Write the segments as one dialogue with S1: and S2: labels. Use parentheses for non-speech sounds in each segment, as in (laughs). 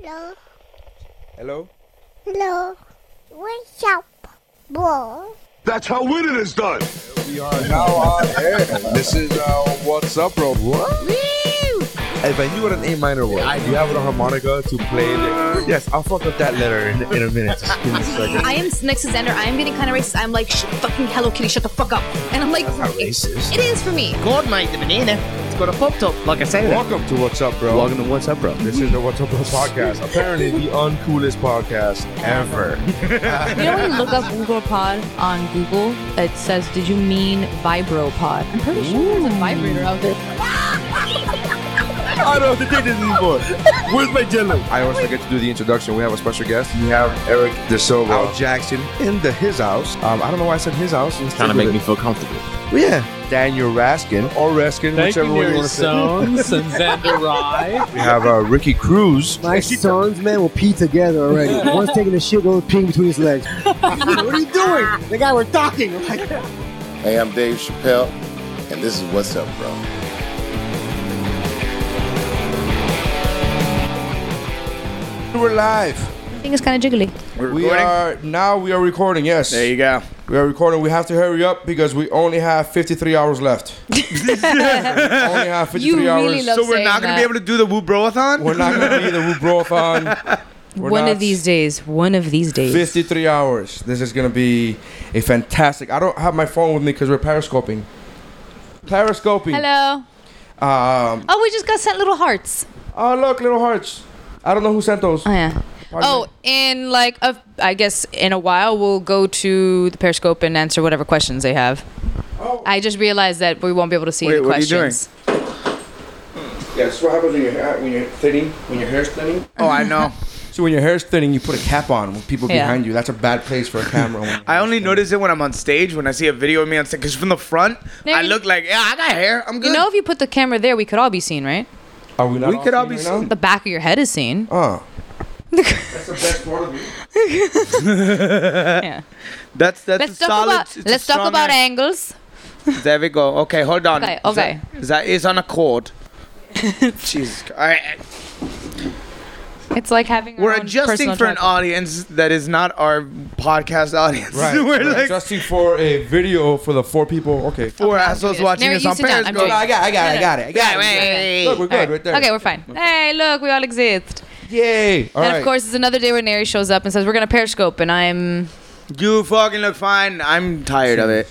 S1: Hello.
S2: Hello?
S1: Hello. What's up, boy?
S3: That's how winning is done.
S2: We are now on air. This is uh, What's Up, Bro. What? If I knew what an A minor was, do you have a harmonica to play it? Yes, I'll fuck up that letter in, in a minute. Just give me a (laughs) second.
S4: I am next to Xander. I am getting kind of racist. I'm like, "Sh- fucking Hello Kitty, shut the fuck up. And I'm like,
S2: That's not racist.
S4: it is for me.
S5: God made the banana. It's got a pop top, like I say.
S2: Welcome to What's Up, Bro.
S5: Welcome to What's Up, Bro.
S2: This is the What's Up, Bro podcast. Apparently, the uncoolest podcast ever.
S6: You know when you look up Pod on Google, it says, "Did you mean vibropod?" I'm pretty sure there's a vibrator out there.
S2: I don't have to take this anymore. Where's my jello? I always forget to do the introduction. We have a special guest. We have Eric DeSilva. Al Jackson in the his house. Um, I don't know why I said his house. It's
S5: Kind of make me feel comfortable.
S2: Well, yeah. Daniel Raskin or Raskin,
S7: Thank
S2: whichever
S7: you,
S2: one you
S7: Mary
S2: want to say.
S7: Sones and Xander Rye.
S2: We have uh, Ricky Cruz.
S8: My sons, man, will pee together already. One's taking a shit, goes peeing between his legs. what are you doing? The guy we're talking. I'm like,
S9: Hey, I'm Dave Chappelle, and this is What's Up, Bro.
S2: We're live.
S6: Thing is kind of jiggly.
S5: We're
S2: We are now. We are recording. Yes,
S5: There you go.
S2: we are recording. We have to hurry up because we only have 53 hours left. we only have 53
S6: You
S2: hours.
S6: really love
S5: So we're
S6: saying
S5: not going to
S6: that.
S5: be able to do the Woo Broathon?
S2: We're not going to be the Wubrothon. We're
S6: one
S2: not-
S6: of these days. One of these days.
S2: 53 hours. This is gonna be a fantastic. I don't have my phone with me because we're periscoping. Periscoping.
S6: Hello.
S2: Um,
S6: Oh, we just got sent little hearts.
S2: oh look, little hearts. I don't know who sent those.
S6: Oh yeah.
S2: Pardon
S6: oh, in like a, I guess in a while we'll go to the Periscope and answer whatever questions they have.
S2: Oh.
S6: I just realized that we won't be able to see
S5: Wait,
S6: the
S5: what are you
S6: questions.
S5: doing?
S2: Yeah, so what happens when your hair, when you're thinning, when your hair's thinning?
S5: Oh, I know.
S2: So when your hair's thinning, you put a cap on with people
S6: Yeah.
S2: behind you. That's a bad place for a
S5: (laughs)
S2: camera. when-
S5: I only notice it when I'm on stage, when I see a video of me on stage. Because from the front,
S6: No,
S5: I
S6: you-
S5: look like, yeah, I got hair. I'm good.
S6: You know, if you put the camera there, we could all be seen, right?
S2: Are we not?
S5: We could all be
S2: now?
S5: (laughs) seen.
S6: The back of your head is seen.
S2: Oh. That's the best part of you.
S5: Oh.
S6: yeah.
S5: that's that's
S6: Let's
S5: a
S6: talk
S5: solid.
S6: about
S5: it's a
S6: let's talk
S5: strong
S6: about
S5: act.
S6: angles.
S5: There we go. Okay, hold on.
S6: Okay,
S5: Is
S6: okay.
S5: That, is that is on a chord. Jesus. Christ. All right.
S6: It's like having.
S5: We're adjusting for an audience that is not our podcast audience.
S2: Right.
S5: We're
S2: We're
S5: like
S2: adjusting for a video for the four people. Okay.
S5: four assholes
S6: this.
S5: watching
S6: Mary,
S5: us
S6: you
S5: on
S6: sit down. I'm
S5: Periscope.
S6: doing-
S2: I got, I got, I got it. I got it.
S5: Yeah, wait, wait,
S2: Look,
S5: wait.
S2: we're good right there.
S6: Okay, we're fine. Hey, look, we all exist.
S2: Yay! All
S6: and
S2: right.
S6: of course, it's another day where Neri shows up and says, "We're gonna periscope," and I'm
S5: You fucking look fine. I'm tired of it.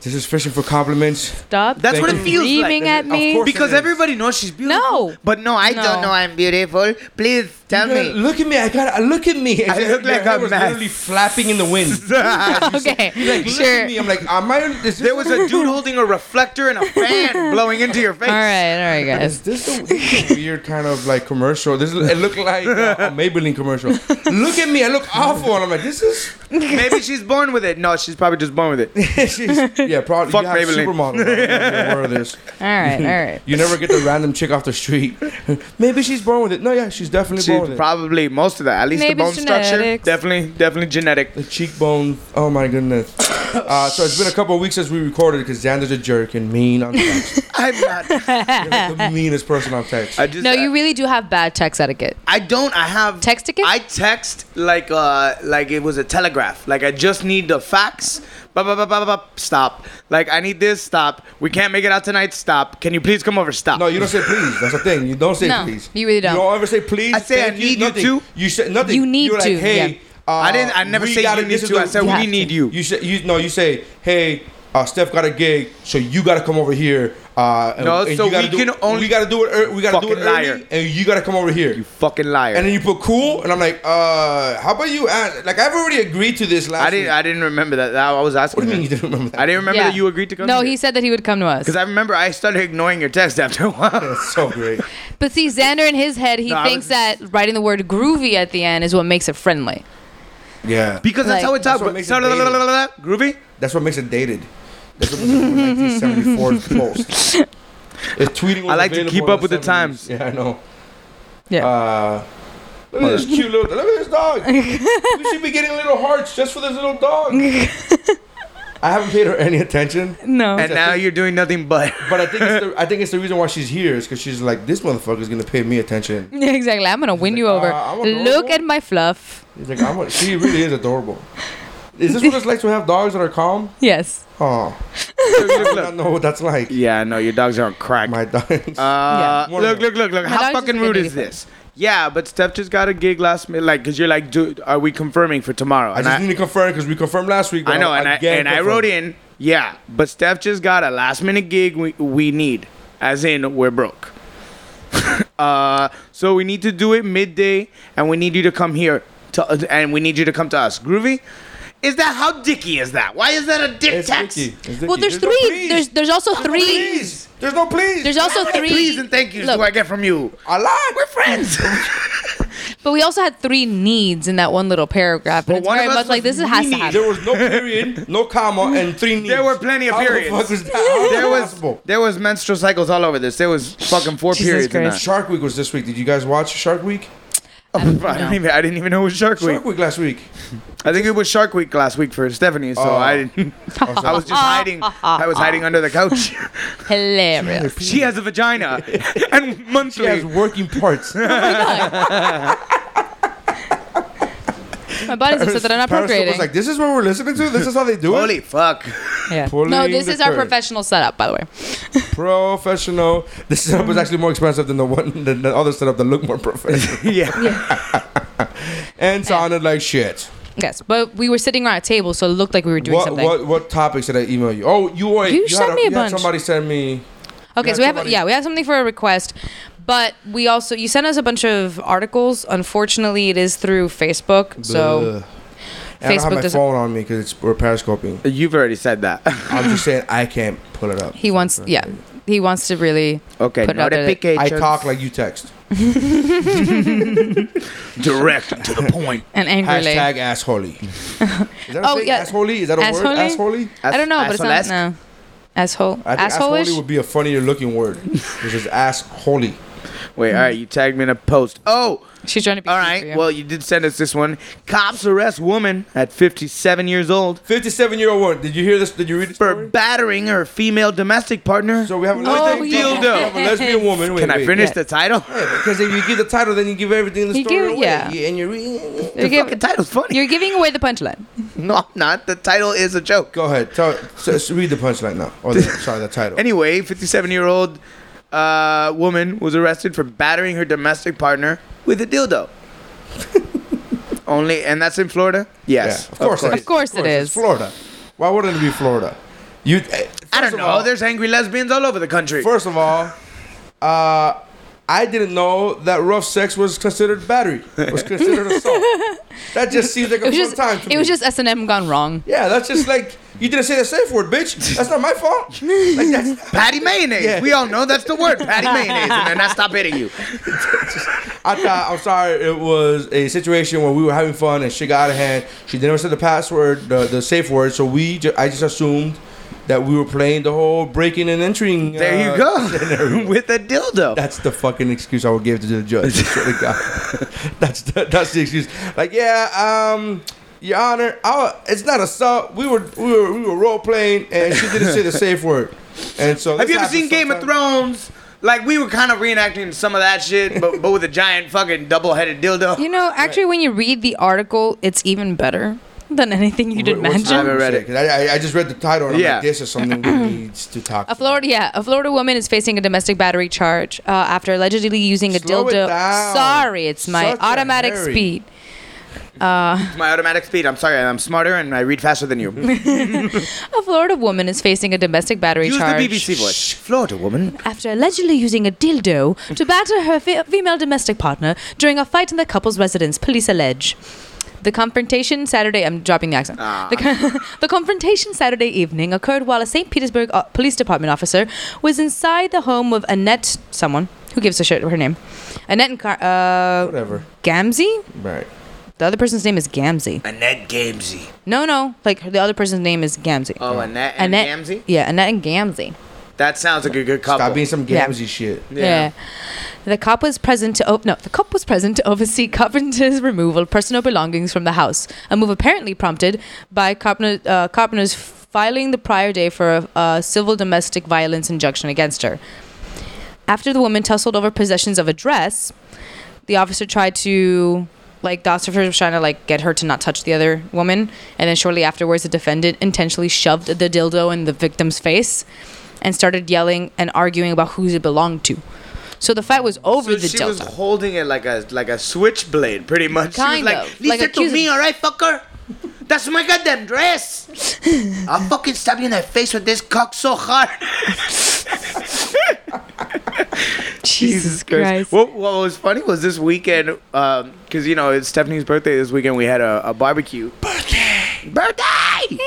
S2: this is fishing for compliments.
S6: stop.
S5: That's what it
S2: you.
S5: feels
S6: Screaming
S5: like.
S6: at
S2: Of
S6: me. (laughs)
S2: course.
S5: Because
S2: it is.
S5: everybody knows she's beautiful.
S6: No.
S5: But no, I don't
S6: No.
S5: know I'm beautiful. Please tell me.
S2: Look at me! I got. Look at me!
S5: I look
S2: Your
S5: like
S2: hair
S5: a
S2: was
S5: mess.
S2: literally flapping in the wind.
S5: (laughs)
S6: (laughs) Okay,
S2: Like, look at
S6: sure.
S2: me! I'm like, am I? Is this
S5: there was a dude holding a reflector and a
S6: (laughs)
S5: fan blowing into your face.
S6: All right, all right, guys.
S5: (laughs)
S2: Is this a, this is a weird kind of like commercial? This is, it looked like uh,
S5: (laughs)
S2: a Maybelline commercial. Look at me! I look awful, and I'm like, this
S5: (laughs)
S2: is
S5: Maybe she's born with it. No, she's probably just born with it.
S2: she's, yeah, probably
S5: Fuck
S2: you have
S5: Maybelline.
S2: supermodel. right? More of
S5: (laughs)
S2: this.
S6: All right, all right.
S2: You never get the random chick off the street. (laughs) Maybe she's born with it. No, yeah, she's definitely
S5: She
S2: born with it.
S5: probably most of that. At least
S6: Maybe
S5: the bone
S6: it's
S5: structure.
S6: genetics.
S5: Definitely, definitely
S6: (laughs)
S5: genetic.
S2: The cheekbone. Oh my goodness. Uh, so it's been a couple of weeks since we recorded because Xander's a jerk and mean on text.
S5: I'm not.
S2: You're like the meanest person on text.
S5: I just. uh,
S6: No, you really do have bad text etiquette.
S5: I don't. I have
S6: Text ticket?
S5: I text like uh like it was a telegraph. Like I just need the facts. Ba ba ba ba ba. Stop. Like I need this. Stop. We can't make it out tonight. Stop. Can you please come over? Stop.
S2: No, you don't say please. That's the thing. You don't say
S6: No,
S2: please.
S6: you really don't.
S2: You don't ever say please.
S5: I say I
S2: thank
S5: need you
S2: nothing.
S5: to.
S2: You said nothing.
S6: You need
S2: You're like,
S6: to,
S2: Hey, uh,
S5: I didn't. I never
S2: we
S5: say
S2: gotta
S5: you need
S2: listen
S5: to. I said
S6: You
S5: we
S6: have
S5: need you.
S2: You say you no. You say hey. Uh, Steph got a gig, so you got to come over here. Uh, and,
S5: No,
S2: and
S5: so
S2: you gotta
S5: we can
S2: do,
S5: only-
S2: we got to do it. ear- we got to do it
S5: Fucking liar.
S2: early, and you got to come over here.
S5: You fucking liar.
S2: and then you put cool, and I'm like, uh, how about you? Ask? Like I've already agreed to this last.
S5: I didn't. I didn't remember that. That- I was asking.
S2: What do you mean
S5: that.
S2: you didn't remember that?
S5: I didn't remember that you agreed to come.
S6: No, he said that he would come to us.
S5: Because I remember I started ignoring your text after a while.
S2: (laughs) That's so great.
S6: But see, Xander in his head, he
S5: No, I
S6: thinks
S5: was-
S6: that writing the word groovy at the end is what makes it friendly.
S2: Yeah,
S5: Because that's
S6: Like-
S5: how it's
S2: That's
S5: up.
S2: what makes it dated.
S5: Groovy.
S2: that's what makes it dated. That's what makes it 1974 post. If tweeting was
S5: I like to
S2: available
S5: keep
S2: in
S5: up with the
S2: 70s.
S5: times.
S2: Yeah, I know.
S6: Yeah.
S2: Uh, look at this cute little. Look at this dog. we should be getting little hearts just for this little dog. I haven't paid her any attention.
S6: No.
S5: And now you're doing nothing
S2: (laughs)
S5: but. (laughs)
S2: But I think it's the, I think it's the reason why she's here is because she's like this motherfucker's gonna pay me attention.
S6: Yeah, (laughs) exactly. I'm gonna win you over.
S2: "Ah, I'm
S6: Look
S2: adorable."
S6: at my fluff.
S2: He's like, I'm a, she really is adorable. Is this what it's like to have dogs that are calm?
S6: Yes.
S2: Oh,
S5: look,
S2: I
S5: look.
S2: don't know what that's
S5: (laughs)
S2: like.
S5: Yeah, no, your dogs are on crack.
S2: My dogs.
S5: Uh,
S2: Yeah.
S5: Look, look, look, look.
S6: My
S5: How
S6: dog just
S5: fucking
S6: did
S5: rude is
S6: anything.
S5: this? Yeah, but Steph just got a gig last minute. Like, because you're like, dude, are we confirming for tomorrow?
S2: I
S5: And
S2: just need to confirm because we confirmed last week. but
S5: I know, and I,
S2: again
S5: and I
S2: confirmed.
S5: wrote in, yeah, but Steph just got a last minute gig we, we need, as in we're broke. (laughs) uh, so we need to do it midday, and we need you to come here, to, and we need you to come to us. Groovy? Is that how dicky is that? Why is that a dick
S2: It's
S5: text?
S2: Vicky. It's
S6: Well,
S2: Vicky.
S6: there's
S2: no
S6: three.
S2: please.
S6: There's there's also three.
S2: please. There's no please.
S6: There's also three.
S5: Please and thank yous
S6: Look,
S5: do I get from you?
S2: I lied. We're
S5: Friends.
S6: but we also had three needs in that one little paragraph, and
S5: But
S6: it's
S5: one
S6: very
S5: of us
S6: much like
S5: was
S6: this has to
S5: needy.
S6: happen.
S2: There was no period, no
S5: (laughs)
S2: comma, and three needs.
S5: There were plenty of
S2: How
S5: periods.
S2: The fuck
S5: (laughs)
S2: was that? How is
S5: there
S2: that
S5: was
S2: possible?
S5: there was menstrual cycles all over this. There was fucking four
S6: Jesus
S5: periods in
S6: Christ.
S5: that.
S2: Shark Week was this week. Did you guys watch Shark Week?
S5: (laughs) I, don't even, I didn't even know it was Shark Week.
S2: Shark Week last week.
S5: I think it was Shark Week last week for Stephanie, so
S2: Oh.
S5: I
S2: (laughs)
S5: didn't. I was
S6: (laughs)
S5: just hiding. I was hiding under the couch.
S6: Hilarious.
S5: she has a
S2: (laughs)
S5: vagina, and monthly.
S2: She has working
S5: (laughs)
S2: parts.
S6: My body's upset that I'm not
S2: Periscope
S6: procreating.
S2: was like, this is what we're listening to. This is how they do it.
S5: Holy fuck!
S6: Yeah.
S2: pulling
S6: No, this
S2: the
S6: is our
S2: curtain.
S6: professional setup, by the way.
S2: Professional. This setup was actually more expensive than the one, than the other setup that looked more professional
S5: (laughs) Yeah.
S2: (laughs) and sounded like shit.
S6: Yes, but we were sitting around a table, so it looked like we were doing
S2: What,
S6: something.
S2: what what topics did I email you? Oh, you were,
S6: You sent me a
S2: you had
S6: bunch.
S2: Somebody sent me.
S6: Okay,
S2: had
S6: so we have
S2: somebody-
S6: yeah, we have something for a request, but we also you sent us a bunch of articles. Unfortunately, it is through Facebook, so
S2: Ugh. And I don't have
S6: Facebook
S2: my
S6: doesn't-
S2: phone on me because we're periscoping.
S5: You've already said that. (laughs)
S2: I'm just saying I can't pull it up.
S6: he wants yeah, he wants to really
S2: Oh,
S5: Okay.
S6: Put it
S5: not
S6: out there
S5: a
S6: that-
S5: picture.
S2: I talk like you text.
S5: direct and to
S2: (laughs)
S5: the point.
S6: and angrily.
S2: Hashtag assholey.
S6: (laughs)
S2: Is that a
S6: Oh,
S2: thing?
S6: yeah.
S2: Assholey? Is that a word?
S6: Assholey?
S2: Assholey?
S6: I don't know, but it's not
S5: Asshole-esque?
S6: no asshole
S2: I think assholey
S6: assholeish.
S2: would be a funnier looking word. Which is assholey.
S5: Wait, all right. You tagged me in a post. Oh,
S6: She's trying to be
S5: all
S6: cute for
S5: right.
S6: you.
S5: Well, you did send us this one. Cops arrest woman at 57 years old
S2: 57 year old one. Did you hear this? Did you read this?
S5: for
S2: story?
S5: battering her female domestic partner.
S2: So we have a
S6: Oh,
S2: lesbian,
S6: yeah.
S2: dildo. We have a lesbian woman. Wait,
S5: Can I
S2: wait.
S5: finish
S6: Yeah.
S5: the title?
S2: Because if you give the title, then you give everything in the
S6: You
S2: story
S6: give-
S2: away.
S6: yeah.
S2: and you're reading.
S6: you're,
S5: The
S6: giv-
S5: fucking title's funny.
S6: (laughs) you're giving away the punchline.
S5: no, I'm not. The title is a joke.
S2: Go ahead. Tell, so, so read the punchline now. Or
S5: (laughs)
S2: the, sorry, the title.
S5: Anyway, 57 year old uh, woman was arrested for battering her domestic partner with a dildo. Only, and that's in Florida? Yes.
S2: Yeah, of course, it is.
S6: Of course it
S2: It's
S6: is.
S2: Florida. Why wouldn't it be Florida? You. eh,
S5: I
S2: first
S5: don't
S2: of
S5: know.
S2: all-
S5: There's angry lesbians all over the country.
S2: First of all, uh, I didn't know that rough sex was considered battery. Was considered
S6: (laughs)
S2: assault. That just seems like
S6: It
S2: a
S6: was
S2: fun
S6: just
S2: time to
S6: it
S2: me.
S6: was just S and M gone wrong.
S2: Yeah, that's just like you didn't say the safe word, bitch. That's not my
S6: (laughs)
S2: fault. Like that's,
S5: Patty mayonnaise.
S2: Yeah.
S5: We all know that's the word, patty mayonnaise. And then I stop hitting you.
S2: I thought I'm sorry. It was a situation where we were having fun and shit got out of hand. She never said the password, the, the safe word. So we, ju- I just assumed that we were playing the whole breaking and entering. uh,
S5: There you (laughs) go. with a dildo.
S2: That's the fucking excuse I would give to the
S5: (laughs)
S2: judge. I swear to God. (laughs) that's the, that's the excuse. Like, yeah, um, Your Honor, I, it's not assault. We were we were we were role playing, and she didn't
S5: (laughs)
S2: say the safe word. And so,
S5: Have
S2: this
S5: you ever
S2: happens
S5: seen Game of
S2: sometimes.
S5: Thrones? Like we were kind of reenacting some of that shit, but, but with a giant fucking double-headed dildo.
S6: You know, actually, when you read the article, it's even better than anything you
S2: Wh-
S6: would
S2: what's the
S6: imagine.
S5: haven't read it.
S2: Because I, I, I just read the title. And I'm
S5: Yeah.
S2: like, this is something we
S5: (clears throat)
S2: needs to talk.
S6: A Florida, yeah, a Florida woman is facing a domestic battery charge uh, after allegedly using a
S2: Slow it
S6: dildo.
S2: down.
S6: Sorry, it's my
S2: Such a
S6: automatic
S2: hurry.
S6: speed.
S5: It's my automatic speed. I'm sorry, I'm smarter and I read faster
S6: (laughs)
S5: than you.
S6: A Florida woman is facing a domestic battery
S5: Use the
S6: charge
S5: BBC voice. Florida woman.
S6: after allegedly using a dildo to batter her fe- female domestic partner during a fight in the couple's residence. Police allege. The confrontation Saturday, I'm dropping the accent.
S5: Ah.
S6: The, con- (laughs) the confrontation Saturday evening occurred while a St. Petersburg uh, Police Department officer was inside the home of Annette, someone, who gives a shit her name? Annette and Car- uh,
S2: Whatever.
S6: Gamzee?
S2: Right.
S6: The other person's name is Gamzee.
S5: Annette Gamzee.
S6: No, no. Like the other person's name is Gamzee.
S5: Oh, Annette and Gamzee?
S6: Yeah, Annette and Gamzee.
S5: That sounds like a good couple.
S2: Stop being some
S6: Yeah.
S2: gamsy shit.
S6: Yeah. The cop was present to oh no, the cop was present to oversee (laughs) Carpenter's removal of personal belongings from the house. A move apparently prompted by Carpenter, uh, Carpenter's filing the prior day for a, a civil domestic violence injunction against her. After the woman tussled over possessions of a dress, the officer tried to like the officer was trying to like get her to not touch the other woman and then shortly afterwards the defendant intentionally shoved the dildo in the victim's face and started yelling and arguing about who it belonged to so the fight was over the
S5: she
S6: dildo (laughs)
S5: was holding it like a like a switchblade, pretty much.
S6: Kind
S5: she was
S6: of,
S5: like, listen
S6: like
S5: to
S6: accusing-
S5: me, all right, fucker. That's my goddamn
S6: (laughs)
S5: dress. I'll fucking stab you in the face with this cock so hard.
S6: Jesus Christ.
S5: What, what was funny was this weekend, because you know it's Stephanie's birthday this weekend. We had a, a barbecue. Birthday. Birthday.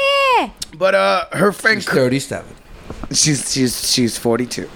S5: But uh, her friend
S2: thirty-seven.
S5: She's she's she's forty-two.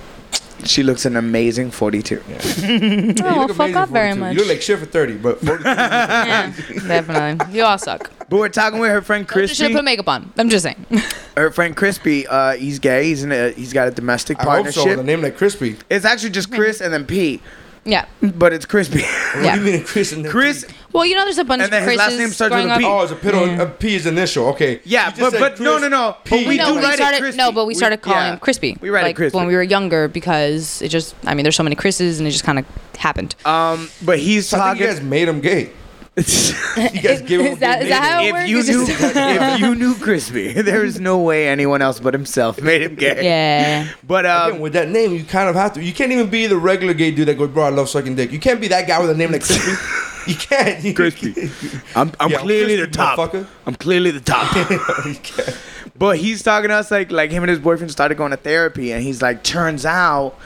S5: She looks an amazing forty-two.
S6: oh well, fuck up very much
S2: You look like shit for thirty, but 42.
S6: yeah,
S5: (laughs)
S6: definitely you all suck
S5: But we're talking with her friend
S6: you should
S5: Christy.
S6: put makeup on i'm just saying (laughs)
S5: Her friend Crispy, uh, he's gay. He's in a, he's got a domestic
S2: I hope so.
S5: partnership.
S2: With a name like Crispy.
S5: It's actually just Chris and then P,
S6: yeah
S5: but it's (laughs) Crispy.
S2: What (laughs)
S6: Yeah.
S2: do you mean, a Chris?
S5: (laughs)
S2: And then
S5: Chris,
S6: well you know there's a bunch
S5: And then
S6: of
S5: his last
S6: Chris's
S5: name starts
S6: going
S5: with a
S6: on
S5: P.
S2: Oh, it's a pit on a P's initial. Okay.
S5: Yeah,
S2: You just
S5: but-
S2: said
S5: but no,
S2: Chris
S5: no, no.
S2: P.
S5: But we
S6: no,
S5: do
S6: we
S5: write it
S6: started,
S5: Christy.
S6: No, but we
S5: We-
S6: started calling
S5: yeah.
S6: him Crispy.
S5: We write it
S6: like,
S5: Crispy.
S6: when we were younger because it just, I mean, there's so many Chris's and it just kind of happened.
S5: um, but he's
S2: I think you
S5: talking.
S2: guys made him gay.
S5: (laughs)
S2: You
S6: (laughs)
S2: guys give him.
S6: is that, is that how it
S5: if
S6: works?
S5: you
S6: It's
S5: knew,
S6: just- (laughs)
S5: if you knew Crispy, (laughs) there is no way anyone else but himself made him gay. (laughs)
S6: yeah.
S5: But
S2: Again,
S5: um,
S2: with that name, you kind of have to. You can't even be the regular gay dude that goes, "Bro, I love sucking dick." You can't be that guy with a name like Crispy.
S5: (laughs)
S2: you can't. (laughs) You,
S5: Crispy. I'm, I'm
S2: Yeah,
S5: clearly the
S2: Crispy,
S5: top.
S2: motherfucker.
S5: I'm clearly the top.
S2: (laughs) you can't.
S5: But he's talking to us like like him and his boyfriend started going to therapy, and he's like, turns out,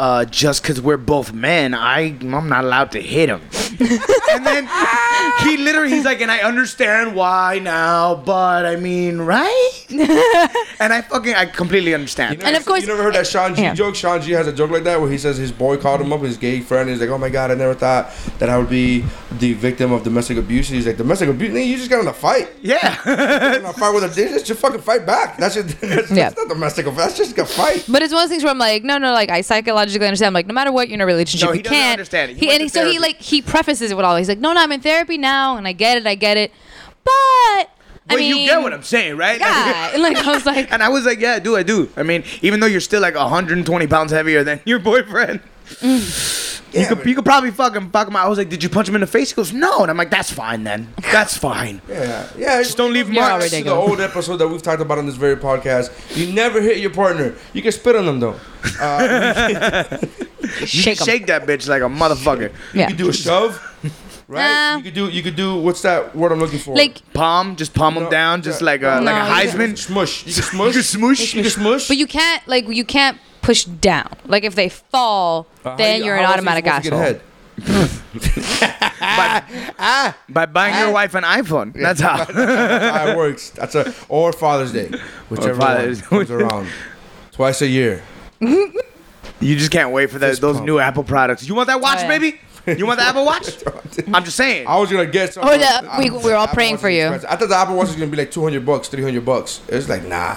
S5: uh, just because we're both men, I I'm not allowed to hit
S6: (laughs)
S5: him. and then he literally he's like, and I understand why now, but I mean,
S6: (laughs)
S5: right? and I fucking I completely understand.
S2: You know,
S6: And of course-
S2: you never heard that Sean G
S6: Yeah.
S2: joke. Sean G has a joke like that where he says his boy called him up, his gay friend. He's like, "Oh my god, I never thought that I would be the victim of domestic abuse." He's like, "Domestic abuse? Nigga, you just got in a fight.
S5: yeah. (laughs)
S2: You got in a fight with a just, just fucking fight back. That's just (laughs) that's,
S6: Yeah.
S2: that's not domestic abuse. That's just a fight."
S6: But it's one of those things where I'm like, no, no, like I psychologically understand. I'm like, no matter what, you're in a relationship.
S5: No, he
S6: you
S5: doesn't
S6: can't.
S5: understand it. He
S6: He,
S5: went
S6: and
S5: to
S6: he, so he
S5: therapy.
S6: like he prefaces it with all. He's like, no, no, I'm in therapy now, and I get it, I get it, but
S5: But
S6: I mean,
S5: you get what I'm saying, right? (laughs)
S6: (laughs) Yeah, and like I was like,
S5: And I was like, yeah, I do, I do. I mean, even though you're still like 120 pounds heavier than your boyfriend.
S6: Mm.
S5: you, could, you could probably fuck him, fuck him. I was like, did you punch him in the face? He goes, no. And I'm like, that's fine then. That's fine.
S2: Yeah, yeah. Just
S5: don't leave
S6: marks.
S2: This is the old episode that we've talked about on this very podcast. You never hit your partner. You can spit on them though.
S5: Shake,
S6: shake 'em.
S5: that bitch like a motherfucker.
S2: You
S6: Yeah.
S2: could do a shove,
S6: (laughs)
S2: right?
S6: Nah.
S2: You could do. You could do. What's that word I'm looking for?
S6: Like,
S5: Palm, just palm him
S2: No,
S5: down, just
S2: yeah.
S5: like a
S6: No,
S5: like a
S6: you
S5: Heisman.
S2: smush. You can
S5: You
S2: smush.
S5: can smush.
S2: You can smush.
S6: but you can't like you can't push down. Like if they fall,
S2: Uh,
S6: then
S2: how-
S6: you're
S2: how
S6: an
S2: else
S6: automatic
S2: are you supposed to get
S6: asshole.
S2: ahead?
S5: By buying your wife an iPhone. That's
S6: (laughs)
S5: how.
S2: That's how it works. That's a or Father's Day, whichever
S5: Father's-
S2: one comes around. Twice a year.
S5: you just can't wait for that,
S2: Fist
S5: those
S2: pump.
S5: new Apple products. You want that watch,
S6: Oh, yeah.
S5: baby? You want the Apple
S6: (laughs)
S5: Watch? I'm just saying.
S2: I was gonna get.
S6: Or the- Oh, we- we're all praying for you.
S2: I thought the Apple Watch was gonna be like 200 bucks, 300 bucks. It's like nah.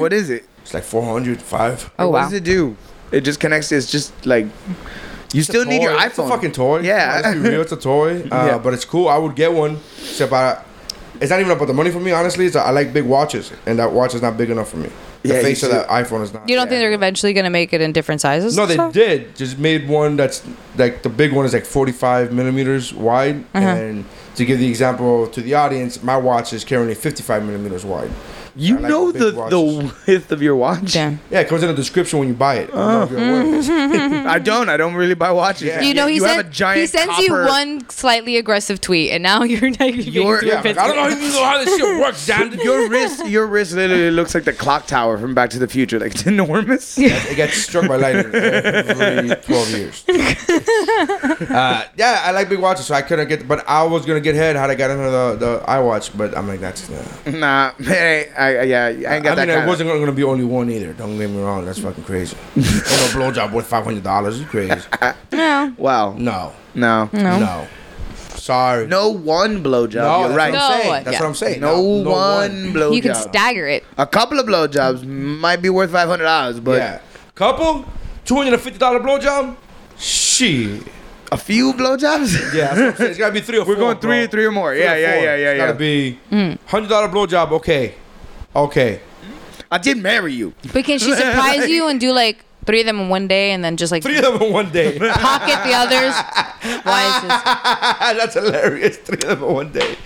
S5: what is it?
S2: It's like 400, five.
S6: Oh
S5: what
S6: wow.
S5: does it do? It just connects. It's just like you still need your
S2: Toy.
S5: iPhone.
S2: It's a fucking toy.
S5: Yeah.
S2: Let's be real. It's a
S5: (laughs)
S2: toy. Uh,
S5: Yeah.
S2: But it's cool. I would get one. Except I, it's not even about the money for me. Honestly, it's I like big watches, and that watch is not big enough for me. The
S5: Yeah, you
S2: face of
S5: should-
S2: that iPhone is not.
S6: You don't think they're eventually going to make it in different sizes?
S2: No,
S6: and
S2: they
S6: stuff?
S2: did. Just made one that's like the big one is like 45 millimeters wide.
S6: Uh-huh.
S2: And to give the example to the audience, my watch is currently 55 millimeters wide.
S5: you
S2: I like
S5: know
S2: big
S5: the the
S2: watches.
S5: width of your watch.
S6: Damn.
S2: Yeah, it comes in the description when you buy it. I don't
S5: Oh.
S2: know if you're aware of this.
S5: (laughs) I don't. I don't really buy watches.
S2: Yeah.
S6: You know he,
S5: you have
S6: sent,
S5: a giant.
S6: he sends you
S5: copper-
S6: one slightly aggressive tweet, and now (laughs) you're like
S5: Your-
S6: you're
S2: Yeah, like, I don't know even know how this shit works, Dan.
S5: Your wrist, (laughs) your wrist literally looks like the clock tower from Back to the Future. Like (laughs) it's enormous.
S2: it gets struck by lightning every 12 years. uh, yeah, I like big watches, so I couldn't get, but I was gonna get head how I got into the, the iWatch, but I'm like, that's not.
S5: (laughs) nah, man, I, I, yeah, I ain't
S2: I,
S5: got that.
S2: mean, it
S5: kinda-
S2: wasn't gonna be only one either. Don't get me wrong, that's fucking
S5: (laughs)
S2: crazy. and a blowjob worth five hundred dollars, you crazy?
S5: Wow.
S2: No,
S5: No.
S6: Hmm.
S5: No.
S2: no, sorry,
S5: one blowjob.
S2: No,
S5: you're
S2: that's
S5: right.
S2: What I'm saying.
S6: No,
S2: That's
S6: yeah.
S2: what I'm saying.
S5: No, one, blowjob.
S6: You can stagger it.
S5: a couple of blowjobs might be worth five hundred dollars, but
S2: yeah, couple two hundred and fifty dollar blowjob. Shit.
S5: a few blowjobs.
S2: Yeah, that's what I'm saying. It's gotta be three or
S5: We're
S2: four.
S5: going three,
S2: bro.
S5: three or more.
S2: Three
S5: yeah,
S2: or
S5: yeah,
S2: four.
S5: yeah, yeah,
S2: It's
S5: yeah.
S2: gotta be hundred dollar blowjob. Okay, Okay. I did marry you.
S6: But
S2: (laughs)
S6: can she surprise you and do like three of them in one day and then just like
S2: Three of them in one day.
S6: (laughs) pocket
S2: (laughs)
S6: the others? Why is
S2: That's
S6: this?
S2: hilarious. Three of them in one day.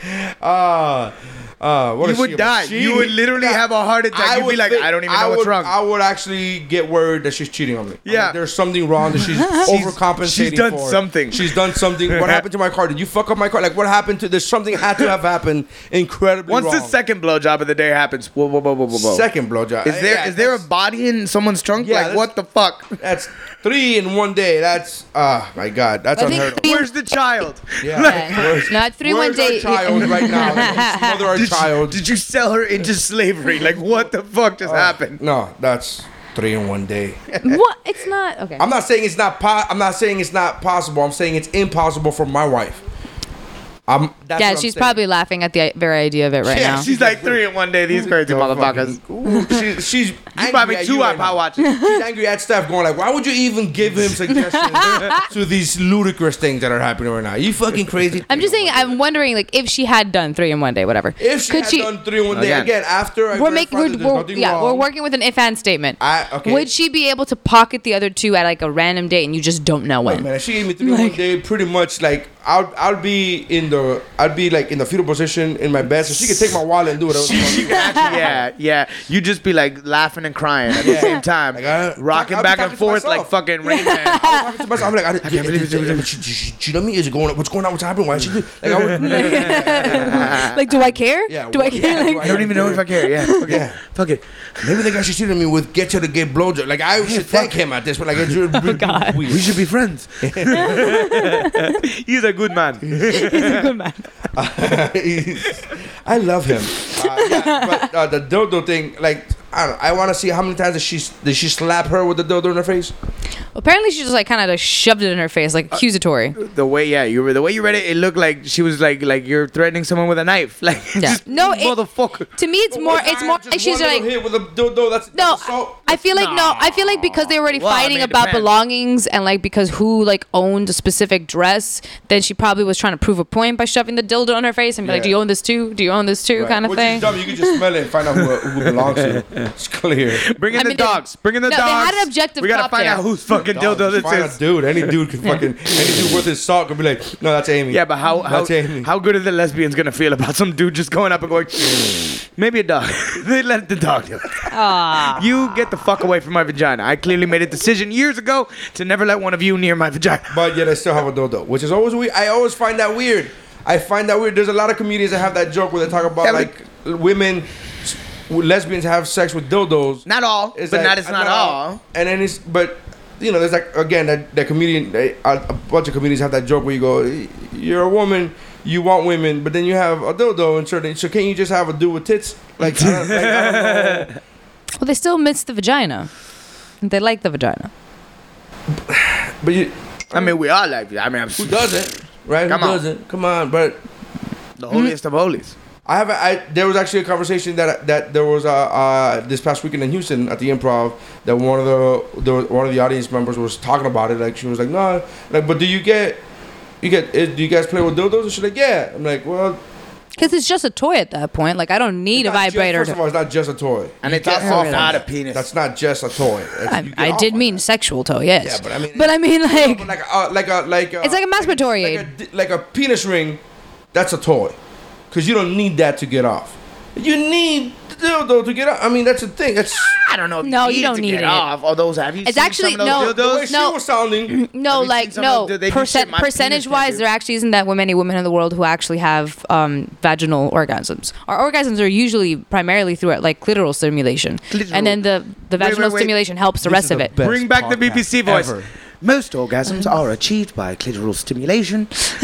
S2: Ah. Uh, what
S5: You
S2: is
S5: would
S2: she, a
S5: die.
S2: machine?
S5: You would literally have a heart attack. You'd be
S2: would
S5: like, "I don't even know what's
S2: would-
S5: wrong."
S2: I would actually get worried that she's cheating on me. Yeah, there's something wrong that she's overcompensating.
S5: (laughs) she's done
S2: for.
S5: something.
S2: She's done something.
S5: (laughs)
S2: What happened to my car? Did you fuck up my car? Like, what happened to? There's something had to have happened. Incredibly.
S5: Once the
S2: wrong.
S5: second blowjob of the day happens, whoa, whoa, whoa, whoa, whoa, whoa.
S2: Second blowjob.
S5: Is there is there a body in someone's trunk? like what?
S2: the fuck? (laughs) That's three in one day. That's ah, my god, that's
S5: I think
S2: unheard of.
S5: three- Where's the (laughs) child?
S2: Yeah. (laughs) Where's-
S6: Not three one
S2: where's
S6: day.
S2: Our child right now.
S6: (laughs)
S2: Like, mother our child. Oh.
S5: Did you sell her into
S2: (laughs)
S5: slavery? Like what the fuck just happened?
S2: No, that's three in one day. (laughs)
S6: what? It's not okay.
S2: I'm not saying it's not. Po- I'm not saying it's not possible. I'm saying it's impossible for my wife. I'm. That's
S6: yeah,
S2: what I'm
S6: she's
S2: saying.
S6: probably laughing at the i- very idea of it
S5: (laughs)
S6: right
S2: Yeah,
S6: now.
S2: she's
S5: like three in one day. These crazy motherfuckers.
S2: she's she's angry
S5: buy me
S2: at
S5: two
S2: you right
S5: iPod
S2: now.
S5: watches.
S2: She's angry at Steph, going like, "Why would you even give (laughs) him suggestions to these ludicrous things that are happening right now? You fucking crazy."
S6: I'm just saying. I'm wondering, like, if she had done three in one day, whatever.
S2: If she
S6: could
S2: had
S6: she?
S2: done three in one day again, after I
S6: we're making,
S2: verified that there's
S6: we're, we're-
S2: nothing
S6: yeah, we're
S2: wrong,
S6: working with an if and statement.
S2: I, okay.
S6: Would she be able to pocket the other two at like a random date, and you just don't know when?
S2: Man, if she gave me three in one day, pretty much like I'll I'll be in the I'd be like in the fetal position in my bed, so she could take my wallet and do whatever. the fuck she wants.
S5: (laughs) yeah, yeah. You just be like laughing and crying at the
S2: Yeah.
S5: same time, rocking
S2: I'll be
S5: back
S2: talking to
S5: and forth like
S2: myself.
S5: fucking Rain Man.
S2: I'm like, I'm like, I, I can't believe it. She, she, she, she know me? Is it going? What's going on? What's happening? Why is she? do- Like, I (laughs) would, (laughs)
S6: like, do I care?
S2: Yeah,
S6: do I
S2: what-
S6: care?
S2: yeah,
S6: like,
S2: do
S5: I don't even know if I care. (laughs) Yeah, okay.
S2: Yeah.
S5: fuck it.
S2: Maybe the guy she's cheating on me with get to the gay blowjob. Like I should thank him at this, but like it's (laughs) really, Oh, God.
S5: We should be (laughs) friends. He's a good man.
S2: (laughs)
S5: (laughs)
S2: I love him. Uh, yeah, but uh, the dildo thing, like I don't know, I want to see how many times did she did she slap her with the dildo in her face?
S6: (laughs) apparently, she just like kind of like shoved it in her face,
S2: Uh,
S6: like accusatory.
S5: The way, yeah, you were the way you read it. It looked like she was like, like you're threatening someone with a knife. (laughs) Like,
S6: yeah.
S5: just,
S6: No, it,
S5: motherfucker.
S6: to me, it's more. It's more.
S2: Just
S6: She's
S2: one
S6: like,
S2: little hit with a dildo. That's
S6: No,
S2: that's
S6: I,
S2: assault.
S6: I feel like no. I feel like because they were already
S5: Well, I
S6: fighting
S5: mean, it
S6: about
S5: depends.
S6: belongings and like because who like owned a specific dress, then she probably was trying to prove a point by shoving the dildo on her face and be like,
S2: Yeah.
S6: "Do you own this too? Do you own this too?"
S2: Right.
S6: kind of
S2: Which
S6: thing.
S2: Is dumb. You can just smell it and find out who, who it belongs
S6: (laughs)
S2: to. It's clear.
S5: Bring in
S6: I
S5: the
S6: mean, they-
S5: dogs. Bring in the
S6: no, they
S5: dogs.
S6: had an objective
S5: We gotta
S6: cop
S5: find
S6: there.
S5: out whose fucking dildo
S2: Just find
S5: this
S2: a
S5: is.
S2: dude. Any dude can fucking. Any dude worth his salt could be like, no, that's Amy.
S5: Yeah, but how how,
S2: that's Amy.
S5: how good are the lesbians gonna feel about some dude just going up and going? Maybe a dog. (laughs) they let the dog do it.
S6: Ah,
S5: You get the fuck away from my vagina. I clearly made a decision years ago to never let one of you near my vagina.
S2: But yet I still have a dildo, which is always weird. I always find that weird. I find that weird. There's a lot of comedians that have that joke where they talk about
S5: Yeah, but-
S2: like women, s- lesbians have sex with dildos.
S5: Not all,
S2: It's
S5: but
S2: like, oh,
S5: not it's not all.
S2: And then it's but you know there's like again that that comedian they, a, a bunch of comedians have that joke where you go you're a woman you want women but then you have a dildo inserted so can you just have a dude with tits like, I don't- like, I
S5: (laughs)
S2: don't know.
S6: well, they still miss the vagina. They like the vagina.
S2: but you,
S5: I mean, we all like. I mean, I'm,
S2: who doesn't right
S5: Come
S2: who
S5: on.
S2: doesn't come on but
S5: the holiest of holies.
S2: I have. a- I there was actually a conversation that that there was uh, uh this past weekend in Houston at the Improv that one of the, the one of the audience members was talking about it. Like she was like, no, like, but do you get you get eh, do you guys play with dildos? And she's like, yeah. I'm like, well,
S6: Because it's just a toy at that point. Like I don't need a
S2: not just-
S6: vibrator.
S2: first of all,
S6: To,
S2: it's not just a toy.
S5: And it's
S2: get
S5: also
S2: off on
S5: not
S2: that.
S5: a penis.
S2: That's not just a toy. That's- you
S6: I,
S2: get
S6: I
S2: off
S6: did
S2: on
S6: mean
S2: that.
S6: sexual toy. Yes.
S2: Yeah, but I mean-
S6: But
S2: (laughs)
S6: I mean, like,
S2: But like a like a like a,
S6: It's like a masturbatory
S2: like, a di- like a penis ring. That's a toy, because you don't need that to get off. You need the dildo to get off. I mean, that's the thing. That's
S5: I don't know. If
S6: No, you
S5: need
S6: don't
S5: to
S6: need
S5: get
S6: it.
S5: Off. All those have you?
S6: It's
S5: seen
S6: actually-
S5: some of those
S2: the
S6: no,
S2: way
S5: dildos?
S2: she
S6: no.
S2: was
S5: (laughs)
S2: sounding.
S5: Have
S6: No,
S5: you seen
S6: like
S5: some of
S6: no.
S5: the- they do shit
S6: Percent,
S5: my penis
S6: percentage
S5: can
S6: wise,
S5: do.
S6: there actually isn't that many women in the world who actually have um, vaginal orgasms. Our orgasms are usually primarily through like clitoral stimulation,
S5: Clitoral.
S6: and then the the
S5: Wait,
S6: vaginal
S5: wait, wait.
S6: stimulation helps the rest of it.
S5: Bring back the
S2: podcast
S5: BBC voice.
S2: ever.
S5: Most orgasms are achieved by clitoral (laughs) stimulation.
S6: Is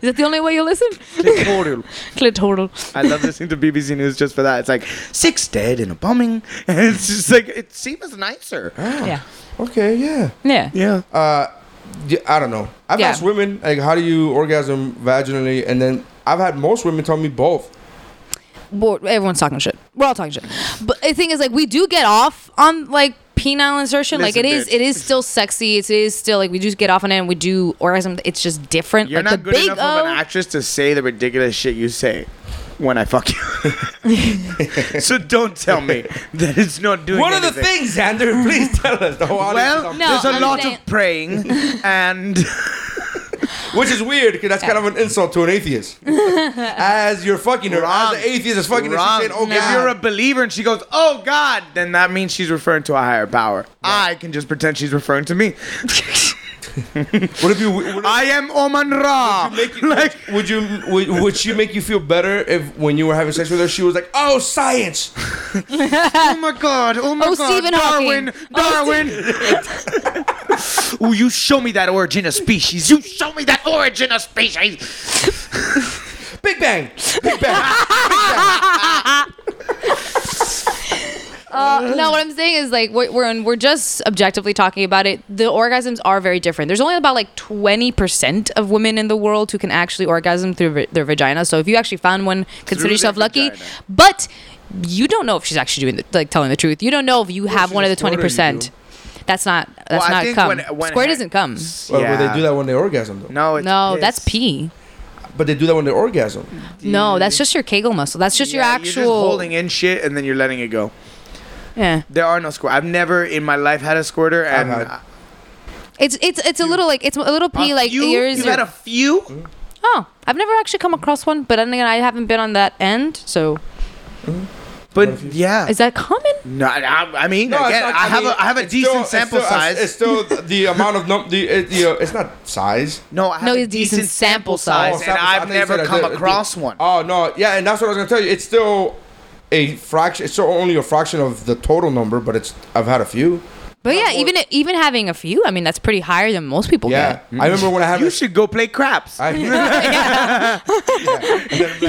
S6: that the only way you listen? (laughs)
S5: clitoral.
S6: Clitoral.
S5: I love listening to BBC News just for that. It's like six dead in a bombing, (laughs) and it's just like it seems nicer.
S6: Yeah.
S2: Okay, yeah.
S6: Yeah.
S5: Yeah.
S2: Uh, yeah, I don't know. I've
S6: Yeah.
S2: asked women like, how do you orgasm vaginally, and then I've had most women tell me both.
S6: Well, everyone's talking shit. We're all talking shit. But the thing is, like, we do get off on like penile insertion. like,
S5: Listen,
S6: it is,
S5: bitch.
S6: it is still sexy. It is still like we do get off on it. and We do orgasm. It's just different.
S5: You're not
S6: like the
S5: good
S6: big
S5: enough of
S6: O-
S5: an actress to say the ridiculous shit you say. when I fuck you. (laughs) so don't tell me that it's not doing.
S2: What are the
S5: anything.
S2: things,
S5: (laughs)
S2: Xander? Please tell us. The whole audience is
S5: Well,
S2: on-
S6: No,
S5: there's a
S6: I'm
S5: lot
S6: saying-
S5: of (laughs) praying, and
S2: which is weird because that's kind of an insult to an
S6: (laughs)
S2: atheist. as you're fucking her,
S5: Wrong.
S2: as the atheist is fucking
S5: Wrong.
S2: her, she's saying, "Oh
S5: if
S2: God."
S5: you're a believer and she goes, "Oh God," then that means she's referring to a higher power. I can just pretend she's referring
S2: (laughs)
S5: to me.
S2: what if you? What if,
S5: I am Oman Ra.
S2: make you, like, (laughs) would you would, would she make you feel better if when you were having sex with her she was like oh science
S5: oh my God! Oh my
S6: Oh,
S5: God!
S6: Stephen
S5: Darwin!
S6: Hawking.
S5: Darwin! Oh, you show me that origin of species. You show me that origin of species.
S2: Big Bang
S5: (laughs)
S2: Big Bang
S6: Uh, no, what I'm saying is like we're we're, in, we're just objectively talking about it. The orgasms are very different. There's only about like 20 percent of women in the world who can actually orgasm through vi- their vagina. So if you actually found one, consider
S5: their
S6: yourself lucky.
S5: vagina.
S6: But you don't know if she's actually doing the, like telling the truth. You don't know if you have
S2: she
S6: one of the
S2: squirted,
S6: 20
S2: you
S6: percent. That's not that's
S5: I
S6: not
S5: think
S6: cum.
S5: when- when
S6: Squirt
S5: ha-
S6: doesn't come.
S2: well, well, they do that when they orgasm though
S5: No, it's
S6: No,
S5: piss.
S6: that's pee.
S2: but they do that when they orgasm
S6: No, that's just your Kegel muscle. That's just your
S5: Yeah,
S6: actual.
S5: You're just holding in shit and then you're letting it go.
S6: yeah.
S5: There are no squirt. I've never in my life had a squirter, and
S2: had.
S5: a
S6: It's it's it's a little like it's a little pee like
S5: few?
S6: yours.
S5: You've had a
S2: Hmm?
S5: few.
S6: Oh, I've never actually come across one, but then again, I haven't been on that end. So,
S5: But yeah,
S6: is that common?
S5: no, I, I mean,
S2: No, it's
S5: again,
S2: not-
S5: I, have
S2: mean,
S5: a I have a
S2: it's
S5: decent
S2: still- it's
S5: sample
S2: still-
S5: size.
S2: It's
S5: (laughs)
S2: still the- the amount of num- the it, you know, it's not size.
S5: no, I have
S6: No,
S5: a
S6: it's
S5: decent,
S6: decent sample
S5: sample
S2: Oh,
S5: size, and
S6: size.
S2: sample size. I
S5: I've
S2: thought you
S5: never
S2: said
S5: come
S2: the- the-
S5: across one.
S2: Oh no, yeah, and that's what I was gonna tell you. It's still a fraction. It's still only a fraction of the total number, but it's I've had a few.
S6: But yeah, even even having a few, I mean, that's pretty higher than most people
S2: Yeah, I remember when I had.
S5: You
S2: a-
S5: should go play craps. (laughs)
S2: I-
S6: get. Yeah.
S5: Come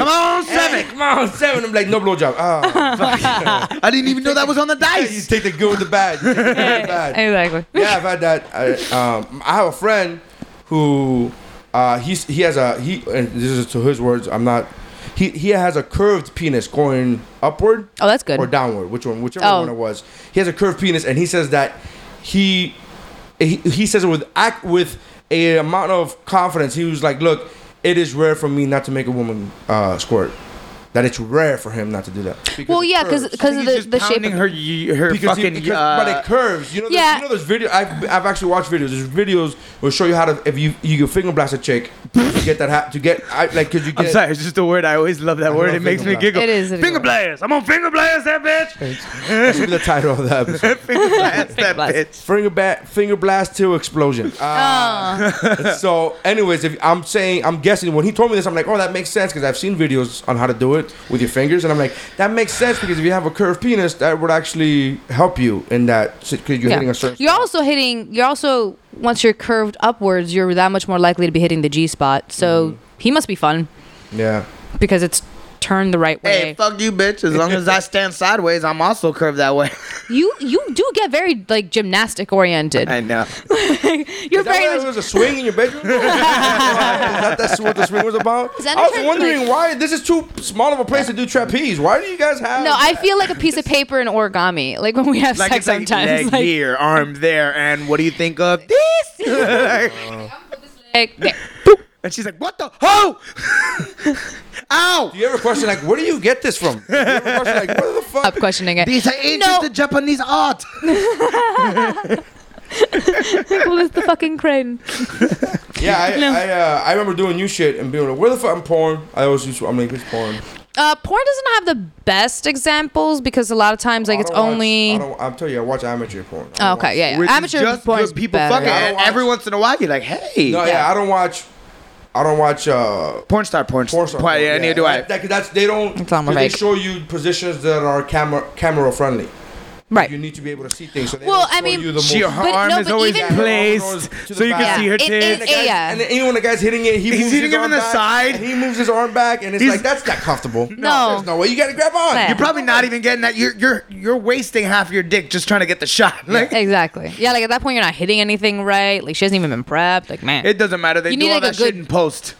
S5: on, seven.
S2: (laughs) Come on, seven. I'm like no blowjob. Ah,
S5: I didn't even know that was on the
S2: you
S5: dice.
S2: take the good with the bad. You take the good with the bad.
S6: exactly.
S2: yeah, I've had that. I, um, I have a friend who uh, he's he has a he. And this is to his words. I'm not. He he has a curved penis going upward
S6: Oh, that's good.
S2: or downward, which one, whichever
S6: Oh.
S2: one it was. He has a curved penis, and he says that he he, he says it with act with a amount of confidence. He was like, "Look, it is rare for me not to make a woman uh, squirt. That it's rare for him not to do that." Because
S6: Well,
S2: it
S6: yeah, because
S2: curves."
S6: of the, the shape.
S5: pounding
S6: Of,
S5: her y- her
S2: because
S5: fucking.
S2: it, because,
S5: uh,
S2: but it curves. You know,
S6: yeah.
S2: yeah. you know there's video. I've, I've actually watched videos. There's videos will show you how to if you you can finger blast a chick to get that ha- to get I, like because you
S5: I'm
S2: get
S5: sorry, it's just a word. I always love that word.
S2: love
S5: It makes
S2: finger
S5: me
S2: blast.
S5: giggle.
S6: It is a
S5: finger
S6: good
S5: blast. I'm on finger blast that bitch.
S2: that should be the title of the episode.
S5: (laughs) Finger blast that
S6: blast.
S5: bitch.
S2: Finger ba- finger blast till explosion.
S6: Ah,
S2: Uh, so, anyways, if I'm saying I'm guessing when he told me this, I'm like, oh, that makes sense because I've seen videos on how to do it with your fingers, and I'm like, that makes sense because if you have a curved penis, that would actually help you in that because you're hitting
S6: yeah.
S2: a certain.
S6: You're also hitting. You're also once you're curved upwards, you're that much more likely to be hitting the G spot. So
S2: Mm-hmm.
S6: he must be fun
S2: yeah.
S6: because it's turned the right way.
S5: Hey, fuck you, bitch. As long as I stand sideways, I'm also curved that way. (laughs)
S6: you you do get very like gymnastic oriented.
S5: I know.
S6: (laughs) You're
S2: That
S6: very
S2: was,
S6: much
S2: was a swing in your bedroom. Is that that's what the swing was about?
S6: Is that
S2: I was
S6: the-
S2: wondering why this is too small of a place to do trapeze. Why do you guys have?
S6: No, I feel like a piece of paper and origami, like when we have
S5: Like it's
S6: sex
S5: like
S6: sometimes.
S5: leg
S6: like,
S5: here, arm there, and what do you think of
S6: (laughs)
S5: this?
S6: Uh-huh. like, there.
S5: and she's like, what the ho? (laughs) Ow!
S2: Do you ever question like, where do you get this from? Do you ever question like, where the fuck?
S6: (laughs) Stop questioning it.
S5: These are ancient
S6: No.
S5: Japanese art.
S6: Well, it's the fucking crane.
S2: Yeah, I I, uh, I remember doing new shit and being like, where the fuck I'm porn. I always used to, I'm like, it's porn.
S6: Uh, porn doesn't have the best examples because a lot of times, like,
S2: I
S6: it's
S2: don't watch-
S6: only.
S2: I don't, I'm telling you, I watch amateur porn. I don't
S6: Oh,
S2: watch-
S6: okay, yeah, yeah.
S5: Which is
S6: Amateur
S5: just
S6: porn
S5: good people
S6: better.
S5: fucking.
S2: I don't
S5: And
S2: watch-
S5: every once in a while, you're like, hey.
S2: No, yeah. I don't watch. I don't watch uh,
S5: Porn star, porn star.
S2: porn star. porn.
S5: yeah, neither do I.
S2: That, that- that's they don't.
S6: It's almost
S2: they
S6: like-
S2: show you positions that are camera camera friendly. You
S6: Right.
S2: need to be able to see things. So they
S6: Well,
S2: don't
S6: I
S2: show
S6: mean,
S2: you the
S5: She,
S2: most-
S5: her
S6: But
S5: arm
S6: no,
S5: is
S6: but
S5: always
S6: even-
S5: placed
S2: To the
S5: so you
S2: back.
S5: can see her
S6: Yeah, it-
S5: tits.
S6: it- it- yeah.
S2: And then even when the guy's hitting it, he moves
S5: hitting
S2: his
S5: him
S2: arm
S5: in the
S2: back,
S5: side.
S2: and he moves his arm back, and it's
S5: He's-
S2: like that's not
S6: (laughs)
S2: comfortable.
S6: No.
S2: there's no way. You gotta grab on.
S6: Yeah.
S5: You're probably not even getting that. You're you're you're wasting half your dick just trying to get the shot. (laughs) Like
S6: Exactly. Yeah, like at that point, you're not hitting anything right. Like, she hasn't even been prepped. Like, man.
S5: it doesn't matter. They
S6: You
S5: do
S6: need,
S5: all
S6: like, a
S5: that
S6: good-
S5: shit in post.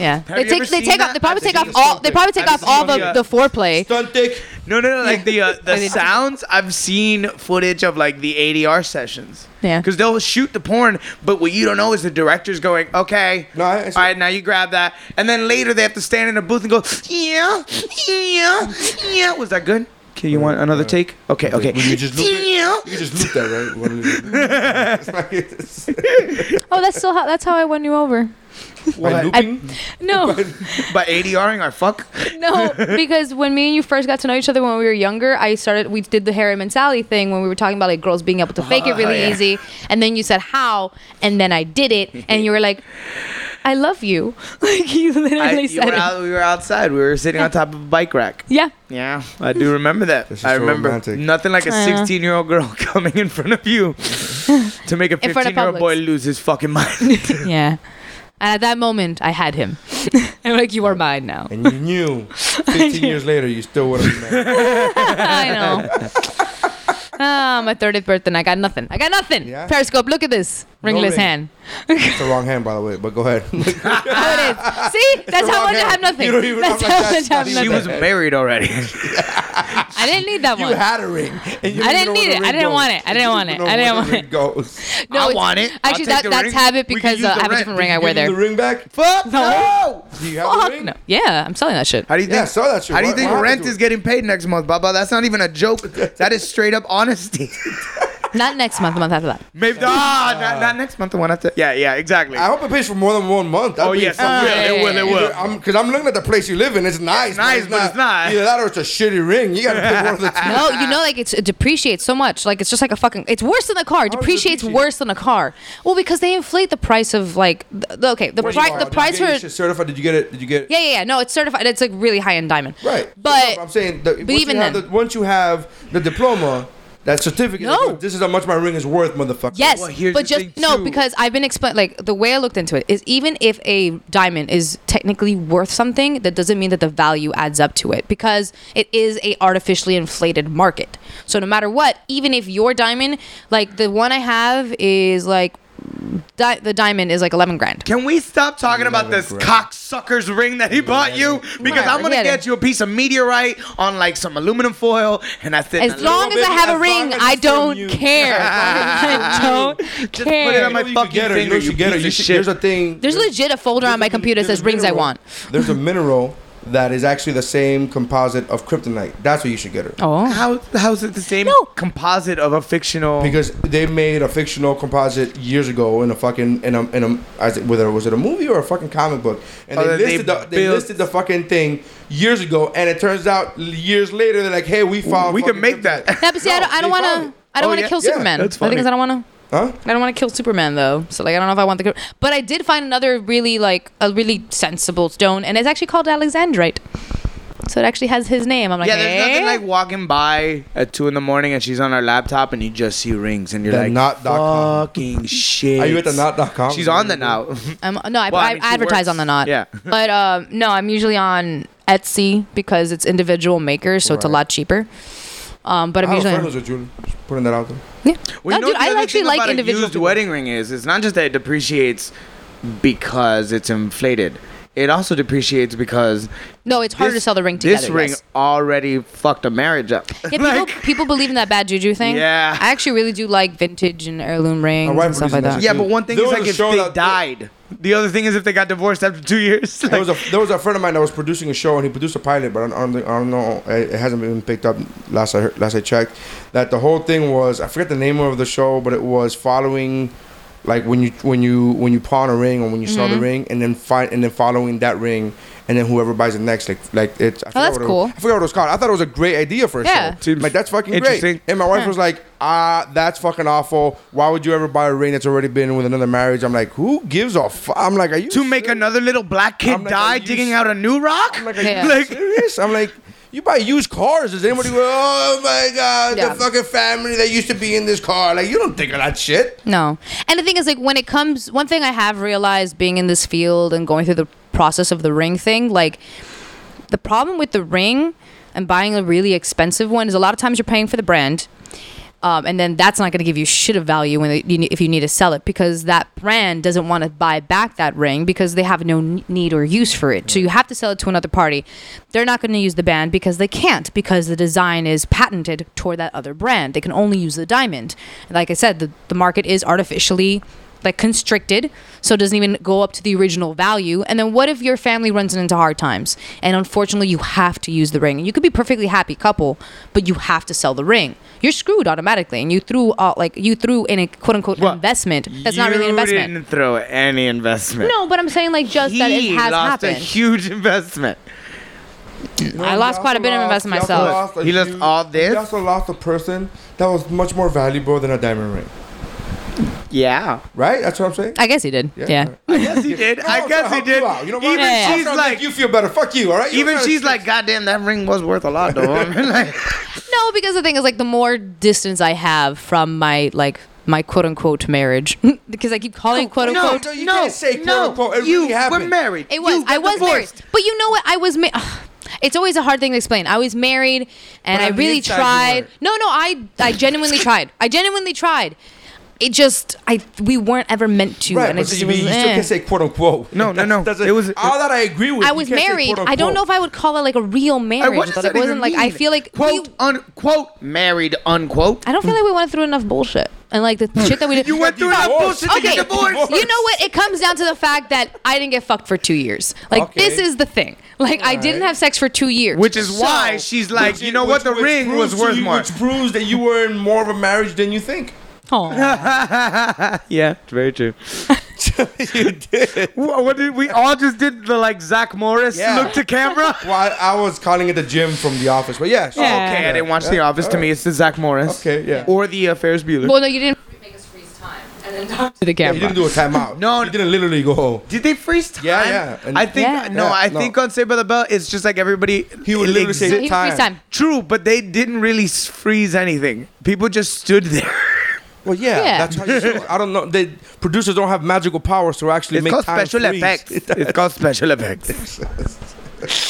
S6: yeah. They
S5: you ever
S6: take, they
S5: seen
S6: take
S5: that?
S6: off, they probably
S5: I've
S6: take
S5: seen
S6: off
S5: it.
S6: all, they probably
S5: I've
S6: take off
S5: seen
S6: all
S5: it.
S6: the, the foreplay.
S2: Stunt dick.
S5: No, no, no. Like
S6: (laughs)
S5: the uh,
S6: Where
S5: the
S6: they-
S5: sounds I've seen footage of like the ADR sessions.
S6: Yeah.
S5: Because they'll shoot the porn, but what you don't know is the director's going, okay, all right, now you grab that, and then later they have to stand in a booth and go, yeah, yeah, yeah. Was that good? Okay, you want another take? Okay, okay.
S2: You just loop it. You just loop that, right? One loop.
S6: Oh, that's still how that's how I won you over.
S5: By
S6: I, (laughs) no,
S5: by ADRing our fuck.
S2: (laughs)
S6: no, because when me and you first got to know each other when we were younger, I started we did the Harry and Sally thing when we were talking about like girls being able to fake it
S2: Oh,
S6: really
S5: yeah.
S6: easy, and then you said how, and then I did it, and you were like, "I love you," (laughs) like you (laughs) literally
S5: I, you
S6: said
S5: were
S6: it.
S5: out, we were outside. We were sitting on top of a bike rack.
S6: Yeah,
S5: Yeah, I do remember that.
S2: is
S5: I
S2: so
S5: remember
S2: romantic.
S5: nothing like a
S6: Yeah.
S5: 16 year old girl (laughs) coming in front of
S6: (laughs)
S5: you to make a
S6: In
S5: 15
S6: front of
S5: year old
S6: Publix.
S5: boy lose his fucking
S6: (laughs)
S5: mind.
S6: yeah. And at that moment, I had him. (laughs) I'm like, "You are
S2: (laughs)
S6: mine now."
S2: And you knew 15 years later you still would have been married.
S6: I know. Ah, my 30th birthday, and I got nothing. I got nothing.
S2: Yeah.
S6: Periscope, look at this ringless
S2: ring.
S6: hand.
S2: It's the wrong hand, by the way, but go
S6: (laughs)
S2: ahead.
S6: how it is.
S2: (laughs)
S6: See, that's
S2: the
S6: how
S2: wrong
S6: much I
S2: hand.
S6: have nothing.
S2: You don't even
S6: That's
S2: know
S6: how
S2: that
S6: much I have
S2: that's
S5: she
S2: not
S6: nothing.
S5: was married
S6: (laughs)
S5: already.
S6: I didn't need
S2: (laughs)
S6: that
S2: you
S6: one.
S2: had a ring. And you don't
S6: I didn't
S2: even know
S6: need
S2: where the
S6: it. I
S2: ring
S6: didn't
S2: goes.
S6: want it. I didn't
S2: You
S6: want it.
S2: know
S6: I didn't
S2: where
S6: want
S2: the
S6: it.
S2: ring
S6: (laughs)
S2: goes.
S6: No,
S5: I
S6: it's-
S5: want it. I'll
S6: Actually,
S5: take
S6: that,
S5: the
S6: that's
S5: ring. We
S6: habit
S5: can
S6: because
S5: use the
S6: uh, I have a
S5: rent.
S6: different
S5: Did
S6: ring I
S2: Give
S6: wear
S2: you
S6: there.
S2: The ring back?
S5: Fuck
S6: No.
S2: Do you have a
S6: Fuck
S2: ring?
S6: no. Yeah, I'm selling that shit.
S5: How do you think?
S2: Yeah, I saw that shit.
S5: How do you
S2: What-
S5: think
S2: what happened
S5: rent
S2: to
S5: is
S2: it?
S5: getting paid next month, Baba? That's not even
S2: (laughs)
S5: a joke. That is straight up honesty.
S6: Not next month, the month after that.
S5: Maybe ah, not, not next month. The one after. Yeah, yeah, exactly.
S2: I hope it pays for more than one month. That'd
S5: Oh
S2: be
S5: yes, it
S2: fucking-
S5: will. It will. It will.
S2: I'm, Cause I'm looking at the place you live in. It's nice.
S5: nice, but it's not.
S2: Either that or it's a shitty ring. You gotta pick one
S6: (laughs)
S2: of the two.
S6: No, you know, like it's, it depreciates so much. Like it's just like a fucking. It's worse than a car. It
S2: does it
S6: depreciates
S2: depreciate?
S6: worse than a car. Well, because they inflate the price of like. The, the- okay, the
S2: Where's your
S6: price.
S2: car?
S6: The
S2: Did you
S6: price
S2: get your
S6: for.
S2: shit certified? Did you get it? Did you get?
S6: Yeah, yeah, yeah. No, it's certified. It's like really high end diamond.
S2: Right.
S6: But,
S2: No, I'm saying that
S6: but
S2: once
S6: even
S2: you have
S6: then.
S2: the, once you have the diploma, that certificate.
S6: No.
S2: like, this is how much my ring is worth, motherfucker.
S6: Yes,
S5: Well, here's
S6: but
S5: the
S6: just
S5: thing,
S6: no,
S5: too.
S6: because I've been explained. Like the way I looked into it is, even if a diamond is technically worth something, that doesn't mean that the value adds up to it because it is a artificially inflated market. So no matter what, even if your diamond, like the one I have, is like di- the diamond is like eleven grand.
S5: Can we stop talking about this cocksucker's ring that he bought you? Because I'm gonna
S6: Whatever.
S5: get you a piece of meteorite on like some aluminum foil, and that's it.
S6: As long as I have a
S2: as long
S6: ring,
S2: as
S6: I
S2: it's from
S6: don't
S2: you.
S6: care. I don't
S5: put it on
S6: care.
S2: You know
S5: my
S2: you could
S5: fucking
S2: get her, you know you
S5: finger, you
S2: should get her.
S5: piece
S2: You
S5: of
S2: should-
S5: shit.
S2: There's a thing.
S6: There's legit a folder on my computer that
S2: there's
S6: says
S2: a
S6: rings I
S2: mineral-
S6: want.
S2: There's a mineral that is actually the same composite of kryptonite. That's what you should get her.
S5: (laughs)
S6: Oh.
S5: How how is it the same
S6: No.
S5: composite of a fictional?
S2: Because they made a fictional composite years ago in a fucking in a in a I think- whether was it a movie or a fucking comic book, and they
S5: Oh, that they
S2: listed the, they
S5: built-
S2: listed the fucking thing years ago, and it turns out years later they're like, hey, we found
S5: we can
S2: fucking
S5: make that.
S2: kryptonite.
S6: Yeah, but see, I
S2: No,
S6: don't, I
S2: they
S6: don't
S2: found
S6: want
S2: it.
S6: to. I don't
S5: Oh,
S6: want to
S5: yeah,
S6: kill
S2: yeah,
S6: Superman.
S5: that's
S6: The thing is,
S5: funny.
S6: I don't want to.
S2: Huh?
S6: I don't want to kill Superman though, so like I don't know if I want the. But I did find another really like a really sensible stone, and it's actually called Alexandrite. So it actually has his name. I'm like,
S5: yeah, there's
S6: "Eh?"
S5: nothing like walking by at two in the morning and she's on her laptop and you just see rings and you're
S2: The
S5: like,
S2: knot.com.
S5: fucking shit.
S2: Are you at the knot.com?
S5: She's on the now. (laughs)
S6: I'm, no, I,
S5: Well, I
S6: I,
S5: mean, she
S6: advertise
S5: works.
S6: on the knot.
S5: Yeah.
S6: (laughs)
S5: (laughs)
S6: but um, no, I'm usually on Etsy because it's individual makers, so it's a
S2: Right.
S6: lot cheaper. Um, but I'm
S2: I have a
S6: usually
S2: friend who's a jeweler. Just putting that out there.
S6: yeah.
S5: Oh, Well, you
S6: no,
S5: know
S6: dude,
S5: the
S6: I
S5: other
S6: actually
S5: thing
S6: like
S5: about
S6: individual.
S5: A used wedding ring is it's not just that it depreciates because it's inflated. It also depreciates because
S6: No, it's harder to sell the ring
S5: This
S6: together,
S5: ring
S6: yes.
S5: already fucked a marriage up.
S6: Yeah, people, people believe in that bad juju thing.
S5: Yeah.
S6: I actually really do like vintage and heirloom
S2: My
S6: rings
S2: wife
S6: and stuff like
S2: believes in
S6: that.
S2: that
S5: yeah, but one thing
S2: There
S5: is
S2: was
S5: like
S2: a
S5: if
S2: show
S5: they
S2: that-
S5: died. The other thing is if they got divorced after two
S6: (laughs)
S5: years. (laughs)
S2: There
S5: Like,
S2: was a there was a friend of mine that was producing a show and he produced a pilot, but I don't, I don't, think- I don't know. It, it hasn't been picked up last I heard, last I checked. That the whole thing was I forget the name of the show, but it was following like when you when you when you pawn a ring or when you
S6: Mm-hmm.
S2: sell the ring, and then find and then following that ring, and then whoever buys it next, like like it's. I forgot
S6: Oh, that's
S2: what it-
S6: cool.
S2: I forgot what it was called. I thought it was a great idea for a
S6: Yeah.
S2: show.
S5: Seems
S2: like that's fucking
S5: interesting.
S2: great. And my wife was like, ah, that's fucking awful. Why would you ever buy a ring that's already been with another marriage? I'm like, who gives a fuck? I'm like, are you
S5: to make another little black kid
S2: I'm like,
S5: die
S2: are you
S5: digging
S2: s-
S5: out a new rock?
S2: I'm like, are
S6: Yeah.
S2: you
S5: Like-
S2: serious? I'm like, you buy used cars. Does anybody go, oh my God,
S6: Yeah.
S2: the fucking family that used to be in this car? Like, you don't think of that shit.
S6: No. And the thing is, like, when it comes, one thing I have realized being in this field and going through the process of the ring thing, like, the problem with the ring and buying a really expensive one is a lot of times you're paying for the brand. um, and then that's not going to give you shit of value when they, you, ne- if you need to sell it because that brand doesn't want to buy back that ring because they have no n- need or use for it. So you have to sell it to another party. They're not going to use the band because they can't because the design is patented toward that other brand. They can only use the diamond. And Like I said, the, the market is artificially like constricted so it doesn't even go up to the original value and then what if your family runs into hard times and unfortunately you have to use the ring you could be perfectly happy couple but you have to sell the ring you're screwed automatically and you threw uh, like you threw in a quote unquote investment that's not really an investment
S5: Didn't throw any investment.
S6: no but i'm saying like just that it
S5: He
S6: has
S5: lost a
S6: happened
S5: huge investment.
S6: i lost quite a bit of investment
S2: He also
S6: myself
S2: lost a
S5: He lost
S2: huge-
S5: all this?
S2: He also lost a person that was much more valuable than a diamond ring.
S5: Yeah.
S2: Right? That's what I'm saying.
S6: i guess he did yeah,
S5: I guess he did. I guess he did.
S2: You, out. you know what?
S5: Even
S2: I'm
S5: she's
S2: trying to
S5: like,
S2: make you feel better. Fuck you. All right. You're
S5: even
S2: trying to-
S5: she's like, goddamn, that ring was worth a
S2: (laughs)
S5: lot, though. I mean, like,
S6: no because the thing is like the more distance i have from my like my quote unquote marriage (laughs) because i keep calling it quote
S5: no,
S6: unquote
S2: No, you
S5: no,
S2: can't say quote
S5: no,
S2: unquote. It
S5: you
S2: really happened.
S5: were married.
S6: It was.
S5: You
S6: I
S5: got
S6: was married.
S5: divorced.
S6: But you know what? I was married. (sighs) It's always a hard thing to explain. I was married, and
S2: But
S6: I
S2: on the
S6: really
S2: inside you
S6: tried.
S2: weren't.
S6: No, no, I I genuinely tried. I genuinely tried. It just I we weren't ever meant to.
S2: Right,
S6: and I
S2: but
S6: just
S2: see, you
S6: was,
S2: still
S6: eh.
S2: can't say quote unquote.
S5: No, no,
S2: That's- (laughs)
S5: no.
S2: that's a-
S5: It was-
S2: all that I agree with.
S6: I
S2: you
S6: was
S2: can't say
S6: married.
S2: quote
S6: I don't
S2: unquote.
S6: know if I would call it like a real
S5: Like,
S6: marriage.
S5: what does
S6: though.
S5: that
S6: It wasn't
S5: even
S6: like I
S5: mean?
S6: feel like
S5: quote
S6: we,
S5: unquote married unquote.
S6: I don't feel like we went through enough bullshit and like the shit that we did.
S5: You went through enough
S2: Divorce.
S5: bullshit to get divorced.
S6: You know what? It comes down to the fact that I didn't get fucked for two years. Like
S2: Okay.
S6: this is the thing. Like I didn't have sex for two years,
S5: Which is
S6: So-
S5: why she's like,
S2: Which-
S5: you know
S2: which-
S5: what? The
S2: which
S5: ring
S2: proves
S5: was worth
S2: you-
S5: more.
S2: Which proves that you were in more of a marriage than you
S5: (laughs)
S2: think.
S6: Aw.
S5: Yeah, it's very true.
S2: you did.
S5: What, what did we all just did the like Zach Morris
S2: Yeah.
S5: look to
S2: (laughs)
S5: camera?
S2: Well, I, I was calling it the gym from the office, but yeah. sure.
S5: Okay, I didn't watch The Office. To me, it's the Zach Morris.
S2: Okay, yeah.
S5: Or the uh, Ferris Bueller.
S6: Well, no, you didn't make us freeze time and then talk to the
S2: You
S6: camera.
S2: didn't do a timeout.
S5: No,
S2: you didn't literally go.
S5: did they freeze time?
S2: Yeah, yeah. And-
S5: I think
S6: Yeah.
S5: no.
S2: Yeah,
S5: I
S2: no.
S5: think on Saved by the Bell, it's just like everybody.
S2: He would
S5: it
S2: literally say
S5: exi-
S6: he freeze time.
S5: True, but they didn't really s- freeze anything. People just stood (laughs) there.
S2: Well, yeah,
S6: Yeah.
S2: that's how you do it. I don't know. They producers don't have magical powers to actually
S5: It's
S2: make
S5: called
S2: time
S5: special
S2: freeze.
S5: effects. It's called special effects.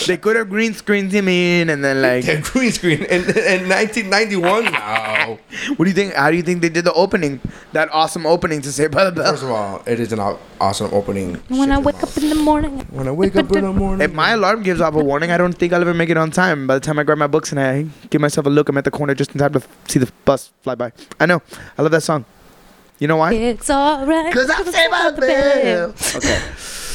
S5: they could have green screened him in, and then like,
S2: (laughs) (laughs) Yeah, green screen in, in 1991. No.
S5: what do you think? How do you think they did the opening? That awesome opening to Saved by the Bell.
S2: First of all, it is an aw- awesome opening.
S6: When
S2: Shit
S6: I
S2: is
S6: wake up in the morning,
S2: When I wake up in the morning.
S5: If my alarm gives off a warning, I don't think I'll ever make it on time. By the time I grab my books and I give myself a look, I'm at the corner just in time to f- see the bus fly by. I know. I love that song. You know why?
S6: it's alright.
S5: Because I'm saved by the bell. Okay.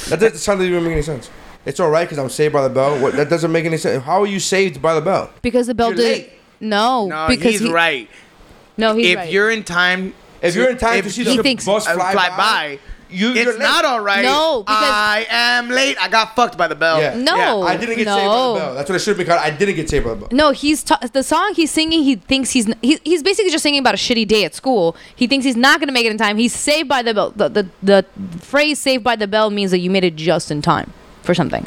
S2: that doesn't sound that even make any sense. It's all right because I'm saved by the bell. What, that doesn't make any sense. How are you saved by the bell?
S6: Because the bell
S2: You're
S6: did.
S2: late.
S6: No,
S5: No,
S6: because
S5: he's
S6: he,
S5: right.
S6: No, he's
S5: if
S6: right.
S5: you're in time,
S2: If you're in time
S5: if
S2: to see
S6: He
S2: the
S6: thinks-
S2: bus
S5: I
S2: fly, by, you,
S5: it's
S2: you're late.
S5: not all right.
S6: No, because-
S5: I am late. I got fucked by the bell.
S2: Yeah.
S6: No,
S2: I didn't get saved by
S6: no.
S2: the bell. That's what I should be called. I didn't get saved by the bell.
S6: no, he's ta- the song he's singing. He thinks he's n- he, he's basically just singing about a shitty day at school. He thinks he's not gonna make it in time. He's saved by the bell. The the, the phrase "saved by the bell" means that you made it just in time for something.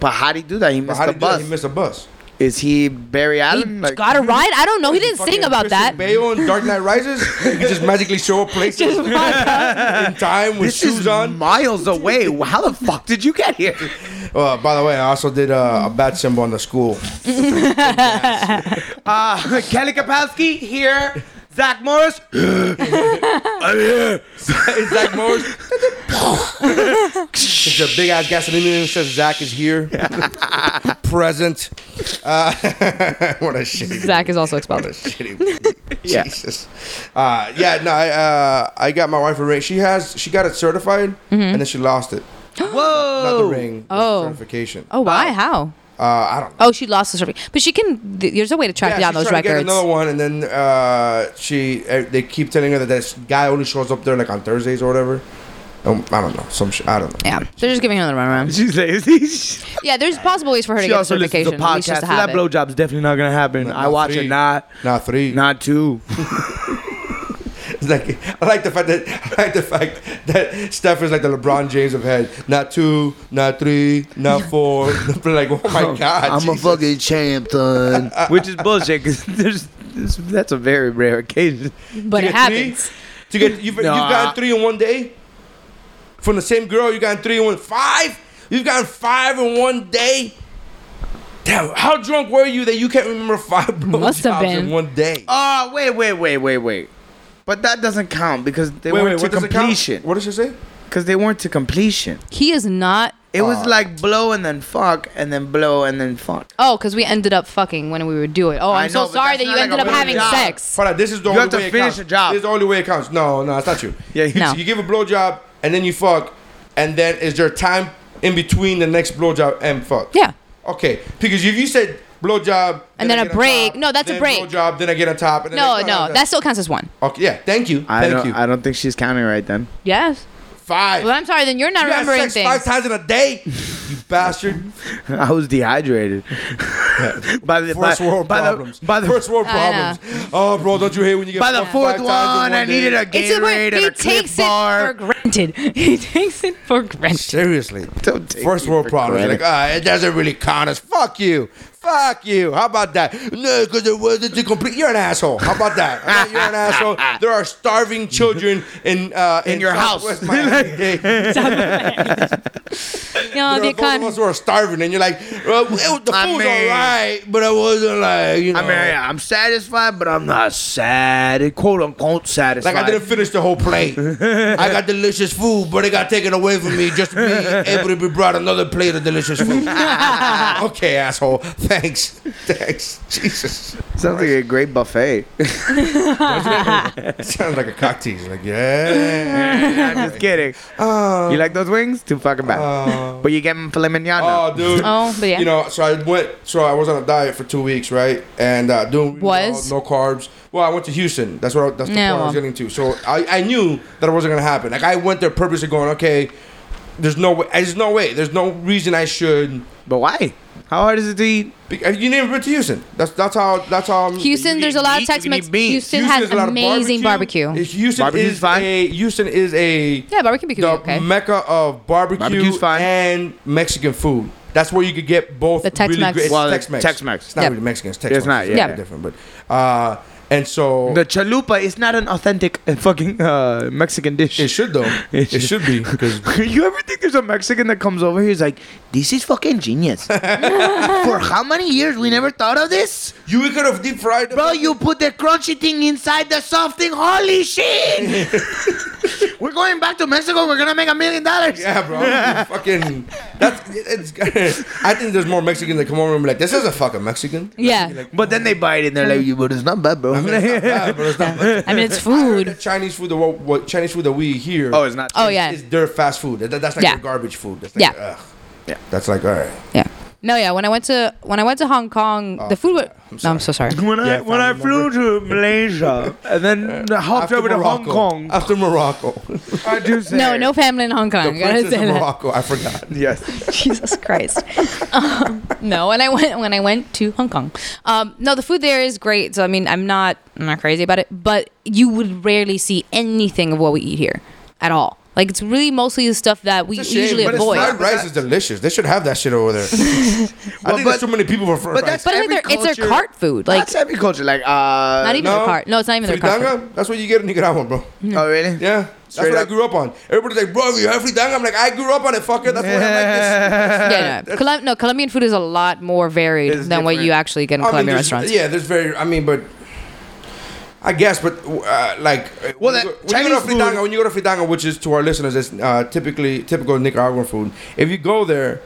S5: But how did he do that? He
S2: But
S5: missed
S2: how
S5: the
S2: did you do that?
S5: bus.
S2: He missed a bus.
S5: Is he Barry
S6: He
S5: Allen? Like-
S6: got a ride. I don't know. He didn't
S2: Fucking
S6: sing about
S2: Christian
S6: that.
S2: Bale in Dark Knight Rises. You can
S6: (laughs)
S2: just magically show up places in time with
S5: This
S2: shoes
S5: is
S2: on.
S5: miles away. How the fuck did you get here?
S2: Uh, by the way, I also did uh, a bat symbol on the school.
S5: Uh, Kelly Kapowski here. Zach Morris.
S2: it's Zach Morris. it's a big ass gasoline and it says Zach is
S6: (laughs)
S2: here, present. Uh, (laughs) what a shitty.
S6: Zach is also expelled.
S2: What a
S6: (laughs)
S2: shitty. Jesus. Uh, yeah, no, I, uh, I got my wife a ring. She has, she got it certified, and then she lost
S6: (gasps)
S2: it. Not the
S5: Whoa.
S2: ring. the
S6: Mm-hmm. Oh.
S2: Certification.
S6: Oh, why? How?
S2: Uh, I don't know.
S6: Oh, she lost the survey, but she can. th- There's a way to track
S2: Yeah,
S6: down
S2: she's
S6: those
S2: trying to
S6: records.
S2: Get another one, and then uh, she uh, they keep telling her that this guy only shows up there like on Thursdays or whatever. Um, I don't know. Some shit. I don't know.
S6: Yeah, they're just giving her another
S5: (laughs)
S6: runaround.
S5: She's (laughs) lazy.
S6: Yeah, there's possible ways for her to
S5: She
S6: get
S5: also listens to
S6: certification. at least
S5: podcasts.
S6: just
S5: So
S6: to
S5: that
S6: have it.
S5: blowjob's definitely not gonna happen.
S2: Not
S5: I watch
S2: three.
S5: it. Not.
S2: Not three.
S5: Not two.
S2: (laughs) It's like I like the fact that I like the fact that Steph is like the LeBron James of head. Not two. Not three.
S5: (laughs)
S2: Not four. (laughs) like oh my god. Jesus.
S10: fucking champ, son.
S2: Uh,
S5: Which is bullshit. Cause (laughs) there's, there's that's a very rare occasion.
S6: but it
S2: get three?
S6: happens.
S2: To get you've,
S5: No,
S2: you've
S5: I-
S2: gotten three in one day from the same girl. You gotten three in one five. You've gotten five in one day. Damn, how drunk were you that you can't remember five
S6: Must have
S2: blowjobs in
S6: been.
S2: one day?
S5: Oh, wait, wait, wait, wait, wait. But that doesn't count because they
S2: Wait,
S5: weren't
S2: wait, what
S5: to
S2: does it count?
S5: completion.
S2: What does she say?
S5: Because they weren't to completion.
S6: He is not.
S5: It was like blow and then fuck and then blow and then fuck.
S6: Oh, because we ended up fucking when we were doing. Oh,
S5: I
S6: I'm so
S5: know, but
S6: sorry that
S5: that's not
S6: you
S5: like
S6: ended
S5: a
S6: up having
S5: blowjob.
S6: sex.
S2: Hold on, this is the
S5: You
S2: only
S5: have to
S2: way it
S5: finish
S2: counts.
S5: the job.
S2: This is the only way it counts. No, no, it's not you.
S5: (laughs) Yeah, you-
S6: No.
S2: So you give a blowjob and then you fuck, and then is there time in between the next blowjob and fuck?
S6: Yeah.
S2: Okay, because if you said blowjob
S6: And then
S2: I
S6: a
S2: get on
S6: break. No, that's a
S2: then
S6: break.
S2: Blowjob, then I get on top. And then
S6: No,
S2: I-
S6: no, that still counts as one.
S2: okay. Yeah, thank you,
S5: I
S2: thank
S5: don't.
S2: you.
S5: I don't think she's counting right then.
S6: Yes.
S2: five.
S6: Well, I'm sorry. Then you're not
S2: you had
S6: remembering
S2: sex five
S6: things.
S2: times in a day,
S5: (laughs)
S2: you bastard.
S5: I
S2: (laughs)
S5: was dehydrated. by the
S2: First
S5: by,
S2: world
S5: by
S2: problems.
S5: The, by the
S2: First world
S6: I know.
S2: problems. Oh, bro, don't you hate when you get
S5: by the
S2: fucked
S5: fourth
S2: five
S5: one,
S2: times in one
S5: I
S2: day?
S5: needed a
S6: It's a
S5: Gatorade
S6: word. He
S5: and a Clif
S6: takes it for
S5: bar.
S6: granted. (laughs) He takes it for granted.
S2: Seriously.
S5: Don't take
S2: First
S5: me
S2: world
S5: for
S2: problems. You're
S5: granted.
S2: Like, ah, it doesn't really count as fuck you. Fuck you. How about that? No, because it wasn't a complete. You're an asshole. How about that? How about you're
S5: (laughs)
S2: an asshole. There are starving children in uh, in,
S5: your house.
S2: Southwest Miami.
S5: (laughs)
S2: there
S6: No,
S2: are
S6: Oh, the
S2: both of
S6: con-
S2: us who are starving, and you're like, well, it, was- the
S5: I
S2: food's
S5: mean-
S2: all right, but I wasn't like, you know,
S5: I mean, yeah, I'm satisfied, but I'm not sad, quote unquote satisfied.
S2: like I didn't finish the whole plate. I
S5: (laughs)
S2: got delicious food, but it got taken away from me just to be able to be brought another plate of delicious
S5: (laughs)
S2: food. okay, asshole. Thanks. Thanks. Jesus.
S5: Sounds like a great buffet.
S2: (laughs) Sounds like a cock tease. Like, yeah.
S5: I'm
S2: (laughs)
S5: just kidding.
S2: Oh,
S5: You like those wings? Too fucking bad.
S2: Oh.
S5: but you get them filet mignon.
S2: oh, dude.
S6: Oh, but yeah.
S2: You know, so I went, so I was on a diet for two weeks, right? And uh, doing really
S6: Was?
S2: well, no carbs. Well, I went to Houston. That's what I, that's the
S6: Yeah,
S2: point I
S6: well.
S2: was getting to. So I, I knew that it wasn't gonna happen. Like I went there purposely, going, okay, there's no way, there's no way, there's no reason I should.
S5: But why? How hard is it to eat?
S2: Be- You never been to Houston. That's that's how that's how. I'm,
S6: Houston,
S5: You
S6: there's
S5: can
S6: a lot
S5: eat-
S6: of Tex
S5: you can eat
S6: Mex.
S5: beans.
S6: Houston
S2: Houston
S6: has
S2: is a lot of
S6: amazing barbecue.
S2: Houston
S5: Barbecue's
S2: is
S5: fine.
S2: a Houston is a
S6: Yeah, barbecue be
S2: the
S6: okay.
S2: mecca of barbecue
S5: Barbecue's fine.
S2: and Mexican food. That's where you could get both.
S6: The Tex-Mex.
S2: Really great,
S5: Well, the
S2: Tex-Mex.
S5: Tex-Mex.
S2: It's not
S6: Yep.
S2: really Mexican. It's Tex-Mex.
S5: It's not,
S2: a little
S5: yeah.
S2: different, but uh, and so
S5: The chalupa is not an authentic uh, fucking uh, Mexican dish.
S2: it should
S5: (laughs)
S2: though. it should be because
S5: you ever think there's a Mexican that comes over here? He's like, "This is fucking genius." For how many years we never thought of this,
S2: you could have deep fried.
S5: bro? You put the crunchy thing inside the soft thing. Holy shit! we're going back to Mexico. We're gonna make a million dollars.
S2: (laughs) Yeah, bro. You fucking. That's. It's. (laughs) I think there's more Mexicans that come over and be like, "This is a fucking
S6: (laughs)
S2: Mexican."
S6: Yeah.
S5: But then they buy it and they're like, "You, but it's not bad, bro." (laughs)
S2: Yeah, but it's not Mexican.
S6: I mean, it's
S2: The
S6: food.
S2: Chinese food, the what, what Chinese food that we eat here.
S5: oh, it's not.
S6: Oh yeah.
S2: It's their fast food. That, that's like
S6: Yeah.
S2: your garbage food. That's like,
S6: Yeah.
S2: Ugh.
S5: Yeah.
S2: That's like all right.
S6: Yeah. No, yeah. When I went to when I went to Hong Kong,
S5: Oh,
S6: the food. was no, I'm so sorry.
S5: When
S2: Yeah,
S5: I when I
S2: family
S5: flew to Malaysia and then hopped over to Hong Kong,
S2: After
S6: (laughs)
S2: Morocco.
S5: I do say
S6: No, no family in Hong Kong. I gotta
S2: Princess
S6: say
S2: of
S6: that.
S2: Morocco. I forgot.
S5: Yes,
S6: (laughs) Jesus Christ. Um, no, when I went when I went to Hong Kong, um, no, the food there is great. So I mean, I'm not I'm not crazy about it, but you would rarely see anything of what we eat here at all. Like it's really mostly the stuff that we
S2: It's a shame,
S6: usually
S2: but it's
S6: avoid.
S2: Fried rice is delicious. They should have that shit
S6: (laughs)
S2: over there. I think there's too many people for fried
S5: but
S2: rice.
S5: that's
S6: But I
S5: every
S6: think they're- it's their
S5: culture-
S6: cart food, like-
S5: that's every culture. Like uh,
S6: not even their cart. No, it's not even their cart. food. Mm-hmm.
S2: Fritanga? That's what you get in Nicaragua, bro.
S5: Oh really?
S2: Yeah. That's
S5: Straight
S2: what I
S5: up.
S2: grew up on. Everybody's like, bro, you have fritanga? I'm like, I grew up on it, fucker. That's what I like this.
S6: Yeah, no, Colum- no, Colombian food is a lot more varied
S5: It's
S6: than what
S5: different.
S6: you actually get in
S2: I mean,
S6: Colombian
S2: there's-
S6: restaurants.
S2: Yeah, there's very. I mean, but I guess, but uh, like, uh,
S5: Well,
S2: when,
S5: that
S2: you go, when you go to
S5: Chinese
S2: fritanga,
S5: food-
S2: when you go to fritanga, which is to our listeners, is uh, typically typical Nicaraguan food. If you go there,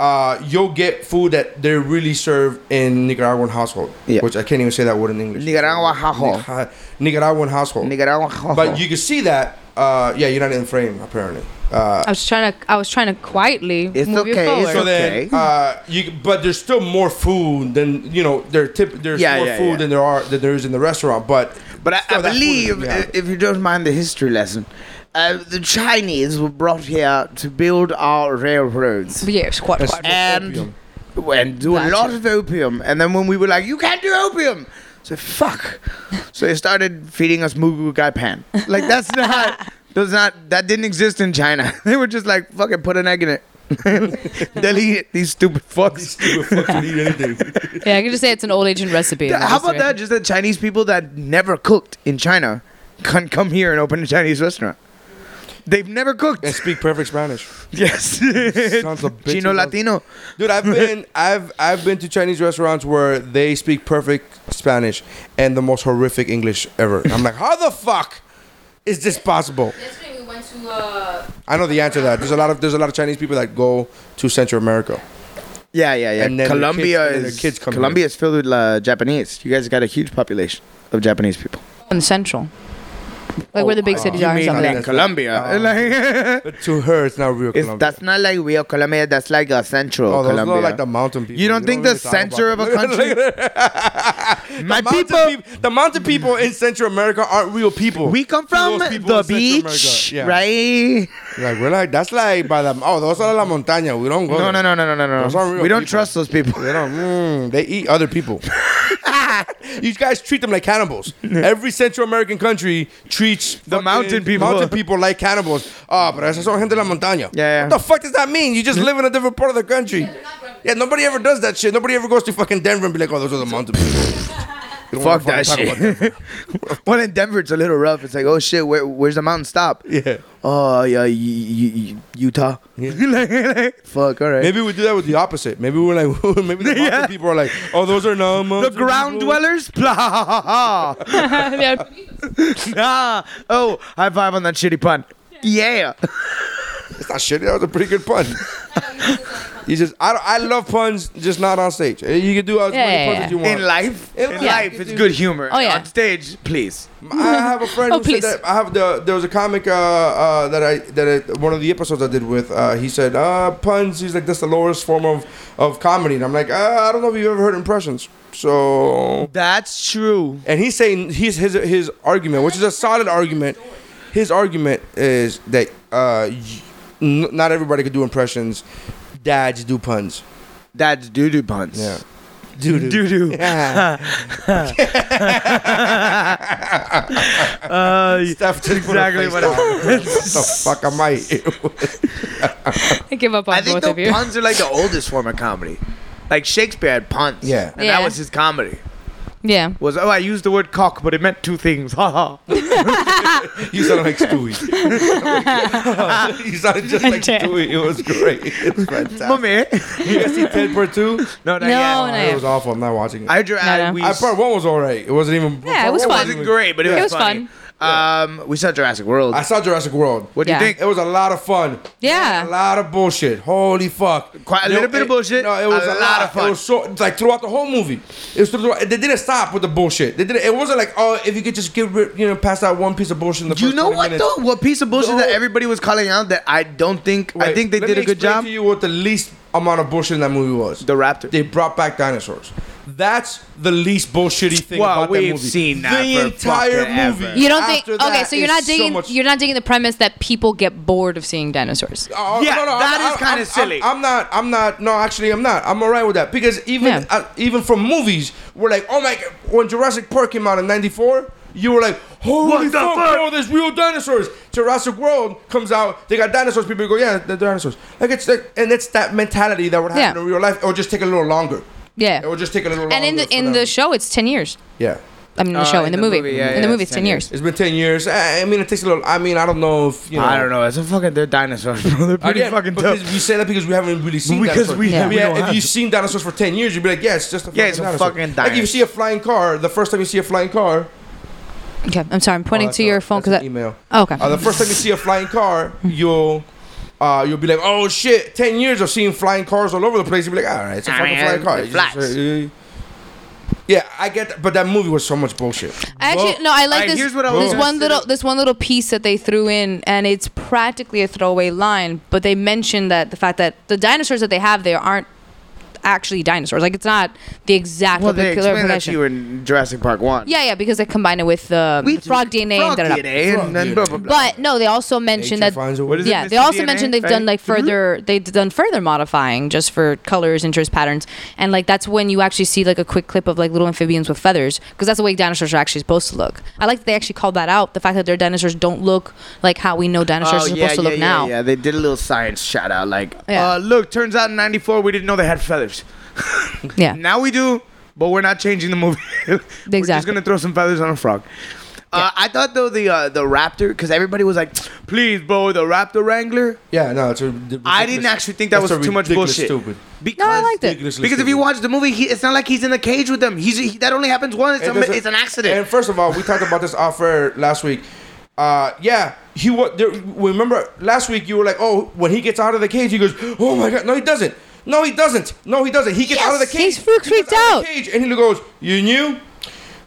S2: uh, you'll get food that they really serve in Nicaraguan household.
S5: Yeah.
S2: Which I can't even say that word in English.
S5: Nicaragua household.
S2: Nica- Nicaraguan household.
S5: Nicaragua.
S2: But you can see that. Uh, yeah, you're not in frame apparently. Uh,
S6: I was trying to I was trying to quietly
S5: It's
S6: move you
S5: okay, it's
S6: forward.
S2: so
S5: Okay.
S2: then, uh, you but there's still more food than you know. There tip there's
S5: Yeah,
S2: more
S5: yeah,
S2: food
S5: yeah.
S2: than there are than there is in the restaurant. But
S5: But I,
S2: still
S5: I
S2: that food is
S5: believe,
S2: gonna be
S5: i-
S2: out.
S5: if you don't mind the history lesson, uh, the Chinese were brought here to build our railroads
S6: yeah, it's quite, quite
S5: and
S2: opium.
S5: and do a lot of opium. And then when we were like, you can't do opium, so fuck. so they started feeding us mugu gai pan. Like that's not does not that didn't exist in China. (laughs) They were just like fucking put an egg in it. (laughs) They'll eat it, these stupid fucks. (laughs)
S6: Yeah, I can just say it's an old Asian recipe.
S5: Yeah,
S6: and
S5: How
S6: it's
S5: about
S6: great.
S5: that? Just that Chinese people that never cooked in China can come here and open a Chinese restaurant. They've never
S2: (laughs)
S5: cooked.
S2: And speak perfect Spanish.
S5: (laughs) Yes.
S2: Sons of bitches.
S5: Chino Latino.
S2: Dude, I've been I've I've been to Chinese restaurants where they speak perfect Spanish and the most horrific English ever. I'm like, how the fuck is this possible?
S6: Yesterday we went to. Uh,
S2: I know the answer to that. There's a lot of there's a lot of Chinese people that go to Central America.
S5: Yeah, yeah, yeah.
S2: And then their
S5: Colombia
S2: kids- and then
S5: is
S2: their kids come
S5: Colombia is filled with uh, Japanese. You guys got a huge population of Japanese people.
S6: in Central. Like where the big cities
S5: You
S6: are.
S5: mean
S6: and stuff like
S5: in
S6: that.
S5: Colombia?
S2: Oh.
S5: Like,
S2: But to her, it's not real
S5: it's,
S2: Colombia.
S5: that's not like real Colombia. That's like a central
S2: oh, those
S5: Colombia.
S2: look like the mountain people.
S5: you don't
S2: We
S5: think
S2: really
S5: the
S2: talk about
S5: center of
S2: them.
S5: a
S2: (laughs) Look at-
S5: country?
S2: look at-
S5: My
S2: the mountain
S5: people,
S2: peop- the mountain people in Central America aren't real people.
S5: we come from
S2: Those people
S5: the
S2: in Central
S5: beach,
S2: America, yeah.
S5: right?
S2: Like we're like that's like by the oh those are la montaña. We don't go.
S5: No,
S2: there.
S5: no, no, no, no, no,
S2: Those aren't
S5: no.
S2: real
S5: We don't
S2: people.
S5: trust those people.
S2: They don't. Mm, they eat other
S5: (laughs)
S2: people. you guys treat them like cannibals. Every Central American country treats
S5: The
S2: fucking
S5: mountain people.
S2: mountain people like cannibals. Ah, but esas son gente de la montaña.
S5: Yeah, yeah.
S2: What the fuck does that mean? You just live in a different part of the country. Yeah, nobody ever does that shit. Nobody ever goes to fucking Denver and be like, oh, those are the mountain people. You don't wanna
S5: Fuck that
S2: fucking talk about
S5: shit. (laughs) well, in Denver, it's a little rough. It's like, oh shit, where, where's the mountain stop?
S2: Yeah.
S5: Oh yeah, y- y- y- Utah. (laughs) Like, like, Fuck. All
S2: (laughs)
S5: right.
S2: Maybe we do that with the opposite. Maybe we're like, (laughs) maybe the mountain
S5: Yeah.
S2: people are like, oh, those are no
S5: the
S2: mountain
S5: ground
S2: people.
S5: dwellers. (laughs) Blah, ha, ha, ha.
S6: (laughs) Yeah.
S5: nah. Oh, high five on that shitty pun. Yeah.
S2: It's not shitty. That was a pretty good pun. you just, I, don't- I love puns, just not on stage. Eh, You can do as
S6: Yeah,
S2: many
S6: yeah,
S2: puns
S6: yeah.
S2: as you want.
S5: In life, in
S2: Yeah.
S5: life, it's good humor.
S6: Oh, yeah.
S5: On stage, please.
S2: I have a friend
S5: (laughs)
S6: Oh,
S2: who
S6: please.
S2: said that I have the there was a comic uh, uh, that I that I, one of the episodes I did with uh, he said uh, puns he's like that's the lowest form of of comedy and I'm like uh, I don't know if you've ever heard impressions so
S5: That's true.
S2: and he's saying he's his his argument which is a solid argument his argument is that uh, y- n- not everybody could do impressions dads do puns (laughs)
S5: That's doo doo puns.
S2: yeah
S5: Doo doo. Doo
S2: Uh, Steph just put her
S5: exactly
S2: face
S5: what
S2: down.
S5: I-
S2: what the fuck am I (laughs)
S6: I give up on
S5: I think
S6: both
S5: the
S6: of you.
S5: puns are like the oldest form of comedy. Like Shakespeare had puns.
S2: Yeah.
S5: And
S6: Yeah.
S5: that was his comedy.
S6: yeah.
S5: Was oh I used the word cock, but it meant two things. (laughs) Ha ha.
S2: You sounded like (laughs) Stewie. you sounded just like
S6: did.
S2: Stewie. It was great. (laughs) It's fantastic.
S5: Mommy.
S2: You guys see Ted Part Two?
S5: No, not
S6: No,
S5: yet.
S6: not
S2: It
S6: yet.
S2: was awful. I'm not watching it.
S5: I drew.
S6: No,
S5: I,
S6: no.
S5: we
S2: I- part one was alright. It wasn't even.
S6: Yeah, it was
S2: part one
S6: fun.
S5: wasn't great, but it,
S6: It
S5: was,
S6: was
S5: funny. Um, we saw Jurassic World.
S2: I saw Jurassic World.
S5: what do
S6: Yeah.
S5: you think?
S2: It was a lot of fun.
S6: Yeah.
S2: A lot of bullshit. Holy fuck.
S5: Quite a little bit of bullshit,
S2: No, it was a, lot, of fun. It was so it's like throughout the whole movie. It was throughout, they didn't stop with the bullshit. They didn't. It wasn't like oh, if you could just get rid, you know, pass out one piece of bullshit in the
S5: Do you
S2: first
S5: know
S2: 20
S5: what
S2: minutes.
S5: though? What piece of bullshit
S2: No.
S5: that everybody was calling out that I don't think I
S2: Wait,
S5: think they
S2: let
S5: did
S2: me
S5: a good
S2: explain
S5: job.
S2: To you, what the least amount of bullshit in that movie was?
S5: The Raptor.
S2: They brought back dinosaurs. That's the least bullshitty thing
S5: Well,
S2: about
S5: we've
S2: that movie.
S5: seen that
S2: the
S5: for
S2: entire
S5: fucking
S2: movie.
S5: ever.
S6: You don't think?
S2: After
S6: Okay,
S2: that
S6: so you're
S2: is
S6: not digging.
S2: much-
S6: you're not digging the premise that people get bored of seeing dinosaurs.
S2: Oh,
S5: Yeah, that
S2: I'm-
S5: is kinda
S2: I'm- I'm-
S5: silly.
S2: I'm, not. I'm not. No, actually, I'm not. I'm alright with that because even
S6: Yeah.
S2: uh, even from movies, we're like, oh my, God, when Jurassic Park came out in '94, you were like, holy
S5: What the
S2: fuck,
S5: fuck?
S2: bro, there's real dinosaurs. Jurassic World comes out, they got dinosaurs. People go, yeah, they're dinosaurs. Like it's like, and it's that mentality that would happen
S6: Yeah.
S2: in real life. It would just take a little longer.
S6: Yeah.
S2: It would just take a little longer.
S6: And in the
S2: for
S6: in
S2: them.
S6: the show, it's ten years.
S2: yeah.
S6: I mean, in the
S5: Uh,
S6: show, in, the, movie,
S5: yeah,
S6: in
S5: yeah,
S6: the movie,
S5: it's
S6: it's
S5: 10
S6: ten years.
S2: It's been ten years. I I mean, it takes a little. I mean, I don't know if you know.
S5: I don't know. It's a fucking. They're dinosaurs, bro. They're pretty
S2: Again,
S5: fucking
S2: because
S5: tough.
S2: we say that because we haven't really seen
S5: Because
S2: dinosaurs.
S5: we-
S6: Yeah. we
S2: Yeah,
S5: don't
S2: if
S5: have
S2: you've
S5: to.
S2: seen dinosaurs for ten years, you'd be like, yeah, it's just a
S5: Yeah, it's a
S2: dinosaur.
S5: fucking
S2: Like if you see
S5: dinosaur.
S2: a flying car, the first time you see a flying car,
S6: Okay, I'm sorry. I'm pointing
S2: Oh, that's
S6: to
S2: a-
S6: your phone
S2: that's an
S6: because
S2: email.
S6: Oh, okay.
S2: Uh, the first time you see a flying car, you'll. Uh, you'll be like, oh shit! Ten years of seeing flying cars all over the place. You'll be like, all right, it's a
S5: I
S2: fucking
S5: mean,
S2: flying car.
S5: it
S2: It's just-
S5: flies.
S2: uh, yeah, I get that, but that movie was so much bullshit.
S6: I
S5: Whoa.
S6: actually no. I like
S5: Alright,
S6: this.
S5: here's what I was
S6: this
S5: gonna
S6: one
S5: say.
S6: little this one little piece that they threw in, and it's practically a throwaway line. But they mentioned that the fact that the dinosaurs that they have there aren't actually dinosaurs. Like it's not the exact
S5: well, they
S6: particular
S5: explained that to
S6: progression.
S5: you in Jurassic Park One.
S6: yeah, yeah, because they combine it with the frog DNA
S5: Frog
S6: and da-da-da.
S5: DNA, and then blah blah blah.
S6: But no, they also mentioned
S2: Nature
S6: that.
S2: finds a
S5: What is
S2: way.
S5: it,
S6: yeah, they
S5: Mr.
S6: also
S5: DNA,
S6: mentioned they've
S5: right? Mm-hmm.
S6: done like further. They've done further modifying just for colors, interest, patterns, and like that's when you actually see like a quick clip of like little amphibians with feathers because that's the way dinosaurs are actually supposed to look. I like that they actually called that out. The fact that their dinosaurs don't look like how we know dinosaurs are supposed to look
S5: Oh, yeah,
S6: now.
S5: Yeah, they did a little science shout out. Like,
S6: Yeah.
S5: uh, look, turns out in '94 we didn't know they had feathers.
S6: Yeah.
S5: Now we do, but we're not changing the movie. (laughs) we're just
S6: Exactly.
S5: gonna throw some feathers on a frog. Uh, I thought though the uh, the Raptor because everybody was like, "Please, bro, the Raptor Wrangler."
S2: Yeah, no, it's a
S5: I didn't actually think that was
S2: that's a
S5: too much
S2: ridiculous
S5: bullshit.
S2: stupid.
S5: Because,
S6: I liked it.
S2: Ridiculously
S5: Because if
S2: stupid.
S5: you watch the movie, he, it's not like he's in a cage with them. He's he, that only happens once. It's,
S2: And
S5: a-
S2: there's a-
S5: it's an accident.
S2: And first of all, we talked about this off air last week. Uh, yeah, he was. There, remember last week you were like, "Oh, when he gets out of the cage, he goes, oh my god, no, he doesn't, no, he doesn't, no, he doesn't. He gets out of the
S6: Yes,
S2: cage.
S6: he's
S2: He
S6: freaked-
S2: gets
S6: freaked
S2: out,
S6: out.
S2: of the cage, and he goes, you knew."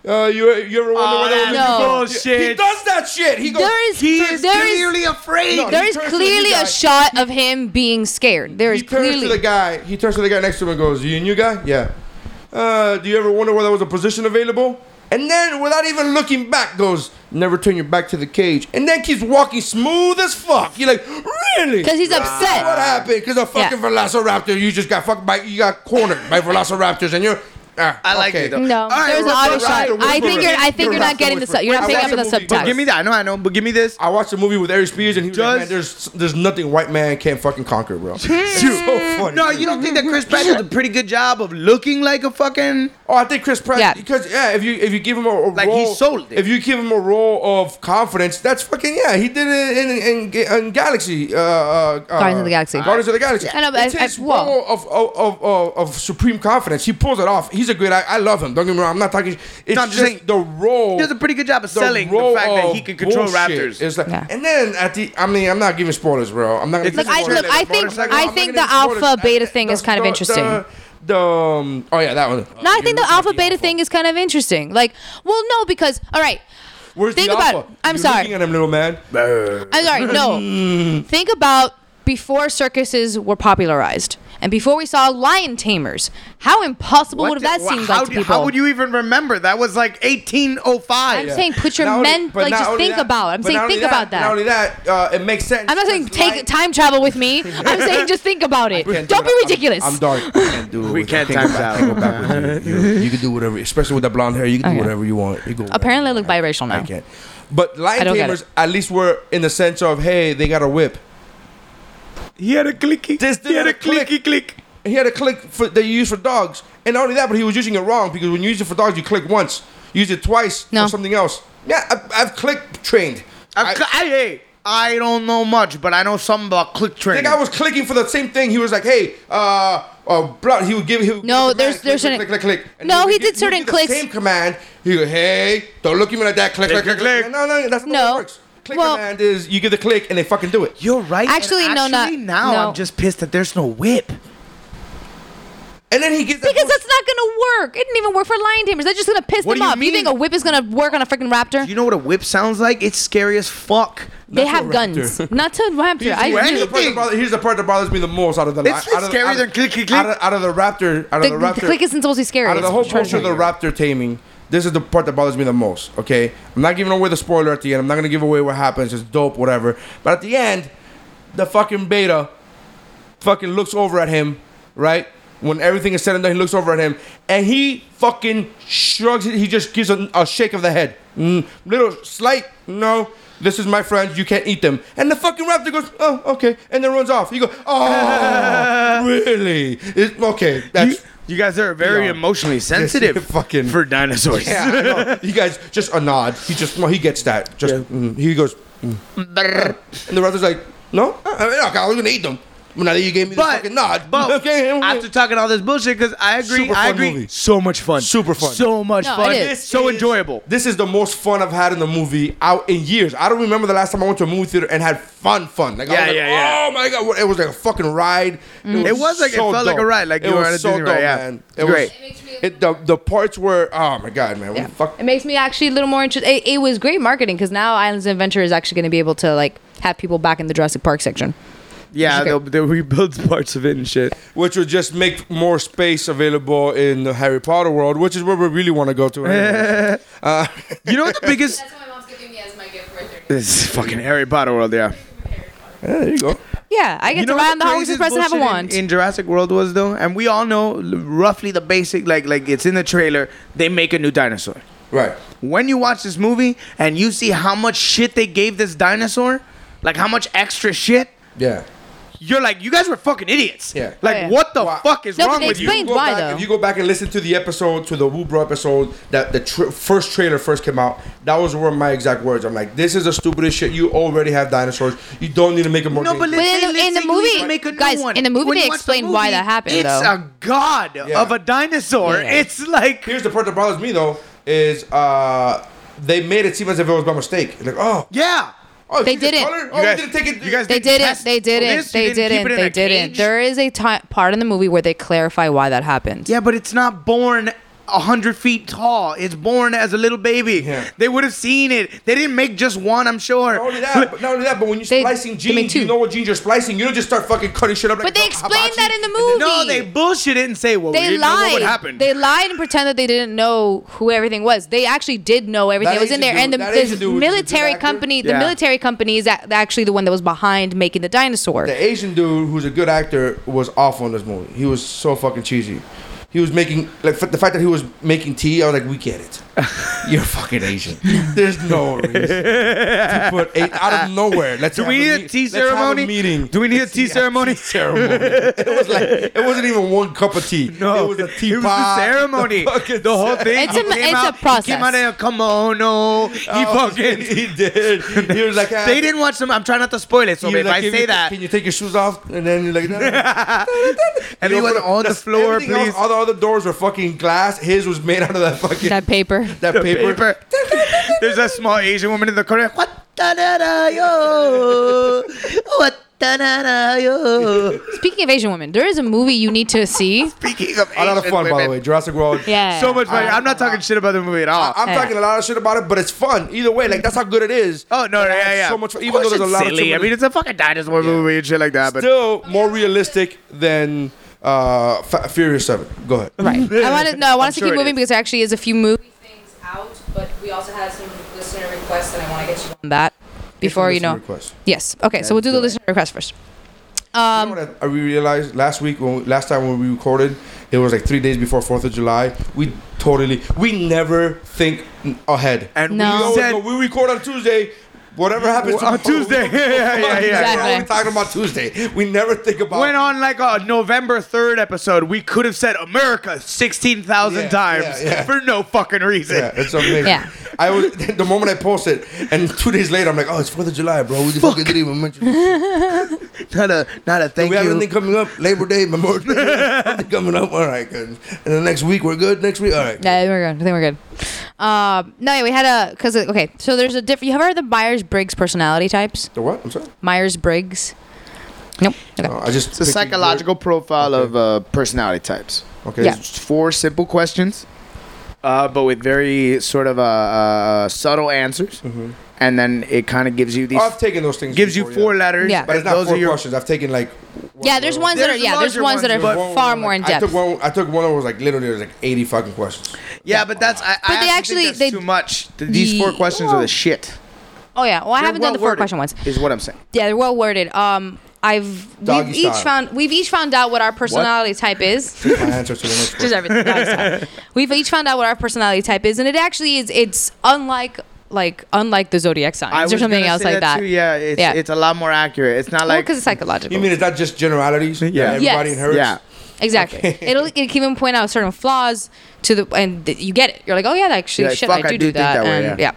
S2: Uh, you, you ever wonder
S5: Oh,
S2: why that
S5: that's
S2: was-
S6: No.
S5: bullshit.
S2: He does that shit. He goes.
S6: There is-
S5: he is
S6: there is-
S5: clearly afraid.
S2: No,
S6: There
S2: he
S6: is
S2: turns to the
S6: clearly
S2: guy.
S6: a shot of him being scared. There
S2: he
S6: is
S2: turns to the
S6: clearly.
S2: guy. He turns to the guy next to him and goes, "You knew guy? Yeah. Uh, do you ever wonder why there was a position available?" And then, without even looking back, goes, "Never turn your back to the cage." And then keeps walking smooth as fuck. You're like, "Really?"
S6: Because he's
S2: what
S6: upset.
S2: happened? Because a fucking velociraptor, you just got fucked by, you got cornered by velociraptors, and you're. Ah,
S5: I like
S2: okay.
S5: it though.
S6: No,
S5: All right,
S6: there's an
S5: we're
S6: audio
S5: back to
S6: shot.
S2: Raptor
S6: I think
S2: Whisperer.
S6: you're. I think
S2: You're Raptor
S6: you're not getting the.
S2: Whisperer.
S6: sub- You're not
S2: I
S6: picking
S2: like
S6: up on the
S2: the movie, but
S5: But give
S6: subtitles.
S5: me that. I know, I know. But give me this.
S2: I watched a movie with Aries Spears, and he was like,
S5: Does-
S2: "Man, there's there's nothing white man can't fucking conquer, bro." (laughs) so funny.
S5: No, you don't think that Chris Pratt did a pretty good job of looking like a fucking
S2: Oh, I think Chris Pratt
S6: Yeah.
S2: because yeah, if you if you give him a, a
S5: Like, he
S2: role,
S5: sold it.
S2: If you give him a role of confidence, that's fucking yeah. He did it in in, in, in Galaxy, uh, uh,
S6: Guardians of the Galaxy.
S2: Guardians of the Galaxy.
S6: I know, but
S2: it's
S6: I- I-
S2: his
S6: well-
S2: role of, of, of, of of supreme confidence. He pulls it off. He's a great. I, I love him. Don't get me wrong. I'm not talking. It's
S5: No, I'm just
S2: just
S5: saying,
S2: the role.
S5: he does a pretty good job of
S2: the
S5: selling the
S2: role
S5: fact that
S2: of
S5: he can control
S2: bullshit.
S5: raptors.
S2: It's like,
S6: Yeah.
S2: and then at the, I mean, I'm not giving spoilers, bro. I'm not. Gonna
S5: It's
S2: give
S5: just
S6: I-
S2: spoilers.
S6: look, I think-
S2: Motorcycle,
S6: I
S2: I'm not
S6: think
S2: gonna
S6: the
S2: give spoilers.
S6: alpha, beta
S2: I-
S6: thing is
S2: the-
S6: kind of
S2: the-
S6: interesting.
S2: The, the, um, oh yeah, that one.
S6: No, I think the alpha beta thing is kind of interesting. Like, well, no, because all right,
S2: Where's
S6: Think
S2: the
S6: about
S2: alpha?
S6: it. I'm
S2: You're
S6: sorry.
S2: Looking at him, little man.
S6: I'm sorry, no. Think about before circuses were popularized and before we saw lion tamers. How impossible
S5: What
S6: would have
S5: the-
S6: that
S5: wha-
S6: seemed
S5: how
S6: like to
S5: do-
S6: people?
S5: How would you even remember? That was like 1805.
S6: I'm saying put your
S2: Not only-
S6: men
S2: but
S6: like
S2: not
S6: just
S2: only
S6: think
S2: that-
S6: about. it. I'm
S2: but
S6: saying
S2: not only
S6: think about that.
S2: Not only that, uh, it makes sense.
S6: I'm not saying
S2: because
S6: take
S2: lion-
S6: time travel with me. I'm saying just think about it.
S2: Can't do it.
S6: Don't be
S2: I'm-
S6: ridiculous.
S2: I'm,
S6: (laughs)
S2: dark. I can't do it.
S5: We
S2: with-
S5: can't
S2: I go
S5: time
S2: back- I
S5: travel.
S2: go back with you. You- You can do whatever, especially with that blonde hair. You can do
S6: Okay.
S2: whatever you want. You go
S6: Apparently, I look
S2: wherever.
S6: biracial now.
S2: I can't. But
S6: I
S2: lion
S6: don't get
S2: tamers
S6: it.
S2: at least were in the sense of hey, they got a whip.
S5: (laughs) He had a clicky.
S2: This
S5: he had a
S2: didn't click.
S5: clicky click.
S2: He had a click for, that you use for dogs, and not only that, but he was using it wrong because when you use it for dogs, you click once, you use it twice
S6: No.
S2: for something else. Yeah, I, I've click trained.
S5: I, cl- I, hey, I don't know much, but I know something about click
S2: The
S5: training.
S2: guy was clicking for the same thing. He was like, "Hey, uh, uh, blood." He would give. He would
S6: No,
S2: give the
S6: there's-
S2: command,
S6: there's
S2: click,
S6: an-
S2: click, click, click, click. And
S6: No,
S2: would
S6: he
S2: give-
S6: did
S2: would
S6: certain
S2: give the
S6: clicks.
S2: Same command. He would, "Hey, don't look at me like that." Click, click, click, click. No, no, that's not
S6: No.
S2: how it works. Click
S6: Well-
S2: command is you give the click and they fucking do it.
S5: You're right. and
S6: Actually, no, not-
S5: actually, now
S6: no.
S5: I'm just pissed that there's no whip.
S2: And then he gets that
S6: because
S2: bullshit-
S6: that's not gonna work. It didn't even work for lion tamers. That's just gonna piss
S5: What
S6: them
S5: do you
S6: off. You think a
S5: mean?
S6: whip is gonna work on a freaking raptor?
S5: You know what a whip sounds like? It's scary as fuck.
S6: they have guns. Not to raptor.
S2: Here's,
S6: I
S2: the- here's
S6: do.
S2: the part that bother- here's the part that bothers me the most out of the li-
S5: It's
S2: out of the-
S5: scarier
S2: out of-
S5: than click, click, click.
S2: out of, out of the raptor out
S6: The,
S2: of the
S6: the
S2: raptor
S6: click isn't supposed to be scary.
S2: out of the
S6: It's
S2: whole
S6: charging.
S2: culture of the raptor taming, this is the part that bothers me the most. Okay, I'm not giving away the spoiler at the end. I'm not gonna give away what happens. It's dope, whatever. But at the end, the fucking beta fucking looks over at him, right? When everything is said and done, he looks over at him, and he fucking shrugs. it. He just gives a, a shake of the head, mm, little slight. No, this is my friend. You can't eat them. And the fucking raptor goes, oh, okay, and then runs off. You go,
S5: (laughs)
S2: oh, really? It, okay,
S5: You,
S2: that's
S5: you guys are very
S2: Yeah.
S5: emotionally sensitive
S2: (laughs) fucking-
S5: for dinosaurs.
S2: Yeah, (laughs) I know. you guys just a nod. He just no, he gets that. Just mm, he goes, mm. and the raptor's like, no, I, I, mean, okay, I was gonna eat them, but now that (laughs) you gave me the
S5: But,
S2: fucking
S5: (laughs)
S2: nod,
S5: but
S2: okay, okay.
S5: after talking all this bullshit, because I agree,
S2: Super
S5: I
S2: fun
S5: agree.
S2: movie.
S5: So much fun,
S2: Super fun.
S5: so much
S6: No,
S5: fun,
S6: it is.
S5: It's so
S2: is-
S5: enjoyable.
S2: This is the most fun I've had in the movie out in years. I don't remember the last time I went to a movie theater and had fun, fun. Like, I
S5: Yeah,
S2: was like,
S5: yeah, yeah.
S2: Oh my god, it was like a fucking ride.
S5: It was like- it felt like a ride, like you were on a Disney ride, yeah.
S2: It
S5: Great.
S2: was it, the the parts were oh my god, man. What
S6: Yeah.
S2: the fuck?
S6: It makes me actually a little more interested. It, it was great marketing because now Islands of Adventure is actually going to be able to like have people back in the Jurassic Park section.
S5: Yeah,
S6: Okay.
S5: they'll, they'll rebuild (laughs) parts of it and shit.
S2: which would just make more space available in the Harry Potter world, which is where we really want to go
S5: (laughs)
S2: to. anyways.
S5: You know (laughs) what the biggest?
S6: That's what my mom's giving me as my gift for
S5: this is fucking Harry Potter world, yeah.
S2: yeah, there you go.
S6: Yeah, I get to
S5: Uh, what
S6: ride on the Hogwarts
S5: craziest
S6: Express and have a
S5: bullshit
S6: wand.
S5: In, in Jurassic World was though, and we all know l- roughly the basic, like like it's in the trailer. They make a new dinosaur.
S2: Right.
S5: When you watch this movie and you see how much shit they gave this dinosaur, like how much extra shit,
S2: Yeah.
S5: you're like, you guys were fucking idiots.
S2: Yeah.
S5: Like,
S6: Oh, Yeah.
S5: what the fuck is
S6: No,
S5: wrong
S6: it
S5: with you?
S2: You
S6: explains
S2: go
S6: why
S2: back-
S6: though.
S2: If you go back and listen to the episode, to the Woo Bro episode, that the tr- first trailer first came out, that was where my exact words. I'm like, this is the stupidest shit. You already have dinosaurs. You don't need to make it more.
S5: No, but
S2: dangerous.
S5: let's
S6: in
S5: say-
S6: the-
S5: let's
S6: in the
S5: say you
S6: movie-
S5: even make a new
S6: guys,
S5: one.
S6: in the movie
S5: When
S6: they
S5: you watch the
S6: explain why that happened,
S5: It's
S6: though.
S5: a god
S2: Yeah.
S5: of a dinosaur.
S6: Yeah.
S5: It's like
S2: here's the part that bothers me though is uh they made it seem as if it was by mistake. Like, oh,
S5: yeah.
S2: oh,
S6: They
S2: you did the
S6: didn't.
S2: color? Oh,
S5: guys-
S2: we didn't take it.
S5: you guys
S6: They
S5: did the
S6: didn't.
S5: test
S6: They
S5: for
S6: didn't.
S5: this, you
S6: They
S5: didn't keep
S6: didn't.
S5: it in
S6: They
S5: a
S6: didn't.
S5: cage?
S6: There is a ti part in the movie where they clarify why that happened.
S5: Yeah, but it's not born a hundred feet tall. It's born as a little baby.
S2: Yeah.
S5: They would have seen it. They didn't make just one. I'm sure.
S2: Not only that, but not only that, but when you're
S6: They-
S2: splicing
S6: they made
S2: genes, you
S6: two.
S2: know what genes you're splicing. You don't just start fucking cutting shit up.
S6: But
S2: like
S6: they
S2: a
S6: explained
S2: hibachi.
S6: that in the movie.
S5: no, they bullshit it and say, "Well, we
S6: They
S5: didn't know what would happen."
S6: lied. They lied and pretend that they didn't know who everything was. They actually did know everything that,
S2: That
S6: was in
S2: Asian
S6: there. and the
S2: dude- that Asian
S6: this
S2: dude was the
S6: military
S2: actor?
S6: company, the
S5: Yeah.
S6: military company is ac- actually the one that was behind making the dinosaur.
S2: The Asian dude, who's a good actor, was awful in this movie. He was so fucking cheesy. He was making like f- the fact that he was making tea. I was like, we get
S5: (laughs)
S2: it. You're fucking Asian. There's no reason to put eight out of nowhere. Let's
S5: Do we
S2: have
S5: need a
S2: meet-
S5: tea
S2: let's have a
S5: ceremony?
S2: meeting.
S5: Do we need a tea ceremony?
S2: ceremony. it was like it wasn't even one cup of tea.
S5: No,
S2: it was a
S5: It
S2: tea
S5: was the
S2: (laughs)
S5: ceremony. The, whole thing.
S6: It's
S5: He
S6: a-
S5: came
S6: it's a
S5: out- He came
S6: process.
S5: out in a kimono. He fucking.
S2: Oh, (laughs) he did. He was like,
S5: they didn't watch them. I'm trying not to spoil it. So
S2: He was
S5: if
S2: like,
S5: I
S2: "Can
S5: say
S2: you-
S5: that,
S2: can you take your shoes off? And then you're like, no, no,
S5: (laughs)
S2: no.
S5: everyone
S2: You know,
S5: on the
S2: that's-
S5: floor,
S2: everything else-
S5: please.
S2: all the other doors were fucking glass. His was made out of that fucking that,
S6: (laughs) that paper.
S2: paper.
S5: (laughs) There's a small Asian woman in the corner. What da da da yo? What da da da yo?
S6: (laughs) Speaking of Asian women, there is a movie you need to see.
S5: Speaking of
S2: A lot of
S5: Asian
S2: fun, by
S5: women.
S2: the way. Jurassic World.
S6: (laughs) Yeah.
S5: So much fun. I'm not talking shit about the movie at all.
S2: I'm
S6: Yeah.
S2: talking a lot of shit about it, but it's fun either way. Like that's how good it is.
S5: oh no,
S2: But I
S5: yeah,
S2: had
S5: yeah.
S2: So much fun.
S5: Of
S2: Even though
S5: course
S2: there's a
S5: it's
S2: lot
S5: silly.
S2: of
S5: I mean, it's a fucking dinosaur movie and shit like that. But
S2: still more realistic than uh, Fa- Furious Seven. Go ahead.
S6: Right. I want to no. I want us to
S5: sure it
S6: keep moving
S5: is.
S6: because there actually is a few movie things out, but we also had some listener requests, and I want to get you on that before you know.
S2: Request.
S6: Yes. Okay. So we'll do the listener request first.
S2: You know what I, I uh, realized last week when last time when we recorded, it was like three days before Fourth of July. We totally we never think ahead.
S5: and
S6: No.
S2: We,
S5: we
S2: always
S5: said
S2: go, we record on Tuesday. Whatever happens
S5: Well, on
S2: tomorrow,
S5: Tuesday.
S2: (laughs)
S5: Yeah, yeah, yeah, yeah.
S2: We're
S6: Exactly.
S2: only talking about Tuesday. We never think about.
S5: went on like a November 3rd episode, we could have said America 16,000
S2: Yeah,
S5: times
S2: yeah, yeah.
S5: for no fucking reason.
S2: Yeah, it's amazing.
S6: Yeah.
S2: I was (laughs) the moment I posted, and two days later, I'm like, oh, it's Fourth of July, bro. We fucking didn't even mention. this.
S5: Not a not a thank
S2: we have anything coming up? Labor Day, Memorial (laughs) Day, something coming up. All right, good. And the next week, we're good. Next week, all right.
S6: Yeah, I think we're good. I think we're good. Um, no, yeah, we had a because okay. So there's a different. You have heard of the Myers Briggs personality types?
S2: The what? I'm sorry.
S6: Myers Briggs. Nope. Okay.
S2: No, I just
S11: It's a
S2: picked-
S11: psychological profile of uh, personality types.
S2: Okay.
S6: Yeah.
S11: It's four simple questions, uh, but with very sort of uh, uh, subtle answers,
S5: Mm-hmm.
S11: and then it kind of gives you these.
S2: I've taken those things.
S5: gives you
S2: before,
S5: four
S2: yeah.
S5: letters.
S6: Yeah.
S2: But it's not
S5: those
S2: four
S5: are your
S2: questions. I've taken like.
S6: Yeah, there's ones that are
S5: There's
S6: yeah, there's
S5: larger
S6: ones that are
S5: ones, but-
S6: far more in
S2: I
S6: depth.
S2: took one. I took one that was like literally it was like 80 fucking questions.
S5: Yeah, but that's I,
S6: But
S5: I
S6: they
S5: actually
S6: actually-
S5: think that's
S6: they-
S5: too much. Th- These four
S6: Ye-
S5: questions are the shit.
S6: Oh yeah. Well, I
S5: They're
S6: haven't done the four
S5: well-worded.
S6: question ones.
S11: is what I'm saying.
S6: Yeah, they're well worded. Um, I've
S2: Doggy
S6: we've each
S2: style.
S6: found we've each found out what our personality
S5: (laughs)
S6: type is.
S2: My answer to the next question.
S6: Just everything. doggy style. We've each found out what our personality type is, and it actually is. It's unlike like unlike the zodiac signs or something
S5: gonna
S6: else
S5: say
S6: like that.
S5: too. Yeah, it's
S6: Yeah.
S11: It's a lot more accurate. It's not
S6: Well,
S11: like
S6: 'cause it's psychological.
S2: You mean it's not just generalities? that
S5: Yeah.
S2: Everybody
S6: Yes.
S2: inherits.
S11: yeah.
S6: Exactly. It'll it can even point out certain flaws to the and th- you get it. You're like, oh yeah, that actually
S11: You're like,
S6: shit,
S11: fuck,
S6: I do do that.
S11: think that way,
S6: and yeah.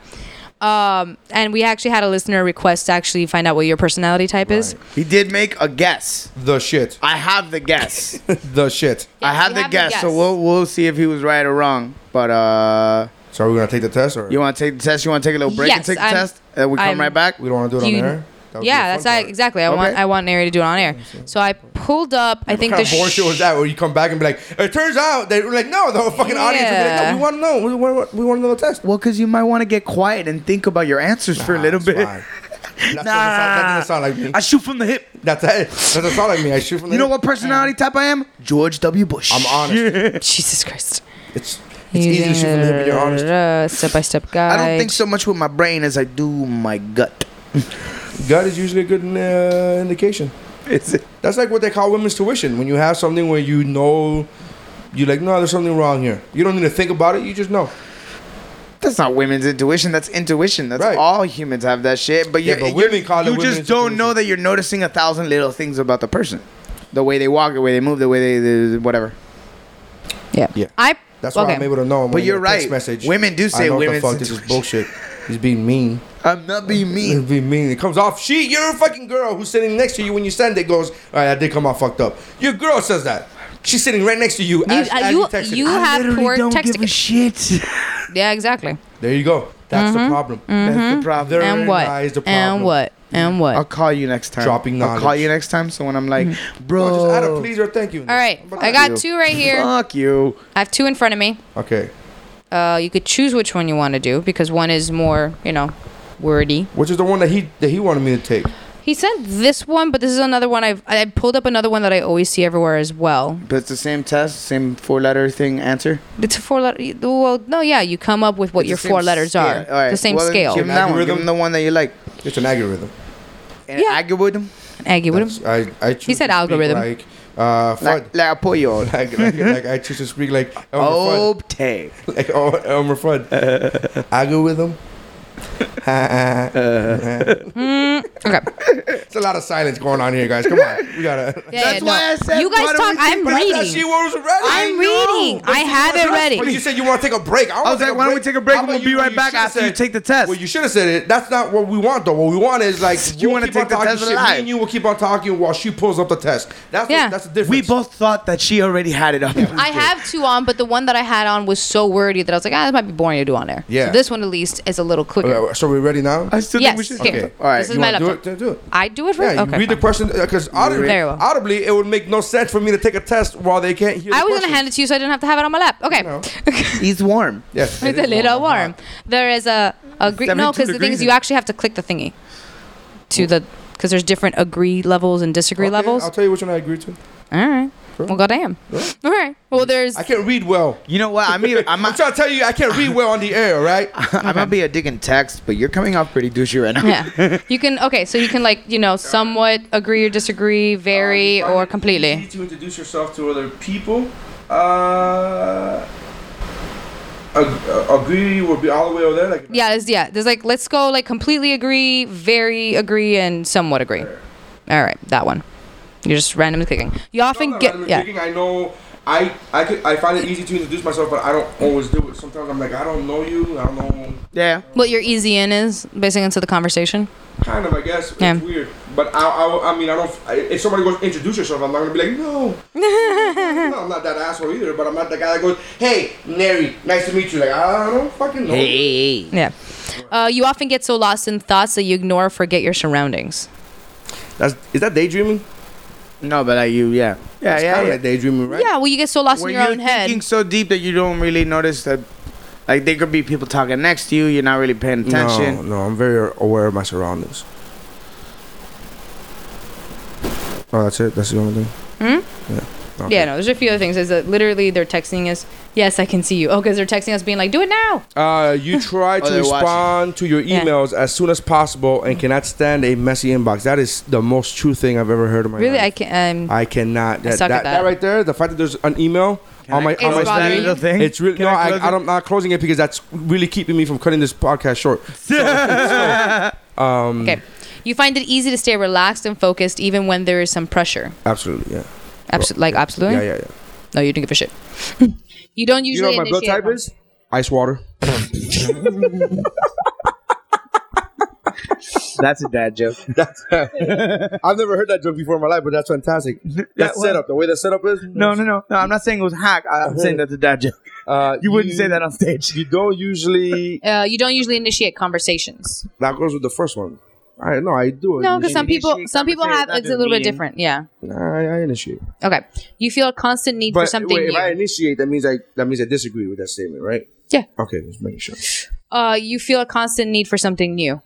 S6: Um, and we actually had a listener request to actually find out what your personality type is.
S11: He did make a guess.
S2: The shit.
S11: I have the
S6: (laughs)
S11: guess.
S2: The shit.
S11: I have,
S6: you
S11: the,
S6: have the
S11: guess, So
S6: guess.
S11: we'll we'll see if he was right or wrong. But uh,
S2: So are we gonna take the test or
S11: you want to take the test? You want to take a little break and
S6: Yes,
S11: take the
S6: I'm-
S11: test? And we come
S6: I'm-
S11: right back.
S2: we don't want to do it
S6: You-
S2: on air? That would be the
S6: Yeah, that's
S2: fun
S6: I,
S2: part.
S6: exactly. I want
S11: Okay.
S6: I want Nary to do it on air. So I pulled up. I think
S2: What
S6: the
S2: kind of bullshit
S6: sh- (laughs)
S2: was that? Where you come back and be like, it turns out they were like, no, the whole fucking audience. Would be like,
S6: Yeah.
S2: no, we want to know. We, want- we want another test.
S11: Well, because you might want to get quiet and think about your answers for a
S2: Nah,
S11: little
S2: it's
S11: bit.
S2: fine. That doesn't sound- that doesn't sound like me.
S5: I shoot from the hip.
S2: That's that doesn't sound like me. I shoot from the
S11: You know
S2: hip.
S11: what personality type I am? George W. Bush.
S2: I'm honest.
S6: Jesus Christ.
S2: It's it's easy to shoot from the hip. But you're honest.
S6: Step by step guy.
S11: I don't think so much with my brain as I do my gut.
S2: Gut is usually a good uh, indication.
S11: Is it?
S2: That's like what they call women's tuition. When you have something where you know, you're like, no, there's something wrong here. You don't need to think about it. You just know.
S5: That's not women's intuition. That's intuition. That's all humans have that shit. But
S2: Yeah,
S5: you,
S2: but
S5: you-
S2: women call it
S5: you
S2: women's
S5: just don't know that you're noticing a thousand little things about the person, the way they walk, the way they move, the way they, they whatever.
S6: Yeah,
S2: yeah.
S6: I
S2: That's why I'm able to know. him
S5: But
S2: when
S5: you're
S2: in a text
S5: right.
S2: Message.
S5: Women do say
S2: I know what
S5: women's
S2: The fuck, this is bullshit. He's being mean.
S5: I'm not being mean.
S2: Being mean. It comes off. She, you're a fucking girl who's sitting next to you when you send it. Goes, all right, I did come off fucked up. Your girl says that. She's sitting right next to you.
S6: You,
S2: as,
S6: uh,
S2: as
S6: you,
S2: texted
S6: you
S2: her.
S6: have poor texting.
S5: shit.
S6: Yeah, exactly.
S2: There you go. That's
S6: Mhm.
S2: the problem.
S6: Mhm.
S2: That's the problem. There
S6: and what?
S2: lies the problem.
S6: and what? And what?
S5: I'll call you next time.
S2: Dropping
S5: I'll call
S2: knowledge.
S5: you next time. So when I'm like,
S6: Mm-hmm.
S5: bro,
S2: Just add a please or thank you.
S6: All right,
S2: Fuck
S6: I got
S2: you.
S6: two right here.
S5: Fuck you.
S6: I have two in front of me.
S2: Okay.
S6: Uh, you could choose which one you want to do because one is more, you know, wordy.
S2: Which is the one that he that he wanted me to take.
S6: He sent this one, but this is another one I've I pulled up another one that I always see everywhere as well.
S5: But it's the same test, same four letter thing. Answer.
S6: It's a four letter. Well, no, yeah, you come up with what
S5: It's
S6: your
S5: the
S6: four
S5: same
S6: letters
S5: scale.
S6: are.
S5: All right.
S6: The same
S5: Well, then
S6: scale.
S5: Give him that one. Give him the one that you like.
S2: It's an algorithm.
S5: An algorithm.
S6: Aggie, what?
S2: That's- I, I choose
S6: said
S2: to speak
S6: algorithm.
S2: Like, uh,
S5: Like, (laughs) like
S2: (laughs)
S5: apoyo.
S2: like, like, like I choose to speak like
S12: Oh.
S2: Elmer
S5: Obte.
S2: Fudd. (laughs) Like El- Elmer Fudd. Algorithm. (laughs) it's
S6: Mm,
S5: (laughs)
S2: a
S6: okay.
S2: lot of silence going on here, guys. Come on, we gotta.
S6: Yeah, yeah, no. You guys
S5: why don't
S6: talk.
S5: we
S6: I'm
S5: think about
S2: That
S6: reading.
S2: she was ready.
S6: I'm reading. I have it
S2: But
S6: ready.
S2: you said you want to take a break. I,
S5: I was like, why don't we take a break? and We'll be right back after you take the test.
S2: Well, you should have said it. That's not what we want, though. What we want is like
S5: (laughs) You
S2: we'll
S5: wanna
S2: keep on
S5: take the
S2: talking
S5: test
S2: shit. Me
S5: live.
S2: and you will keep on talking while she pulls up the test. That's
S6: Yeah.
S2: what, that's the difference.
S5: we both thought that she already had it up.
S6: I have two on, but the one that I had on was so wordy that I was like, ah, that might be boring to do on there.
S2: Yeah.
S6: So this one at least is a little quicker.
S2: Okay, so we're ready now.
S5: I still
S6: Yes,
S5: think we should.
S6: here.
S5: Okay. All right.
S6: This is
S2: You
S6: my
S2: wanna do
S6: laptop.
S2: it? Do it.
S6: I do it for
S2: Yeah, you
S6: okay.
S2: read the
S6: fine.
S2: question because audibly,
S6: Very well.
S2: audibly, it would make no sense for me to take a test while they can't hear.
S6: I
S2: the
S6: was gonna
S2: question.
S6: hand it to you, so I didn't have to have it on my lap. Okay.
S5: He's warm.
S6: (laughs)
S2: Yes,
S6: It's a little warm. There is a agree.
S5: 72
S6: No, because the thing is,
S5: degrees
S6: you
S5: in-
S6: actually have to click the thingy to the because there's different agree levels and disagree
S2: Okay,
S6: levels.
S2: I'll tell you which one I agree to.
S6: All right. Well, goddamn. All right. Well, there's.
S2: I can't read well.
S5: You know what? I
S2: (laughs)
S5: mean, I'm, (laughs)
S2: I'm trying to tell you, I can't read well on the air,
S6: (laughs)
S2: right?
S5: I might be a dick in text, but you're coming off pretty douchey right now.
S2: (laughs)
S6: Yeah. You can okay, so you can like you know somewhat agree or disagree,
S2: Oh,
S6: vary or completely.
S2: to introduce yourself to other people. Uh, agree will be all the way over there. Like,
S6: Yeah, it's, yeah. There's like let's go like completely agree, very agree, and somewhat agree. All right, that one. You're just randomly clicking. You often get yeah.
S2: I know. I I, could, I find it easy to introduce myself, but I don't always do it. Sometimes I'm like, I don't know you. I don't know.
S5: Yeah.
S6: What your easy in is basing into the conversation.
S2: Kind of, I guess.
S6: Yeah.
S2: It's weird. But I, I, I mean, I don't. I, if somebody goes introduce yourself, I'm not gonna be like,
S6: (laughs)
S2: no, no, I'm not that asshole either. But I'm not the guy that goes, hey, Neri, nice to meet you. Like, I don't fucking know. you.
S6: Yeah. Uh, you often get so lost in thoughts that you ignore or forget your surroundings.
S2: That's is that daydreaming?
S5: No, but like you, yeah. Yeah,
S2: It's
S5: yeah,
S2: kinda
S5: yeah.
S2: like daydreaming, right?
S6: Yeah, well, you get so lost
S5: Where
S6: in your
S5: you're
S6: own head.
S5: thinking so deep that you don't really notice that, like, there could be people talking next to you. You're not really paying attention.
S2: No, no, I'm very aware of my surroundings. Oh, that's it. That's the only thing. Hmm. Yeah.
S6: Yeah, no, there's a few other things. Is that literally they're texting us, yes, I can see you. Oh, because they're texting us being like, do it now.
S2: Uh,
S6: (laughs)
S2: you try
S5: Oh,
S2: to
S5: they're watching.
S2: respond to your
S6: Yeah.
S2: emails as soon as possible and cannot stand a messy inbox. That is the most true thing I've ever heard in my
S6: Really? I
S2: life.
S6: can. Um,
S2: I cannot. That,
S6: suck
S2: that,
S6: at that.
S2: that right there, the fact that there's an email on my
S5: Can I
S2: on my
S6: It's
S5: close
S6: bothering
S5: that
S6: you?
S5: little thing?
S2: It's really
S5: Can
S2: no.
S5: I
S2: I,
S5: close
S2: I,
S5: it?
S2: am not closing it because that's really keeping me from cutting this podcast short. Um,
S6: okay. You find it easy to stay relaxed and focused even when there is some pressure.
S2: Absolutely. Yeah.
S6: Abso- like, absolutely?
S2: Yeah. Yeah. Yeah.
S6: No, you don't give a shit. (laughs) you don't
S2: You know
S6: usually
S2: what my blood
S6: initiate
S2: type is? Ice water.
S5: That's a dad joke.
S2: (laughs) That's, (laughs) I've never heard that joke before in my life, but that's
S5: (laughs)
S2: fantastic. That
S5: well-
S2: setup, the way the setup is.
S5: (laughs) No, no, no, no. I'm not saying it was hack. I- (laughs) I'm saying that's a dad joke.
S2: Uh,
S5: You wouldn't say that on stage.
S2: You don't usually.
S6: Uh, you don't usually initiate conversations.
S2: (laughs) That goes with the first one. I no, I do it.
S6: No, because some
S5: Initiate
S6: people, some people have
S5: conversations,
S6: it's a
S5: not
S6: little bit
S5: meeting.
S6: different. Yeah.
S2: I, I initiate.
S6: Okay. You feel a constant need for
S2: But
S6: something
S2: wait, if
S6: new.
S2: I initiate, that means I that means I disagree with that statement, right?
S6: Yeah.
S2: Okay, just making sure.
S6: uh, you feel a constant need for something new.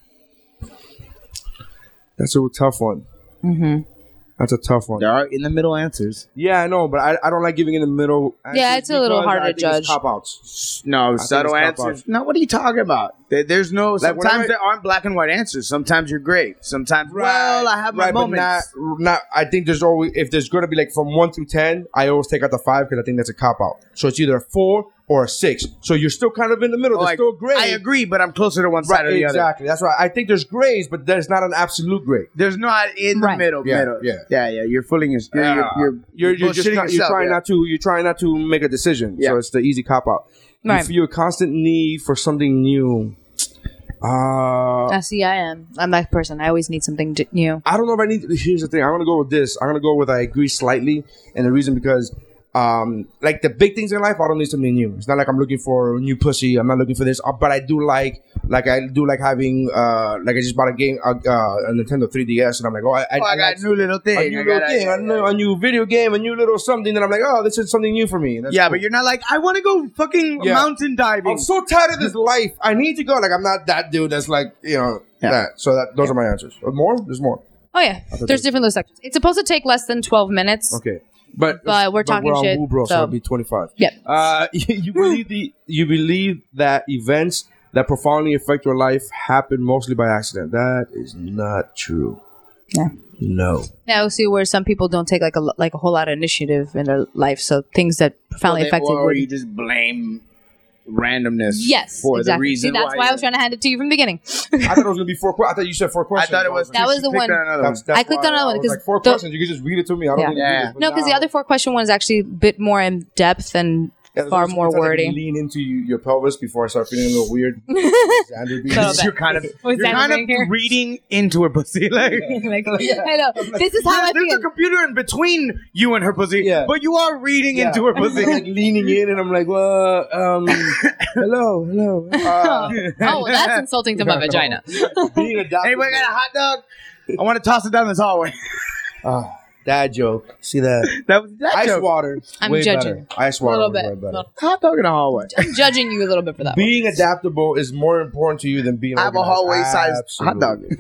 S2: That's a tough one. Mm-hmm. That's a tough one.
S5: There are in the middle answers.
S2: Yeah, I know, but I, I don't like giving in the middle.
S6: Yeah, it's a little harder to judge.
S2: Cop outs.
S5: No, subtle
S2: it's cop-out.
S5: answers. No, what are you talking about?
S12: There- There's no.
S13: Like, when
S12: sometimes
S13: I-
S12: there aren't black and white answers. Sometimes you're gray. Sometimes well, I have my
S2: right, but
S12: moments.
S2: Not, not, I think there's always if there's gonna be like from one through ten, I always take out the five because I think that's a cop out. So it's either a four or a six. So you're still kind of in the middle. There's
S12: Like,
S2: still gray.
S12: Oh, I agree, but I'm closer to one side
S2: Right,
S12: or the other.
S2: exactly. That's right. I think there's grays, but there's not an absolute gray.
S12: There's not in the middle.
S2: Yeah,
S12: middle.
S2: yeah.
S12: yeah, yeah. You're fooling your. You're,
S2: Yeah.
S12: you're,
S2: You're, you're just
S12: bullshitting
S2: not, you're
S12: yourself,
S2: trying
S12: yeah.
S2: not to you're trying not to make a decision. So it's the easy cop out.
S6: Right.
S2: You feel a constant need for something new. Uh,
S6: I see. I am. I'm that person. I always need something d- new.
S2: I don't know if I need. Here's the thing. I'm gonna go with this. I'm gonna go with I agree slightly, and the reason because, um, like the big things in life, I don't need something new. It's not like I'm looking for a new pussy. I'm not looking for this, uh, but I do like, like I do like having, uh, like I just bought a game, uh, uh, a Nintendo 3DS, and I'm like, oh, I, I,
S12: Oh, I got
S2: like
S12: a new little thing.
S2: a new
S12: I
S2: little
S12: got a-
S2: thing, a, new, a new video game, a new little something that I'm like, oh, this is something new for me.
S12: Yeah, but you're not like I want to go fucking
S2: Yeah.
S12: mountain diving.
S2: I'm so tired of this life. I need to go. Like I'm not that dude. That's like you know that. So that those are my answers. Uh, More? There's more.
S6: Oh yeah,
S2: thought
S6: there's different little sections. It's supposed to take less than 12 minutes.
S2: Okay, but
S6: But we're talking
S2: on
S6: shit,
S2: Woo, bro, so,
S6: so-
S2: it'll be twenty five.
S6: Yep.
S2: Uh, (laughs) you, you believe the you believe that events that profoundly affect your life happen mostly by accident. That is not true.
S6: Yeah.
S2: No.
S6: Now see where some people don't take like a lo- like a whole lot of initiative in their life. So things that profoundly
S12: Well, they-
S6: affected.
S12: or
S6: would-
S12: you just blame randomness.
S6: yes,
S12: for
S6: exactly.
S12: the reason.
S6: see, that's why, I was trying to hand it to you from the beginning.
S2: I thought it was gonna be four. que- I thought you said four questions.
S12: thought it was-
S6: That was the one.
S2: That's- that's
S6: I clicked
S2: why
S6: on another one
S2: was
S6: because
S2: like, four
S6: the-
S2: questions. You can just read it to me. I don't
S6: Yeah.
S2: need to read this, but
S6: no, because
S2: now-
S6: the other four question one is actually a bit more in depth and
S2: Yeah, there's
S6: far
S2: always-
S6: more
S2: it's like
S6: wordy.
S2: you Lean into you, your pelvis before I start feeling a little
S6: (laughs)
S2: weird. Xander being- (laughs)
S6: Little bit.
S12: You're kind of you're
S6: Was that
S12: kind
S6: thing here?
S12: of reading into her pussy. Like,
S6: Like, (laughs) I
S2: (laughs)
S6: know. This is how I
S12: there's
S6: feel.
S12: a computer in between you and her pussy,
S2: Yeah.
S12: but you are reading
S2: Yeah.
S12: into her
S2: I'm (laughs)
S12: pussy.
S2: like leaning in, and I'm like, well,
S6: (laughs)
S2: um, hello, hello. Uh,
S6: Oh,
S2: (laughs)
S6: well, that's insulting to my vagina.
S2: being a doctor,
S12: Anybody got a hot dog? I want to toss it down this hallway. (laughs)
S2: Ah, that joke. See
S6: (laughs)
S2: that
S12: That was that
S2: ice
S12: joke.
S2: water.
S6: I'm
S2: way
S6: judging.
S2: Better. Ice
S6: A
S2: water.
S6: little
S2: was
S6: bit.
S2: way better.
S6: Little-
S12: Hot dog in a hallway.
S6: I'm judging you a little bit for that. one.
S2: Being adaptable is more important to you than being.
S12: I have a
S2: organized.
S12: hallway-sized hot dog.
S2: Absolutely.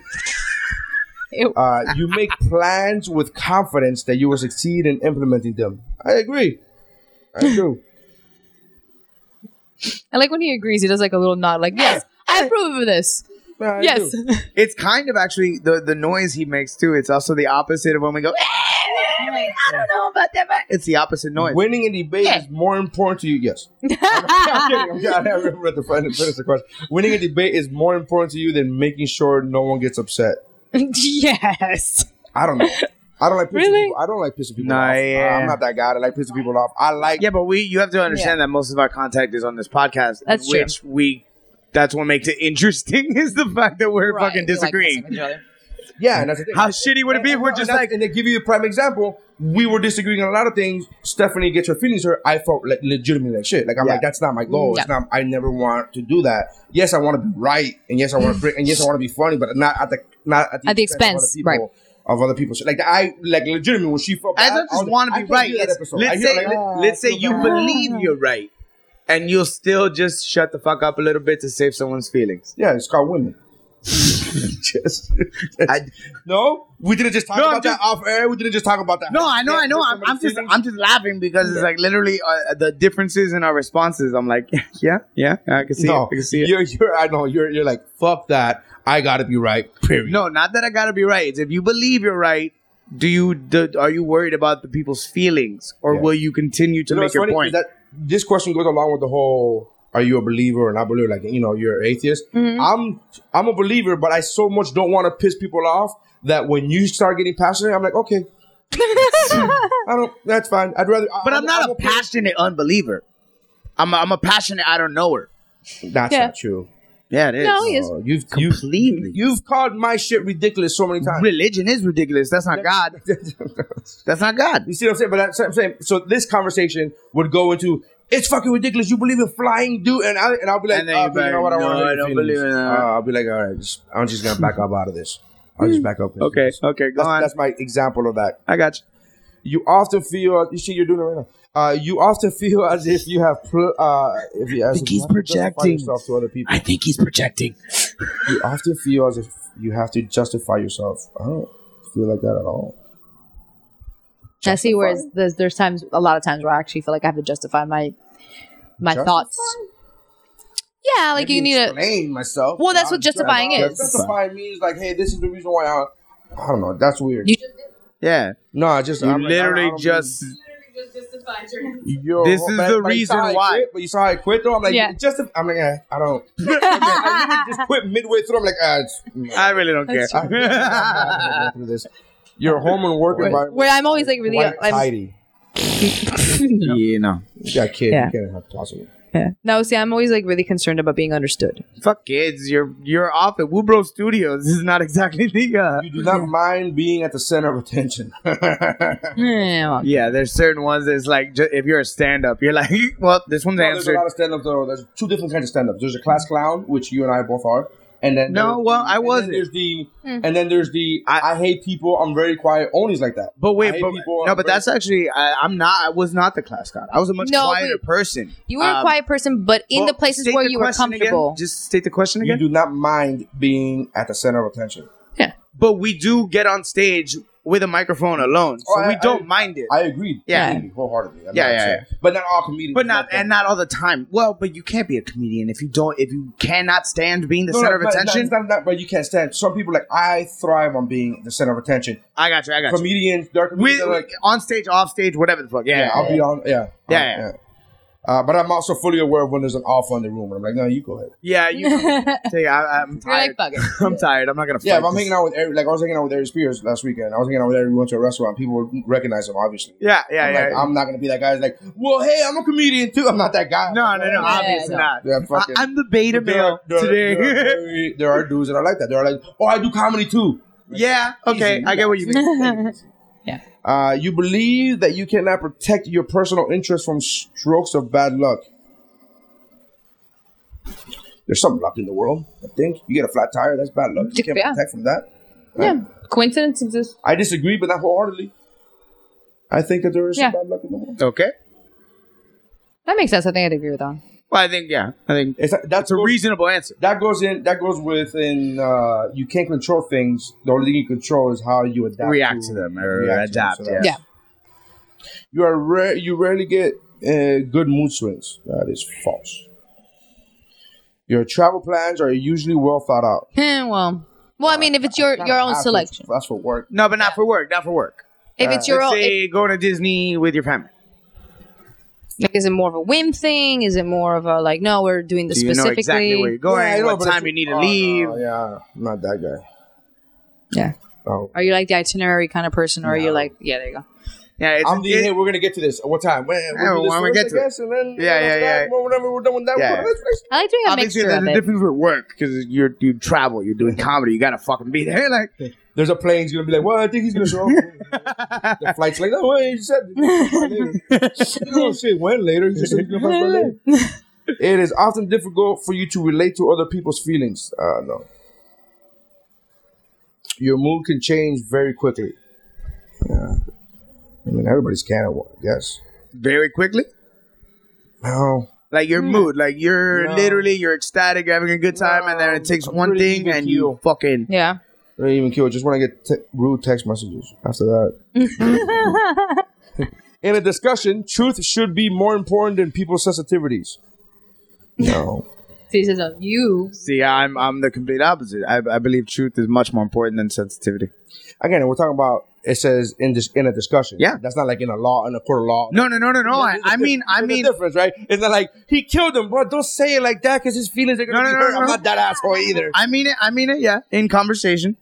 S6: (laughs) Ew.
S2: Uh, you make plans with confidence that you will succeed in implementing them. I agree. I
S6: (laughs)
S2: do.
S6: I like when he agrees. He does like a little nod, like yes, I approve of this.
S2: I
S6: yes. (laughs)
S2: do.
S12: It's kind of actually the the noise he makes too. It's also the opposite of when we go. "Eh, like, I don't know about that. but-" It's the opposite noise.
S2: Winning a debate is more important to you.
S6: (laughs)
S2: Yes. I'm kidding. I'm kidding. I haven't read the fin- finish the question. Winning a debate is more important to you than making sure no one gets upset.
S6: (laughs) yes.
S2: I don't know. I don't like pissing
S6: Really?
S2: people. I don't like pissing people
S12: Nah,
S2: off.
S12: yeah.
S2: I'm not that guy that like pissing people off. I like
S12: Yeah, but we you have to understand that most of our contact is on this podcast, in
S6: That's true.
S12: which we that's what makes it interesting (laughs) is the fact that we're
S6: Right,
S12: fucking
S6: we like
S12: disagreeing.
S6: messing with each other.
S2: yeah, and that's the thing.
S12: How shitty would it be if we're just
S2: and that's-
S12: like
S2: and they give you a prime example. We were disagreeing on a lot of things. Stephanie gets her feelings hurt. I felt le- legitimately like shit. Like I'm
S12: Yeah.
S2: like, that's not my goal. It's
S6: Yeah.
S2: not. I never want to do that. Yes, I want to be right, and yes, I want to bring, and yes, I want to be funny, but not at the not at the,
S6: At the expense,
S2: of other people. Of other people's shit. Like I like legitimately when she felt
S12: I
S2: bad.
S12: don't
S2: was
S12: just
S2: like,
S12: want
S2: I
S12: to be
S2: can't
S12: right.
S2: do that
S12: It's-
S2: episode. I
S12: Let's
S2: hear,
S12: say
S2: like, ah,
S12: let's say
S2: I feel
S12: you
S2: bad.
S12: believe you're right, and you'll still just shut the fuck up a little bit to save someone's feelings.
S2: Yeah, it's called women. (laughs) Just-
S12: I-
S2: (laughs) no, we didn't just talk
S12: No, I'm
S2: about
S12: just-
S2: that off air. We didn't just talk about that.
S12: No, I know, I know. I'm, I'm just I'm just laughing because it's like literally uh, the differences in our responses. I'm like, (laughs) yeah, yeah, I can see
S2: no,
S12: it. I can see it.
S2: You're, you're, I know. You're, you're like, fuck that. I gotta be right. Period.
S12: No, not that I gotta be right. It's if you believe you're right, do you do, are you worried about the people's feelings, or
S2: Yeah.
S12: will you continue to
S2: You know what's
S12: make your
S2: funny is
S12: point?
S2: That this question goes along with the whole. Are you a believer or not believer? Like you know, you're an atheist.
S12: Mm-hmm.
S2: I'm I'm a believer, but I so much don't want to piss people off that when you start getting passionate, I'm like,
S12: (laughs)
S2: okay, I don't. That's fine. I'd rather.
S12: but I'm, not a
S2: okay.
S12: passionate unbeliever. I'm a, I'm a passionate I don't know her.
S2: That's
S6: Yeah.
S2: not true.
S12: Yeah, it is. Oh,
S6: No, he is.
S2: Uh, you've you've
S12: Completely.
S2: You've called my shit ridiculous so many times.
S12: Religion is ridiculous. That's not God. That's not God.
S2: you see what I'm saying? But that's what I'm saying. So this conversation would go into it's fucking ridiculous. You believe in flying, dude? And I and I'll be like,
S12: And then
S2: "Oh,
S12: you'd
S2: but
S12: be
S2: you know
S12: like,
S2: what? I
S12: no,
S2: want to
S12: I
S2: hurt your
S12: don't believe
S2: feelings."
S12: in that.
S2: Uh, I'll be like, all right, just, I'm just gonna back up out of this. I'll just back up.
S12: Hmm. Okay, okay, go
S2: That's,
S12: on.
S2: that's my example of that.
S12: I got you.
S2: You often feel you see you're doing it right now. Uh, you often feel as if you have pl- uh, if you, as
S12: think
S2: if you
S12: he's
S2: have to justify
S12: projecting.
S2: yourself to other people.
S12: I think he's projecting.
S2: You often feel as if you have to justify yourself. I don't feel like that at all.
S6: I see. Whereas there's, there's times, a lot of times where I actually feel like I have to justify my my
S2: Justify?
S6: thoughts. Yeah, like
S2: Maybe
S6: you need a.
S2: explain myself.
S6: Well, that's what justifying is.
S2: Justifying means like, hey, this is the reason why I. I don't know. That's weird.
S12: yeah.
S2: No, I just
S12: You
S2: I'm like, I
S12: literally
S2: don't-
S12: just.
S2: Yo,
S12: This
S2: but-
S12: is
S2: but
S12: the
S2: you saw
S12: reason
S2: I
S12: why.
S2: quit, but you saw I quit though. I'm like,
S12: Yeah.
S2: just if- I'm like, eh, I
S6: (laughs)
S2: don't. (laughs) I literally just quit midway through. I'm like, ah, it's,
S12: I really don't
S2: That's
S12: care. (laughs)
S2: true. I'm not through this. Your home and work environment.
S6: Where I'm always like really.
S2: Quite
S6: I'm,
S2: tidy.
S12: yeah, no.
S2: You got kids.
S6: Yeah.
S2: You can't have possible.
S6: yeah. No, see, I'm always like really concerned about being understood.
S12: Fuck kids. You're you're off at Woobro Studios. (laughs) This is not exactly the. Uh,
S2: you do not mind being at the center of attention. (laughs)
S6: yeah,
S12: yeah, there's certain ones that's like ju- if you're a stand up, you're like, (laughs) well, this one's
S2: No, there's a
S12: answered.
S2: lot of stand-ups though. There's two different kinds of stand-ups. There's a class clown, which you and I both are, and then
S12: No,
S2: there's
S12: Oh, well,
S2: the-
S12: I
S2: and then
S12: wasn't.
S2: There's the
S12: Mm.
S2: and then there's the I, hate people. I'm very quiet. Only's like that. I
S12: But wait,
S2: hate
S12: but,
S2: people,
S12: no,
S2: I'm
S12: but
S2: very-
S12: that's actually I, I'm not. I was not the class guy. I was a much
S6: No,
S12: quieter
S6: but-
S12: person.
S6: You were a
S12: Um,
S6: quiet person, but in
S12: well,
S6: the places
S12: state
S6: where
S12: the
S6: you were
S12: question again.
S6: comfortable.
S12: Just state the question again.
S2: You do not mind being at the center of attention.
S12: But we do get on stage with a microphone alone, so
S2: Oh, I-
S12: we don't
S2: I-
S12: mind it.
S2: I agree.
S12: Yeah.
S2: completely, wholeheartedly. I'm
S12: Yeah,
S2: not
S12: yeah,
S2: saying- But not all comedians.
S12: But not and not all the time. Well, but you can't be a comedian if you don't if you cannot stand being the center of
S2: but-
S12: attention.
S2: Not, not, not, but you can't stand. Some people like I thrive on being the center of attention.
S12: I got you. I got you.
S2: Comedians, dark comedians,
S12: With,
S2: they're like
S12: on stage, off stage, whatever the fuck. Yeah,
S2: yeah, I'll be on. Yeah,
S12: Yeah,
S2: I'll-
S12: yeah.
S2: Uh, but I'm also fully aware of when there's an alpha in the room. I'm like, no, you go ahead.
S12: Yeah, you.
S6: (laughs)
S12: tell you, I, I'm tired.
S6: fuck it.
S12: I'm tired. I'm not gonna.
S2: Yeah,
S12: fight
S2: if I'm
S12: this.
S2: hanging out with Eric, like I was hanging out with Eric Spears last weekend. I was hanging out with Eric. We went to a restaurant. People would recognize him, obviously.
S12: Yeah, yeah,
S2: I'm
S12: yeah.
S2: like, I'm not gonna be that guy. who's like, well, hey, I'm a comedian too. I'm not that guy.
S12: no, no, no.
S2: Yeah,
S12: obviously
S2: no.
S12: not.
S2: Yeah,
S12: I,
S2: fucking-
S12: I'm the beta
S2: But there
S12: male
S2: are- there are-
S12: today.
S2: there are, very- there are dudes that are like that. They're like, oh, I do comedy too.
S12: (laughs) yeah. Okay. I get what
S2: (laughs)
S12: you mean.
S2: Uh, you believe that you cannot protect your personal interests from strokes of bad luck. There's some luck in the world, I think. You get a flat tire, that's bad luck. You can't
S6: Yeah.
S2: protect from that.
S6: (laughs) yeah. Coincidence exists.
S2: I disagree, but not wholeheartedly. I think that there is
S6: Yeah.
S2: some bad luck in the world.
S12: Okay.
S6: That makes sense. I think I'd agree with that.
S12: Well, I think yeah. I think
S2: It's, that's
S12: a reasonable answer.
S2: That goes in. That goes within. Uh, you can't control things. The only thing you control is how you adapt,
S12: React to them or
S2: react to them.
S12: adapt.
S2: So
S12: Yeah.
S2: that's- You are rare. You rarely get uh, good mood swings. That is false. Your travel plans are usually well thought out.
S6: Yeah, well, well, I mean, if it's your your own
S2: That's for-
S6: selection,
S2: That's for work.
S12: No, but not for work. Not for work.
S6: if it's your
S12: Let's
S6: own,
S12: say
S6: if,
S12: going to Disney with your family.
S6: like, is it more of a whim thing? Is it more of a like, no, we're doing this
S12: Do you know
S6: specifically?
S12: exactly where you're going?
S2: Yeah, I know,
S12: what
S2: but
S12: time
S2: if
S12: you need to
S2: oh, no,
S12: leave?
S2: yeah, I'm not that guy.
S6: Yeah.
S2: No.
S6: Are you like the itinerary kind of person, or are you like, yeah, there you go.
S12: Yeah, it's,
S2: I'm the
S12: it-
S2: hey, we're gonna get to this. What time? When,
S12: Yeah,
S2: we'll do this
S12: when we
S2: first,
S12: get
S2: I
S12: to it.
S2: guess, and then
S12: Yeah,
S2: and
S12: yeah,
S2: after that,
S12: yeah.
S2: well, whenever we're done with that,
S12: Yeah.
S2: we'll go to the next
S6: I like doing a
S12: obviously
S6: mixture
S12: there's
S6: of
S12: a
S6: it.
S12: difference with work because you're you travel, you're doing comedy, you gotta fucking be there. (laughs) Like
S2: There's a plane. He's gonna be like, "Well, I think he's gonna show up."
S12: (laughs)
S2: the flight's like, "No, wait, he said oh shit, when later? He just said he's gonna fly
S12: (laughs)
S2: later." It is often difficult for you to relate to other people's feelings. Uh, no, your mood can change very quickly. Yeah, I mean everybody's can of one, I guess.
S12: very quickly.
S2: No,
S12: Like your mood, like you're
S2: No.
S12: literally you're ecstatic, you're having a good time, and then it takes
S2: I'm
S12: one
S2: pretty
S12: thing
S2: even
S12: and you
S2: keel.
S12: fucking
S6: yeah.
S2: I don't even kill. Just when I get te- rude text messages after that. (laughs) In a discussion, truth should be more important than people's sensitivities. No.
S6: This is of oh, you.
S12: see. I'm I'm the complete opposite. I, I believe truth is much more important than sensitivity.
S2: (laughs) Again, we're talking about it says in this in a discussion.
S12: Yeah.
S2: that's not like in a law in a court of law.
S12: No, no, no, no, no. I, I mean, I
S2: There's a
S12: mean,
S2: difference, right? It's not like he killed him, bro. Don't say it like that because his feelings are gonna
S12: No,
S2: be
S12: no, no,
S2: hurt.
S12: no,
S2: I'm
S12: no.
S2: not that asshole either.
S12: I mean it. I mean it. Yeah, in conversation,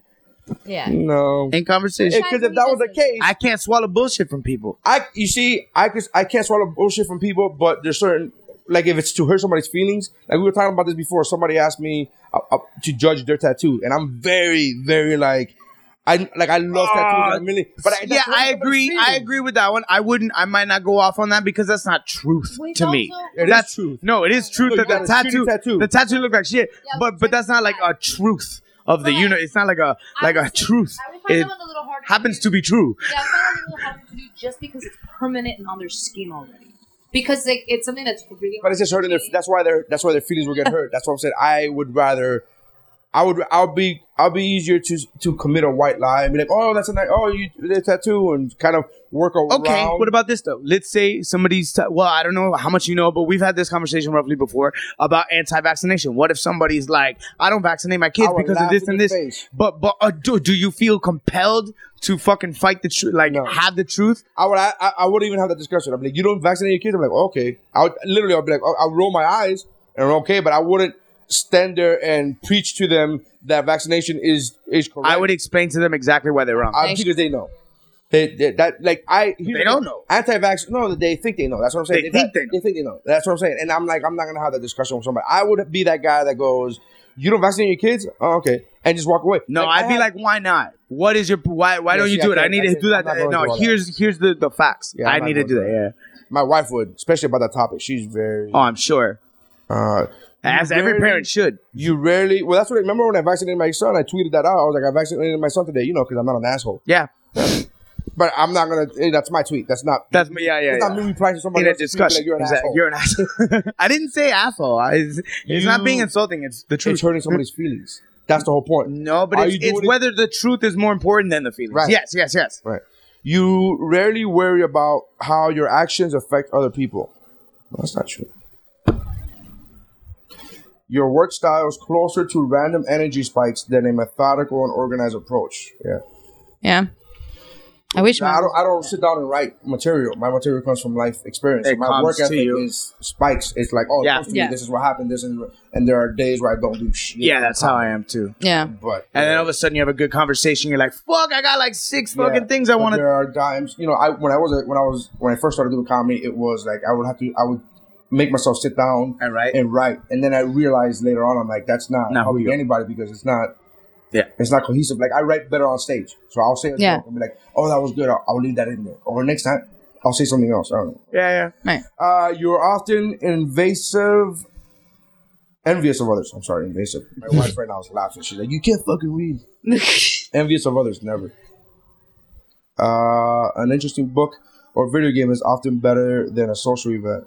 S6: Yeah.
S2: No,
S12: in conversation.
S2: because if that was the case,
S12: I can't swallow bullshit from people.
S2: I you see, I could I can't swallow bullshit from people, but there's certain like if it's to hurt somebody's feelings. Like we were talking about this before. Somebody asked me uh, uh, to judge their tattoo, and I'm very very like. I like I love tattoos, I'm really, but I,
S12: Uh, yeah, I agree. I agree with that one. I wouldn't. I might not go off on that because that's not truth to me.
S2: It is
S12: that's
S2: truth.
S12: No, it is truth
S2: Look,
S12: that
S2: you
S12: the
S2: got a
S12: tattoo,
S2: shitty tattoo.
S12: the tattoo looked like shit. but but that's not like a truth of the unit. It's not like a like a truth. It
S5: little hard
S12: happens to be true.
S5: Yeah, I find it a little hard to do just because it's permanent and on their skin already. Because like it's something that's really
S2: But it's just hurting their. That's why their. That's why their feelings will get hurt. That's what I'm saying. I would rather. I would I'll be I'll be easier to to commit a white lie and be like, oh, that's a nice, oh, you the tattoo and kind of work around.
S5: Okay, what about this though? Let's say somebody's t- well, I don't know how much you know, but we've had this conversation roughly before about anti-vaccination. What if somebody's like, "I don't vaccinate my kids
S2: I would
S5: because of
S2: laugh
S5: this
S2: in
S5: and
S2: your
S5: this," but but uh, do, do you feel compelled to fucking fight the truth, like have the truth?
S2: I would I, I- I wouldn't even have that discussion. I'm like, you don't vaccinate your kids. I'm like, okay. I would, literally I'd be like, oh, I'll roll my eyes and I'm okay, but I wouldn't stand there and preach to them that vaccination is is correct.
S5: I would explain to them exactly why they're wrong.
S2: I, because they know. They, they- that like I
S5: They don't know.
S2: anti-vax. No, they think they know. That's what I'm saying.
S5: They think
S2: they know. They think they know. That's what I'm saying. And I'm like, I'm not gonna have that discussion with somebody. I would be that guy that goes, "You don't vaccinate your kids? Oh, okay," and just walk away.
S5: No, I'd be like, why not? What is your why? Why
S2: Yeah,
S5: don't you
S2: see,
S5: do
S2: I
S5: it? I
S2: can't-
S5: need
S2: I
S5: to
S2: can't-
S5: do that.
S2: I'm not going
S5: No,
S2: through all
S5: here's here's the the facts.
S2: Yeah, I'm
S5: I
S2: not
S5: need to
S2: going
S5: do
S2: through
S5: that. Yeah.
S2: My wife would, especially about that topic. She's very.
S5: Oh, I'm sure.
S2: Uh,
S5: As
S2: you
S5: every
S2: rarely-
S5: parent should.
S2: You rarely. Well, that's what. I Remember when I vaccinated my son? I tweeted that out. I was like, I vaccinated my son today. You know, because I'm not an asshole.
S5: Yeah.
S2: But I'm not gonna. hey, that's my tweet. That's not.
S5: That's me. Yeah, yeah.
S2: That's
S5: yeah.
S2: not me replying to somebody
S5: in a
S2: else's tweet, be like,
S5: discussion.
S2: You're an
S5: Exactly.
S2: asshole.
S5: You're an asshole. (laughs) I didn't say asshole. I, it's it's not
S2: You-
S5: being insulting. It's the truth.
S2: It's hurting somebody's feelings. That's the whole point.
S5: No, but
S2: Are
S5: it's,
S2: you doing
S5: it's
S2: it-
S5: whether the truth is more important than the feelings.
S2: Right.
S5: Yes, yes, yes.
S2: Right. You rarely worry about how your actions affect other people. No, that's not true. Your work style is closer to random energy spikes than a methodical and organized approach. Yeah.
S6: Yeah. I wish
S2: Now, I don't. I don't sit down and write material. My material comes from life experience.
S5: It
S2: my
S5: comes
S2: work
S5: to
S2: ethic
S5: you.
S2: is spikes. It's like, oh, it
S5: Yeah.
S2: comes to me,
S5: Yeah.
S2: this is what happened. This is, what- and there are days where I don't do shit.
S5: Yeah, that's how I am too.
S6: Yeah.
S2: But
S5: And then all of a sudden you have a good conversation. You're like, fuck, I got like six
S2: Yeah.
S5: fucking things I
S2: But
S5: want to.
S2: There are times, you know, I when I was a- when I was when I first started doing comedy, it was like I would have to I would make myself sit down
S5: And write.
S2: and write, and then I realized later on I'm like that's not
S5: Not who
S2: helping
S5: you are.
S2: anybody because it's not.
S5: Yeah.
S2: it's not cohesive. Like I write better on stage, so I'll say a
S6: Yeah.
S2: joke and be like, "Oh, that was good. I'll, I'll leave that in there." Or next time, I'll say something else. I don't know.
S5: Yeah,
S6: Right.
S2: Uh, you're often invasive, envious of others. I'm sorry, invasive. My wife right now is laughing. She's like, "You can't fucking read." envious of others, never. Uh, an interesting book or video game is often better than a social event.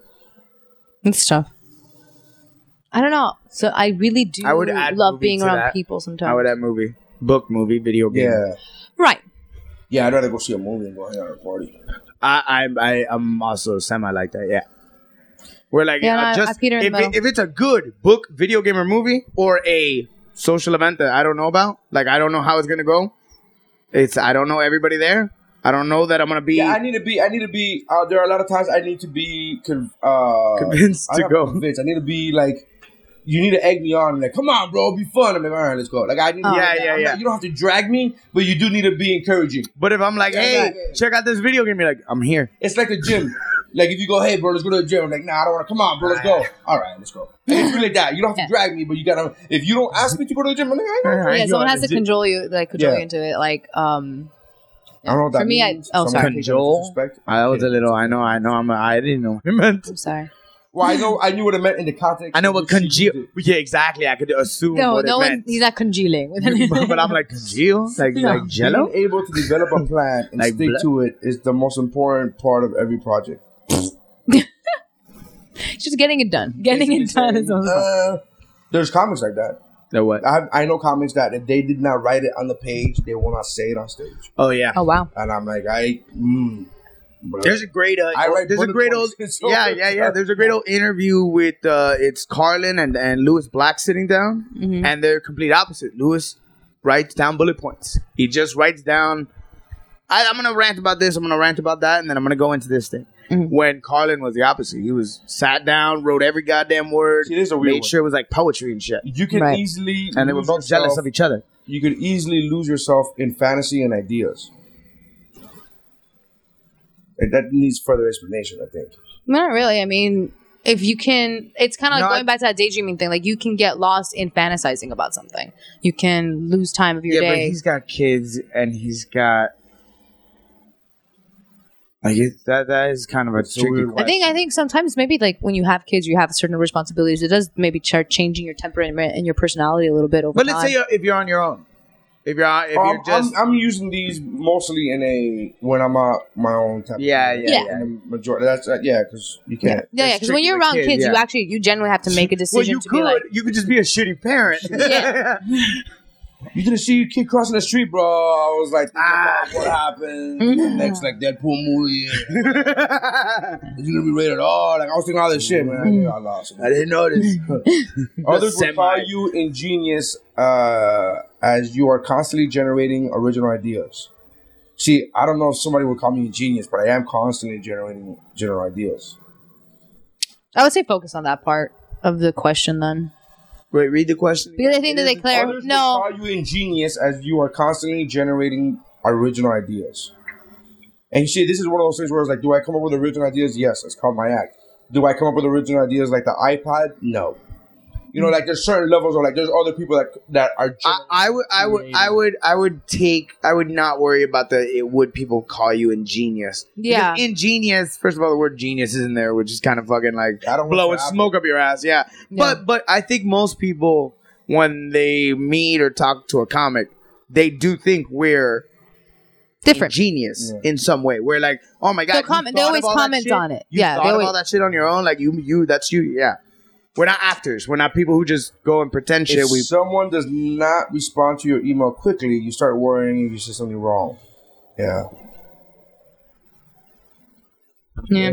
S6: It's tough. I don't know. So I really do
S5: I would add
S6: love
S5: movie
S6: being
S5: to
S6: around
S5: that.
S6: people
S5: yeah.
S6: sometimes.
S5: I would have movie, book, movie, video game.
S2: Yeah,
S6: right.
S2: yeah. I'd rather go see a movie than go hang out at a party.
S5: I, I, I I'm also semi like that. Yeah. We're like,
S6: Yeah,
S5: uh,
S6: no, I- I
S5: just
S6: peter in the
S5: if, it,
S6: middle.
S5: if it's a good book, video game, or movie, or a social event that I don't know about, like I don't know how it's gonna go. It's I don't know everybody there. I don't know that I'm gonna be.
S2: Yeah, I need to be. I need to be. Uh, there are a lot of times I need to be conv- uh,
S5: Convinced
S2: I'm
S5: to
S2: not
S5: go.
S2: Convinced. I need to be like. You need to egg me on, like, come on, bro, be fun. I'm like, all right, let's go. Like, I need, to-
S5: Yeah,
S2: like,
S5: yeah,
S2: I'm
S5: yeah.
S2: Not, you don't have to drag me, but you do need to be encouraging.
S5: but if I'm like,
S2: Yeah,
S5: hey,
S2: yeah, yeah.
S5: check out this video game, you're like, I'm here.
S2: It's like the
S5: (laughs)
S2: gym. like if you go, hey bro, let's go to the gym. I'm like, nah, I don't want to. Come on, bro, let's go. All right, let's go. Like, it's really that. You don't have to drag me, but you gotta. If you don't ask me to go to the gym, I'm like, I
S6: Oh, Yeah, someone has to
S5: control.
S6: control you, like control
S2: Yeah.
S6: you into it. Like, um,
S2: I don't know what that
S6: For me, I-
S2: means.
S6: oh,
S2: Someone
S6: sorry.
S2: can take it as
S5: Control.
S2: disrespect.
S5: I was a little. I know. I know. I'm. A, I didn't know what it meant.
S6: I'm sorry.
S2: Well, I know. I knew what it meant in the context.
S5: I know what
S2: of she
S5: congeal.
S2: used it.
S5: Yeah, exactly. I could assume
S6: (laughs) No,
S5: what
S6: no
S5: it
S6: one.
S5: meant.
S6: He's not congealing. (laughs)
S5: but I'm like congeal, like like jello.
S2: Being able to develop a plan and
S5: Like
S2: stick
S5: blood.
S2: to it is the most important part of every
S5: (laughs)
S2: project.
S6: just getting it done. Getting it done is awesome.
S2: Uh, there's comics like that.
S5: Like what?
S2: I, have, I know comics that if they did not write it on the page, they will not say it on stage.
S5: Oh yeah.
S6: (laughs) Oh wow.
S2: And I'm like, I. Mm, bro.
S5: There's a great, uh,
S2: I write
S5: there's a
S2: bullet
S5: great old,
S2: points. It's (laughs) so
S5: yeah,
S2: good.
S5: yeah, yeah. There's a great old interview with uh, it's Carlin and and Lewis Black sitting down, and they're complete opposite. Lewis writes down bullet points. He just writes down. I, I'm gonna rant about this. I'm gonna rant about that, and then I'm gonna go into this thing. When Carlin was the opposite, he was sat down, wrote every goddamn word,
S2: See, this is a weird
S5: made
S2: one.
S5: sure it was like poetry and shit,
S2: (laughs) you can
S6: Right.
S2: easily
S5: and they were
S2: lose
S5: both jealous
S2: yourself-
S5: of each other.
S2: You could easily lose yourself in fantasy and ideas. And that needs further explanation, I think.
S6: Not really. I mean, if you can, it's kind of like
S5: No, I-
S6: going back to that daydreaming thing. Like you can get lost in fantasizing about something. You can lose time of your
S5: Yeah, but
S6: day.
S5: he's got kids, and he's got. Like it, that, that is kind of a
S2: a
S5: tricky
S2: weird
S5: question.
S6: I think I think sometimes maybe like when you have kids, you have certain responsibilities. It does maybe start changing your temperament and your personality a little bit over
S5: But
S6: time.
S5: let's say you're, if you're on your own,
S12: If you're out- if
S2: Um,
S12: you're just
S2: I'm, I'm using these mostly in a when I'm out my own type.
S12: Yeah,
S2: of
S12: yeah, Yeah. yeah.
S2: And the majority that's uh, yeah, because you can't.
S6: Yeah, yeah. Because when you're around kids, you actually you generally have to make a decision
S12: you
S6: to be like,
S12: you could just be a shitty parent. (laughs)
S6: yeah.
S2: You didn't see your kid crossing the street, bro. I was like, ah, what
S12: (laughs)
S2: happened? Next, like Deadpool movie. Is it gonna be rated R? Like I was thinking all this shit, man.
S12: Mm-hmm.
S2: I, I lost. It. I didn't (laughs) notice. Others would call you ingenious uh, as you are constantly generating original ideas. See, I don't know if somebody would call me ingenious, but I am constantly generating general ideas.
S6: I would say focus on that part of the question then.
S12: Wait, read the question.
S6: Because I think that they clarify.
S2: Others would
S6: No,
S2: call you ingenious as you are constantly generating original ideas. And you see, this is one of those things where it's like, do I come up with original ideas? Yes, that's called my act. Do I come up with original ideas like the iPod? No. You know, like there's certain levels, or like there's other people that that are.
S12: I, I would, I would, I would, I would take. I would not worry about the. It would people call you ingenious?
S6: Yeah.
S12: Because ingenious. First of all, the word genius is in there, which is kind of fucking like
S2: I don't
S12: blowing smoke up your ass. Yeah. But but I think most people when they meet or talk to a comic, they do think we're
S6: different,
S12: genius in some way. We're like, oh my god,
S6: They'll
S12: you
S6: comment- they
S12: thought of
S6: always
S12: all that
S6: comment
S12: shit?
S6: on it.
S12: You
S6: Yeah,
S12: thought
S6: they
S12: of
S6: always-
S12: all that shit on your own. Like you, you, that's you. Yeah. We're not actors. We're not people who just go and pretend shit.
S2: If
S12: We
S2: someone does not respond to your email quickly, you start worrying if you said something wrong. Yeah.
S6: Yeah.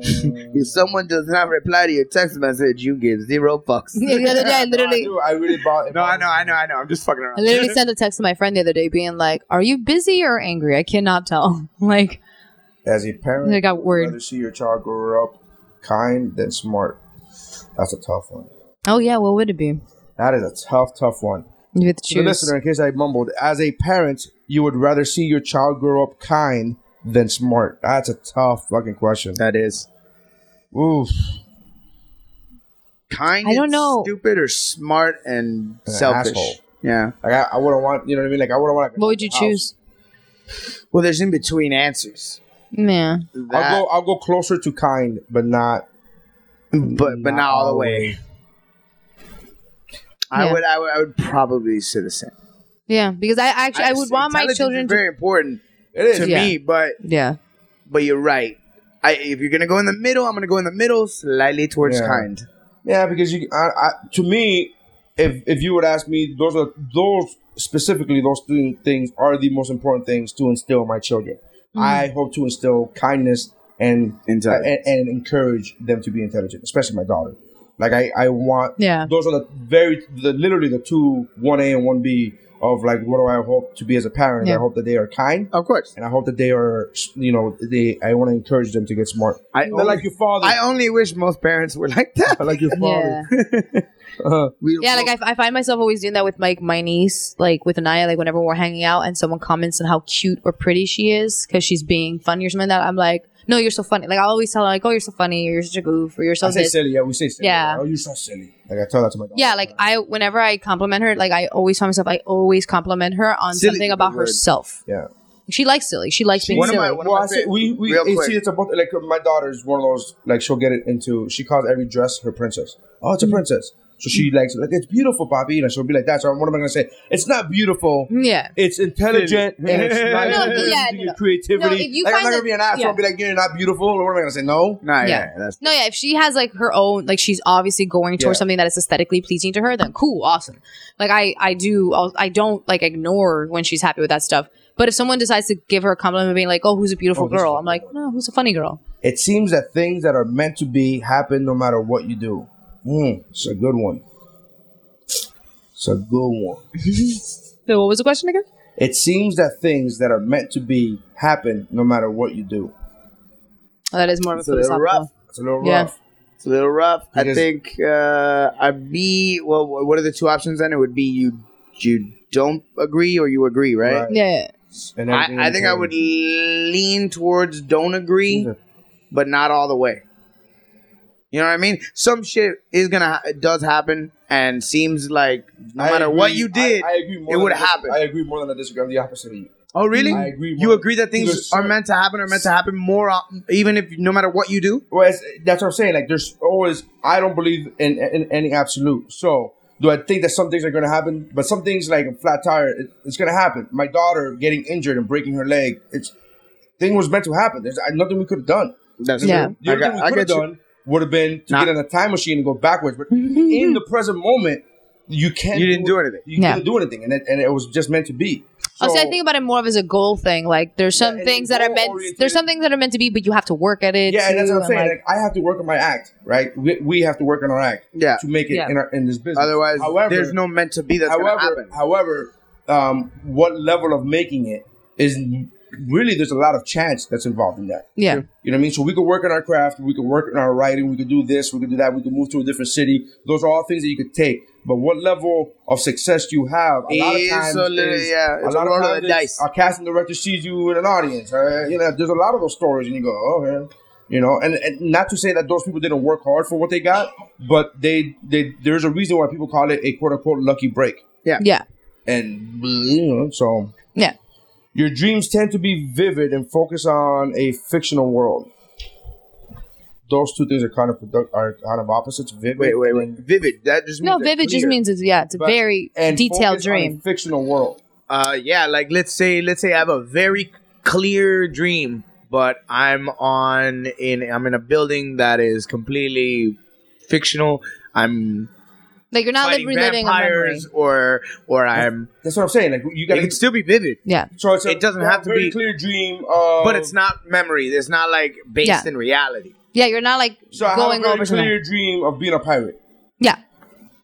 S12: if someone does not reply to your text message, you give zero fucks.
S6: Yeah, (laughs) the other day I
S2: (laughs)
S6: literally-
S2: No, I, really bought.
S12: No, I know, I know, I know. I'm just fucking around.
S6: I literally sent a text to my friend the other day being like, Are you busy or angry? I cannot tell. (laughs) Like,
S2: As a parent,
S6: I got
S2: You'd
S6: worried.
S2: rather see your child grow up kind than smart. That's a tough one.
S6: Oh, yeah, what would it be?
S2: That is a tough, tough one.
S6: You have to
S2: So,
S6: choose.
S2: listener, in case I mumbled, as a parent, you would rather see your child grow up kind than smart. That's a tough fucking question.
S12: That is.
S2: Oof.
S12: Kind.
S2: I don't
S12: and
S2: know.
S12: Stupid or smart and
S2: An
S12: selfish.
S2: asshole.
S12: Yeah.
S2: Like I, I wouldn't want. You know what I mean? Like I wouldn't want.
S6: What would you choose?
S12: Well, there's in between answers.
S6: Yeah.
S2: I'll go. I'll go closer to kind, but not.
S12: But but not all the way. I
S6: Yeah.
S12: would, I would I would probably say the same.
S6: Yeah, because I actually I, would want my
S12: Intelligence
S6: children
S12: is very
S6: to.
S12: important
S6: is.
S12: to
S6: Yeah.
S12: me, but
S6: Yeah.
S12: but you're right. I if you're gonna go in the middle, I'm gonna go in the middle, slightly towards
S2: Yeah.
S12: kind.
S2: Yeah, because you. I, I, to me, if if you would ask me, those are those specifically those three things are the most important things to instill in my children.
S14: Mhm.
S2: I hope to instill kindness and, and and encourage them to be intelligent, especially my daughter. Like I, I want.
S6: Yeah.
S2: Those are the very the literally the two one A and one B of like what do I hope to be as a parent?
S12: Yeah.
S2: I hope that they are kind,
S12: of course,
S2: and I hope that they are you know they. I want to encourage them to get smart.
S12: I
S2: They're like your father.
S12: I only wish most parents were (laughs) like that.
S2: like your
S6: Yeah. Yeah, like I, f- I find myself always doing that with like my niece, like with Anaya, like whenever we're hanging out and someone comments on how cute or pretty she is because she's being funny or something like that, I'm like, no, you're so funny. Like I always tell her, like, oh, you're so funny, or you're such a goof, or you're so
S2: I say
S6: this.
S2: silly. Yeah, we say silly.
S6: Yeah.
S2: Oh, you're so silly. Like I tell that to my daughter.
S6: Yeah, like I, whenever I compliment her, like I always tell myself, I always compliment her
S2: Silly
S6: on
S2: is
S6: something
S2: the
S6: about
S2: word.
S6: herself.
S2: Yeah.
S6: She likes silly. She likes being
S2: One of
S6: silly.
S2: my, one of my favorite- we we
S6: Real
S2: you
S6: quick.
S2: see it's about like my daughter's one of those like she'll get it into she calls every dress her princess. Oh, it's a princess. So she likes like it's beautiful, Bobby, and she'll be like that. So what am I gonna say? It's not beautiful.
S6: Yeah.
S2: It's intelligent and (laughs) it's nice.
S6: No,
S2: and it's
S6: yeah,
S2: into
S6: no,
S2: your
S6: no.
S2: creativity.
S6: No, if you
S2: like I'm
S6: find
S2: not gonna
S6: that-
S2: be an asshole
S6: yeah.
S2: and be like you're not beautiful. Or what am I gonna say? No.
S12: Nah,
S6: Yeah. yeah, No, yeah. If she has like her own, like she's obviously going towards
S2: Yeah.
S6: something that is aesthetically pleasing to her, then cool, awesome. Like I, I do, I'll, I don't like ignore when she's happy with that stuff. But if someone decides to give her a compliment, being like, "Oh, who's a beautiful
S2: Oh, this
S6: girl,"
S2: one.
S6: I'm like, "No, who's a funny girl?"
S2: It seems that things that are meant to be happen no matter what you do. Mm, it's a good one. It's a good one.
S6: So what was the question again?
S2: It seems that things that are meant to be happen no matter what you do.
S6: Oh, that is more of a
S12: It's a little rough.
S6: philosophical.
S2: It's a little
S12: Yeah.
S2: rough.
S12: It's a little rough. I
S2: Because-
S12: think uh, I'd be well. wh- What are the two options then? It would be you you don't agree or you agree, right?
S6: Yeah.
S2: And everything
S12: I, I think I would lean towards don't agree, but not all the way. You know what I mean? Some shit is gonna ha- does happen, and seems like no
S2: I
S12: matter what
S2: agree-
S12: you did,
S2: I, I agree more
S12: it
S2: than
S12: would
S2: I dis-
S12: happen.
S2: I agree more than I disagree. I'm the opposite of you.
S12: oh, really?
S2: I agree
S12: you
S2: more-
S12: agree that things
S2: There's
S12: are meant to happen, are meant to happen more, o- even if no matter what you do.
S2: Well, it's, that's what I'm saying. Like, there's always. I don't believe in, in, any absolute. So Do I think that some things are going to happen? But some things like a flat tire, it, it's going to happen. My daughter getting injured and breaking her leg, it's thing was meant to happen. There's uh, nothing we could have done.
S12: That's
S2: The
S12: Yeah.
S2: only- The only
S12: I got-
S2: thing
S12: I
S2: we could have
S12: get you.
S2: done would have been to get in a time machine and go backwards.
S6: (laughs)
S2: But in the present moment, you can't. You didn't do, anything. You
S6: Yeah.
S2: couldn't do anything, and it, and it was just meant to be.
S6: also, Oh, I think about it more of as a goal thing. Like there's some things that are meant there's some things that are meant to be, but you have to work at it.
S2: Yeah, and that's
S6: too,
S2: what I'm saying.
S6: like-
S2: Like, I have to work on my act, right? We, we have to work on our act, yeah, to make it
S12: Yeah.
S2: in, our, in this business.
S12: Otherwise, there's no meant to be that's gonna
S2: however,
S12: happen.
S2: However, um, what level of making it is really there's a lot of chance that's involved in that.
S6: yeah.
S2: You know what I mean? So we could work on our craft, we could work on our writing, we could do this, we could do that, we could move to a different city. Those are all things that you could take. But what level of success you have? A lot of
S12: It's
S2: times,
S12: a little-
S2: is-
S12: yeah,
S2: a
S12: it's a
S2: lot
S12: roll
S2: of
S12: of
S2: times
S12: the
S2: it's-
S12: dice.
S2: A casting director sees you in an audience. uh, you know, there's a lot of those stories, and you go, oh man, you know. And, and not to say that those people didn't work hard for what they got, but they they there's a reason why people call it a quote unquote lucky break.
S12: Yeah,
S6: yeah,
S2: and you know, so
S6: yeah.
S2: Your dreams tend to be vivid and focus on a fictional world. Those two things are kind of produ- are kind of opposites. Vivid.
S12: Wait,
S2: (laughs)
S12: wait, wait. Vivid. That just
S6: No, vivid just means it's yeah, it's a very detailed dream.
S2: fictional world.
S12: Uh, yeah, like let's say let's say I have a very clear dream, but I'm on in I'm in a building that is completely fictional. I'm
S6: Like you're not
S12: fighting
S6: living living a memory.
S12: vampires or or I'm.
S2: That's what I'm saying. Like you
S12: gotta. It can still be vivid.
S6: Yeah.
S2: So it's a,
S12: it doesn't
S2: a
S12: have to
S2: very
S12: be
S2: clear dream. Of,
S12: but it's not memory. It's not like based
S6: Oh. Yeah.
S12: in reality.
S6: Yeah, you're not like
S2: So I
S6: going
S2: have a
S6: over
S2: very
S6: something.
S2: clear dream of being a pirate.
S6: Yeah.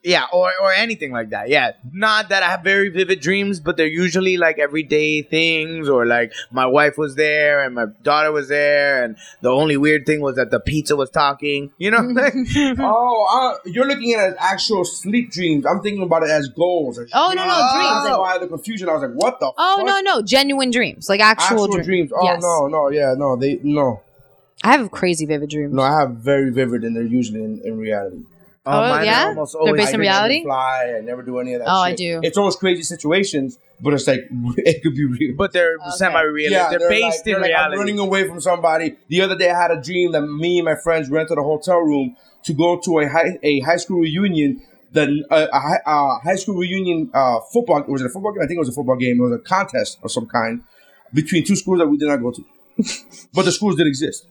S12: Yeah, or, or anything like that. Yeah. Not that I have very vivid dreams, but they're usually like everyday things or like my wife was there and my daughter was there and the only weird thing was that the pizza was talking. You know? like,
S6: Mm-hmm.
S2: oh, uh, you're looking at it as actual sleep dreams. I'm thinking about it as goals. as
S6: Oh, no, no,
S2: dreams.
S6: dreams,
S2: That's
S6: like-
S2: why the confusion. I was like, what the?
S6: Oh no, no, genuine dreams, like actual,
S2: Actual
S6: dream-
S2: dreams. Oh
S6: yes.
S2: no, no, yeah, no. They no,
S6: I have crazy vivid dreams.
S2: no. I have very vivid, and they're usually in, in reality.
S6: Oh, Oh, mine are yeah? almost They're always based in
S2: I never
S6: reality?
S2: Fly. I never do any of that.
S6: Oh, I
S2: shit.
S6: do.
S2: It's always crazy situations, but it's like (laughs) it could be real.
S12: But they're semi-realistic. They're based in reality.
S2: I'm running away from somebody. The other day, I had a dream that me and my friends rented a hotel room to go to a high a high school reunion. The uh, a, hi- uh, high school reunion uh, football was it a football game? I think it was a football game. It was a contest of some kind between two schools that we did not go
S6: (laughs)
S2: to, but the schools did exist.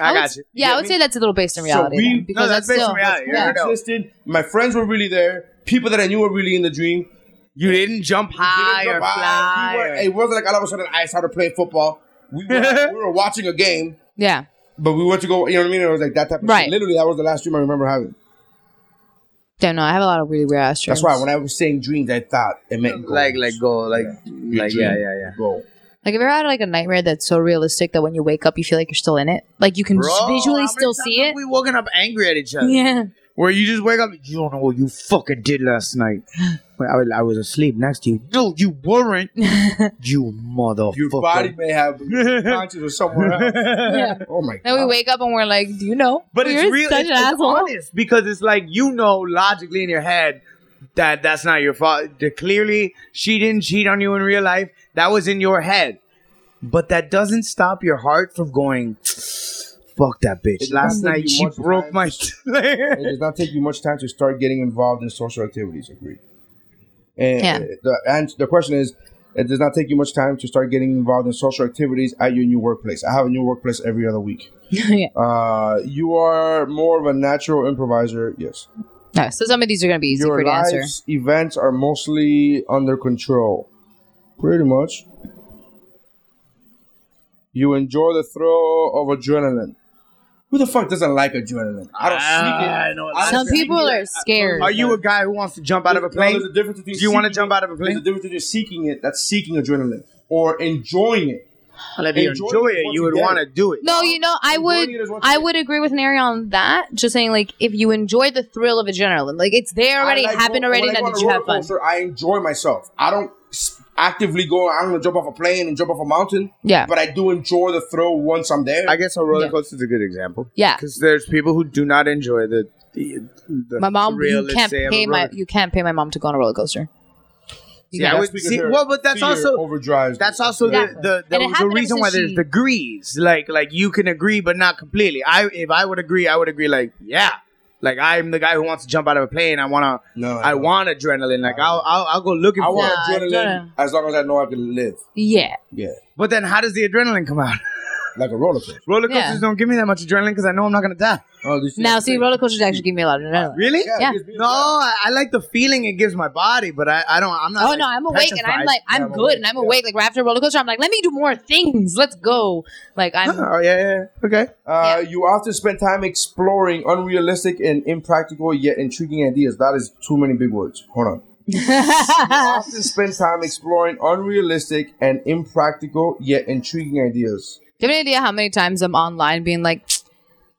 S12: I,
S6: would-
S12: got you.
S6: Yeah, I would say that's a little based in reality. then, because that's,
S2: based
S6: still,
S2: on reality.
S6: yeah.
S2: It existed. My friends were really there. People that I knew were really in the dream.
S12: You didn't jump high or fly
S2: We were-
S12: or-
S2: It wasn't like all of a sudden I started playing football. We
S12: (laughs)
S2: were, we were watching a game,
S6: Yeah.
S2: but we went to go. You know what I mean? It was like that type of
S6: Right.
S2: shit. Literally, that was the last dream I remember having.
S6: Don't know. I have a lot of really weird ass dreams.
S2: That's why when I was saying dreams, I thought it meant goals.
S12: like like goal. Like like
S2: dream,
S12: yeah, yeah, yeah.
S2: Goal.
S6: Like, have you ever had like a nightmare that's so realistic that when you wake up, you feel like you're still in it? Like you can
S12: Bro,
S6: just
S12: how
S6: visually
S12: many
S6: still
S12: times
S6: see
S12: have
S6: it.
S12: We woken up angry at each other.
S6: (laughs) Yeah.
S12: Where you just wake up, you don't know what you fucking did last night. Well, I, was- I was asleep next to you. No, you
S6: (laughs)
S12: weren't. you motherfucker.
S2: Your body may
S12: (laughs)
S2: have conscious or somewhere else.
S6: Yeah.
S2: Oh my
S6: Then we wake up and we're like, do you know?
S12: But
S6: You're
S12: it's real.
S6: Such
S12: It's,
S6: an
S12: it's
S6: asshole.
S12: honest because it's like you know logically in your head that that's not your fault. That Clearly, she didn't cheat on you in real life. That was in your head. But that doesn't stop your heart from going. Fuck that bitch.
S2: It
S12: Last
S2: doesn't
S12: night
S2: take you
S12: she
S2: much
S12: broke
S2: time.
S12: my. (laughs)
S2: it does not take you much time to start getting involved in social activities. Agreed. And
S12: Yeah.
S2: the and the question is, it does not take you much time to start getting involved in social activities at your new workplace. I have a new workplace every other week.
S6: (laughs) yeah.
S2: Uh, you are more of a natural improviser. Yes.
S6: No, so some of these are gonna be easy
S2: Your
S6: for you to answer.
S2: life's events are mostly under control. Pretty much. You enjoy the thrill of adrenaline. Who the fuck doesn't like adrenaline? I don't seek it.
S12: Ah, I know.
S2: I
S6: Some
S2: don't seek
S6: people
S2: it.
S6: are scared.
S12: Are you a guy who wants to jump out of a
S2: No,
S12: plane?
S2: there's a difference between
S12: Do you want to
S2: seeking
S12: jump
S2: it-
S12: out of a
S2: There's a
S12: plane?
S2: difference between seeking it, that's seeking adrenaline, or enjoying it.
S12: Well, if you
S2: Enjoy
S12: enjoy
S2: it
S12: it,
S2: once
S12: you would
S2: you get
S12: want to
S2: it.
S12: do it.
S6: No, you know, I would,
S2: it is what
S6: I
S2: you-
S6: would agree with Nary on that. Just saying, like, if you enjoy the thrill of adrenaline, like it's there already,
S2: I like
S6: happened
S2: ro-
S6: already.
S2: when I go
S6: Now,
S2: on
S6: did
S2: a
S6: you
S2: roller
S6: have fun?
S2: coaster, I enjoy myself. I don't s- actively go. I'm gonna jump off a plane and jump off a mountain.
S6: Yeah.
S2: but I do enjoy the thrill once I'm there.
S12: I guess a roller coaster is a good example.
S6: Yeah.
S12: because there's people who do not enjoy the. the, the
S6: My mom,
S12: thrill,
S6: you
S12: let's
S6: can't
S12: say, of a
S6: pay my,
S12: roller-
S6: you can't pay my mom to go on a roller coaster. You
S12: See, I
S6: can't.
S12: would see, well, but that's also
S2: overdrives.
S12: that's also
S6: Exactly.
S12: the the,
S6: And it
S12: the, the
S6: happened
S12: reason why
S6: because
S12: there's
S6: she-
S12: degrees. Like like you can agree, but not completely. I if I would agree, I would agree. Like yeah,
S5: Like I'm the guy who wants to jump out of a plane. I wanna. No, I, want adrenaline. Like I'll, I'll I'll go looking
S2: I
S5: for.
S2: want
S5: it.
S2: adrenaline as long as I know I can live.
S6: Yeah.
S2: Yeah.
S5: But then, how does the adrenaline come out?
S2: Like a roller coaster.
S5: Roller
S6: Yeah.
S5: coasters don't give me that much adrenaline because I know I'm not gonna die.
S2: Oh,
S6: Now, see, roller coasters actually give me a lot of adrenaline.
S5: Really?
S6: Yeah.
S5: No, I, I like the feeling it gives my body, but I, I don't. I'm not.
S6: Oh
S5: like,
S6: no, I'm awake and I'm
S5: petrified.
S6: like I'm good and I'm awake. Like right after a roller coaster, I'm like, let me do more things. Let's go. Like I'm.
S5: Oh yeah, yeah. yeah. Okay.
S2: Uh, You often spend time exploring unrealistic and impractical yet intriguing ideas. That is too many big words. Hold on. you often spend time exploring unrealistic and impractical yet intriguing ideas.
S6: Do you have any idea how many times I'm online being like,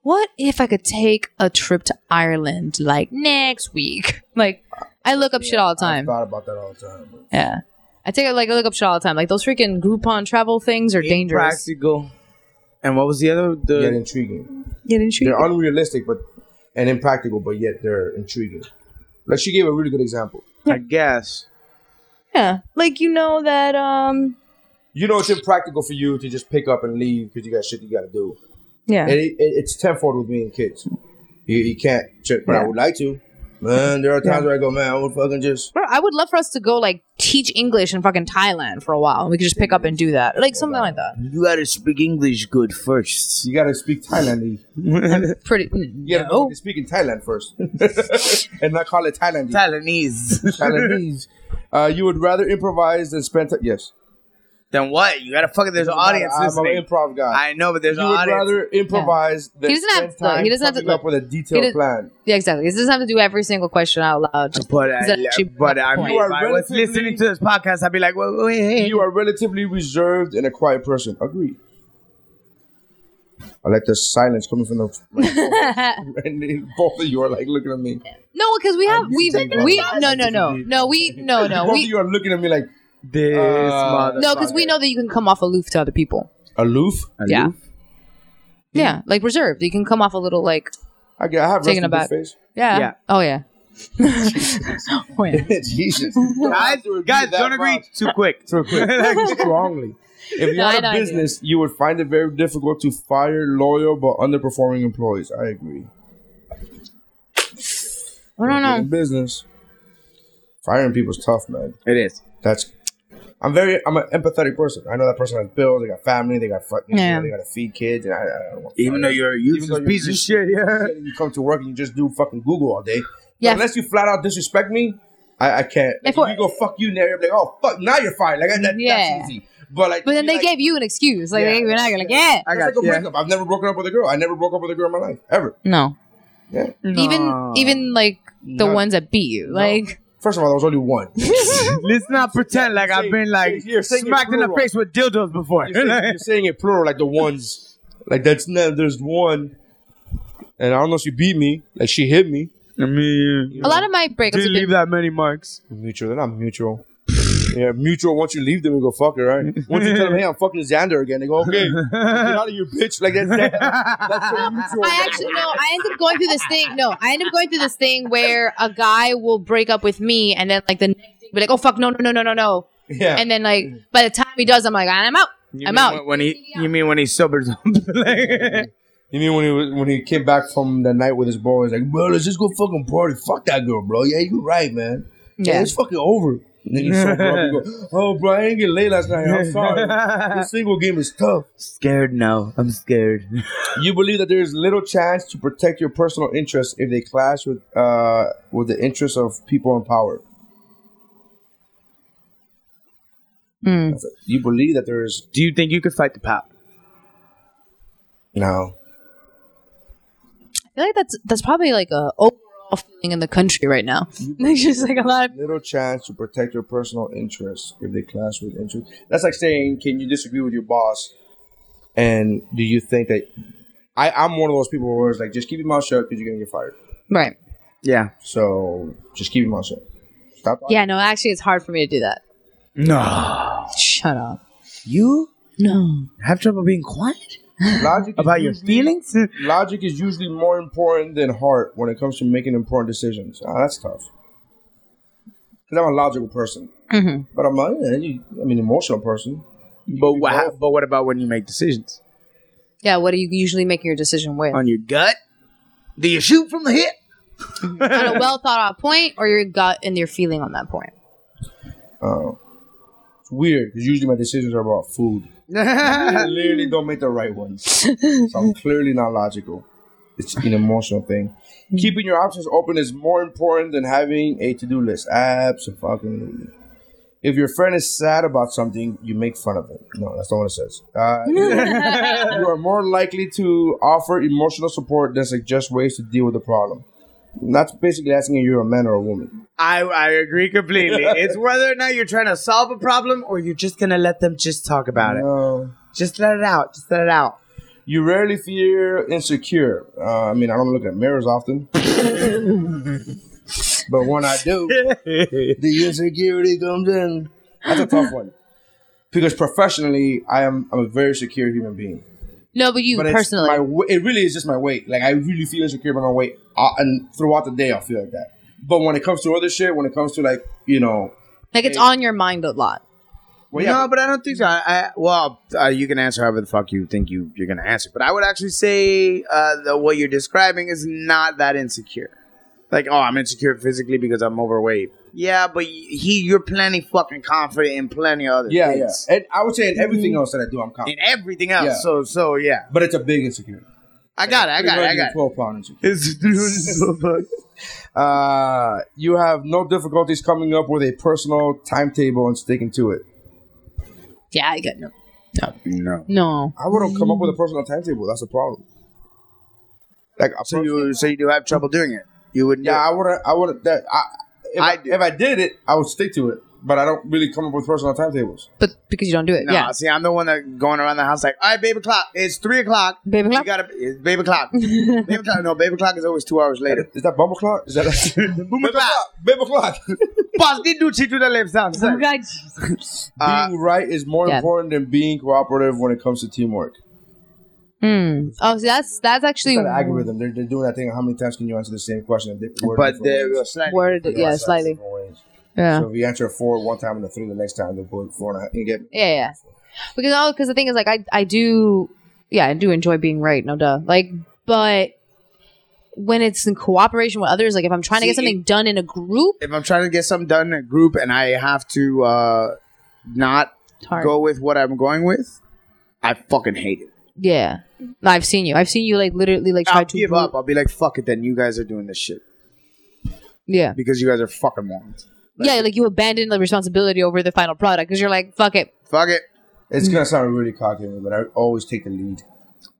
S6: what if I could take a trip to Ireland like next week? (laughs) Like I look up shit all the time.
S2: Thought about that all the time.
S6: yeah. I take like I look up shit all the time. Like those freaking Groupon travel things are dangerous.
S5: Practical. And what was the other? The
S2: Yet intriguing.
S6: Get intrigued.
S2: They're unrealistic, but and impractical, but yet they're intriguing. Like she gave a really good example.
S5: I guess.
S6: Yeah. Like you know that um
S2: You know, it's impractical for you to just pick up and leave because you got shit you got to do.
S6: yeah.
S2: And it, it, it's tenfold with me and kids. You, you can't, but I would like to. Man, there are times where I go, man, I would fucking just
S6: Bro, I would love for us to go like teach English in fucking Thailand for a while. We could just pick up and do that. Like something like that.
S5: You gotta speak English good first.
S2: You gotta speak Thailandese.
S6: Pretty
S2: You gotta
S6: no.
S2: to speak in Thailand first, (laughs) and not call it Thailandese. (laughs)
S5: Thailandese.
S2: Thailandese. Uh, you would rather improvise than spend time. Yes,
S5: then what? You gotta fucking. There's an audience
S2: I'm
S5: listening.
S2: an improv guy.
S5: I know, but there's
S2: you
S5: an
S2: would
S5: audience.
S2: rather improvise than
S6: He doesn't have
S2: spend
S6: to- look,
S2: time
S6: he doesn't have to-
S2: coming up
S6: look,
S2: with a detailed
S6: does-
S2: plan.
S6: Yeah, exactly. It doesn't have to do every single question out loud. Just-
S5: But, I-
S6: Is that actually-
S5: but I mean,
S2: You are
S5: if I was
S2: relatively-
S5: listening to this podcast, I'd be like, well, wait, hey.
S2: You are relatively reserved and a quiet person. Agreed. I like the silence coming from the. (laughs)
S6: (laughs)
S2: and they- both of you are like looking at me.
S6: no, because we have we
S2: used to
S6: we
S2: think
S6: no
S2: about
S6: no
S2: that.
S6: no no we no no
S2: both of
S6: we
S2: you are looking at me like
S5: this
S2: Uh,
S5: mother.
S6: no because we know that you can come off aloof to other people.
S2: aloof.
S6: Yeah. Yeah, like reserved. You can come off a little like
S2: I get. I have resting
S6: Taken
S2: bitch
S6: aback.
S2: face.
S6: yeah.
S5: Yeah.
S6: Oh yeah. oh yeah.
S2: Jesus,
S5: Guys, guys, don't agree too quick.
S2: Too quick. (laughs)
S6: (laughs)
S2: Strongly. If you
S6: No, I
S2: had
S6: know,
S2: a
S6: I do.
S2: business, you would find it very difficult to fire loyal but underperforming employees. I agree.
S6: I don't
S2: In
S6: know.
S2: business, firing people's tough, man.
S5: It is.
S2: That's. I'm very. I'm an empathetic person. I know that person has bills. They got family. They got fucking.
S6: Yeah.
S2: They got to feed kids. And I, I don't want to
S5: Even
S2: fire
S5: though
S2: them.
S5: you're a
S2: Even
S5: useless
S2: though you're
S5: piece of
S2: useless.
S5: shit,
S2: (laughs)
S5: yeah.
S2: you come to work and you just do fucking Google all day.
S6: Yeah.
S2: Yeah. Unless you flat out disrespect me, I, I can't. Like,
S6: If
S2: if
S6: we're-
S2: you go fuck you, Nary, I'm like, oh fuck, now you're fired. Like that, that-
S6: Yeah.
S2: that's easy. But like,
S6: But then
S2: be
S6: they
S2: like,
S6: gave you an excuse. Like
S2: Yeah.
S6: they gave you an argument. Like yeah.
S2: I got like a breakup. I've never broken up with a girl. I never broke up with a girl in my life ever.
S6: No.
S2: Yeah.
S6: Even even like the
S2: No.
S6: ones that beat you. Like
S2: First of all, there was only (laughs) one.
S5: Let's not pretend like I've been like
S2: You're saying
S5: smacked in the
S2: plural.
S5: face with dildos before.
S2: You're saying, you're saying it plural, like the ones. Like that's not. There's one. And I don't know if she beat me. Like she hit me.
S12: (laughs)
S5: I mean,
S6: a lot of my breakups have
S5: didn't leave
S6: been
S5: that many marks.
S2: Mutual. They're not mutual. (laughs) yeah, mutual. Once you leave them, you go fuck it, right? Once you tell them, hey, I'm fucking Xander again, they go, okay, get out of your bitch. Like that's that, that's their mutual.
S6: I actually no. I ended up going through this thing. No, I ended up going through this thing where a guy will break up with me, and then like the next day be like, "Oh fuck, no, no, no, no, no, no,"
S2: yeah.
S6: and then like by the time he does, I'm like, "I'm out, I'm out."
S5: When he, you mean when he sobers up? Like-
S2: you mean when he was- when he came back from the night with his boys, like, bro, let's just go fucking party. Fuck that girl, bro. Yeah, you're right, man. Yeah,
S6: Yeah.
S2: it's fucking over. And then you sober up, you go, oh, bro, I didn't get laid last night. I'm
S6: (laughs)
S2: sorry. this single game is tough.
S5: scared now. I'm scared.
S2: (laughs) You believe that there is little chance to protect your personal interests if they clash with uh, with the interests of people in power.
S6: Hmm.
S2: That's it. You believe that there is
S5: Do you think you could fight the pop?
S2: no.
S6: I feel like that's that's probably like a overall feeling in the country right now. There's just like a lot of
S2: little chance to protect your personal interests if they clash with interests. That's like saying, can you disagree with your boss? And do you think that I, I'm one of those people where it's like, just keep your mouth shut because you're gonna get fired.
S6: right.
S5: Yeah.
S2: So just keep your mouth shut. Stop.
S6: Yeah, no, actually, it's hard for me to do that.
S5: No.
S6: Shut up.
S5: You
S6: No. Mm-hmm.
S5: have trouble being quiet
S2: Logic is
S5: about your
S2: usually-
S5: feelings? (laughs)
S2: Logic is usually more important than heart when it comes to making important decisions. Ah, that's tough. Because I'm a logical person,
S6: Mhm.
S2: but I'm a, yeah, you, I'm an emotional person.
S5: But what? But what about when you make decisions
S6: Yeah, what are you usually making your decision with?
S5: on your gut? Do you shoot from the hip?
S6: on a well thought out point or your gut and your feeling on that point.
S2: Oh. It's weird because usually my decisions are about food. I literally don't make the right ones. So I'm clearly not logical. It's an emotional thing. Keeping your options open is more important than having a to do list. Absolutely. If your friend is sad about something, you make fun of it. No, that's not what it says. Uh, you are more likely to offer emotional support than suggest ways to deal with the problem. And that's basically asking if you're a man or a woman.
S5: I, I agree
S2: (laughs)
S5: completely. it's whether or not you're trying to solve a problem or you're just gonna let them just talk about
S2: it.
S5: Just let it out. Just let it out.
S2: You rarely feel insecure. Uh, I mean, I don't look at mirrors
S12: (laughs)
S2: often. but when I do, the insecurity comes in. That's a tough one. Because professionally, I am I'm a very secure human being.
S6: No, but you
S2: But it's
S6: personally.
S2: my wa- it really is just my weight. Like I really feel insecure about my weight, uh, and throughout the day I feel like that. But when it comes to other shit, when it comes to like you know,
S6: like it's on your mind a lot.
S2: Well, yeah,
S12: no, but I don't think so. I, I, well, uh, you can answer however the fuck you think you, you're going to answer. But I would actually say uh, that what you're describing is not that insecure. Like, oh, I'm insecure physically because I'm overweight. Yeah, but y- he, you're plenty fucking confident in plenty of other
S2: yeah, yeah.
S12: things.
S2: And I would say in
S12: Mm-hmm.
S2: everything else that I do, I'm
S12: In
S2: confident.
S12: everything else.
S2: Yeah.
S12: So, so yeah.
S2: But it's a big insecurity.
S12: I got it. I got it. I got it. (laughs)
S2: Twelve pound insecurity. Uh, you have no difficulties coming up with a personal timetable and sticking to it.
S6: Yeah, I get no.
S12: No.
S6: No.
S2: I wouldn't come up with a personal timetable. That's the problem. Like, so
S12: you so you do have trouble doing it. You would.
S2: Yeah, I wouldn't. I wouldn't. That I. If I, if I did it, I would stick to it. But I don't really come up with personal timetables.
S6: But because you don't do it.
S12: No,
S6: yeah.
S12: see, I'm the one that going around the house like, all right, baby clock. It's three o'clock.
S6: Baby
S12: clock. You gotta, it's baby clock. baby clock. No, baby clock is always two hours
S2: (laughs)
S12: later.
S2: Is that bumble clock? Is that
S12: boomer clock?
S2: Baby clock. (laughs)
S12: Boss, did do cheat to the left side.
S6: (laughs)
S12: sir. Uh,
S2: being right is more
S6: yeah. Mm-hmm.
S2: important than being cooperative when it comes to teamwork.
S6: Hmm. Oh, so that's that's actually
S2: It's not an algorithm. They're, they're doing that thing. How many times can you answer the same question? and they- word
S12: But
S2: different
S12: they're
S2: ways?
S12: slightly
S6: worded.
S2: Yeah,
S6: Yeah,
S2: it's
S6: slightly. Yeah.
S2: So if you answer a four one time and a three the next time, they'll put four and a half. You get
S6: Yeah, yeah. Because oh, because the thing is, like, I I do, yeah, I do enjoy being right, no duh. Like, but when it's in cooperation with others, like if I'm trying to get
S12: See,
S6: something done in a group,
S12: if I'm trying to get something done in a group and I have to uh, not
S6: hard.
S12: go with what I'm going with, I fucking hate it.
S6: yeah, no, I've seen you. I've seen you like literally like try
S12: I'll
S6: to
S12: give
S6: group-
S12: up. I'll be like, fuck it. Then you guys are doing this shit
S6: Yeah,
S12: because you guys are fucking morons.
S6: yeah, like you abandon the responsibility over the final product because you're like, fuck it. (clears throat)
S12: Fuck it.
S2: It's gonna sound really cocky, but I always take the lead.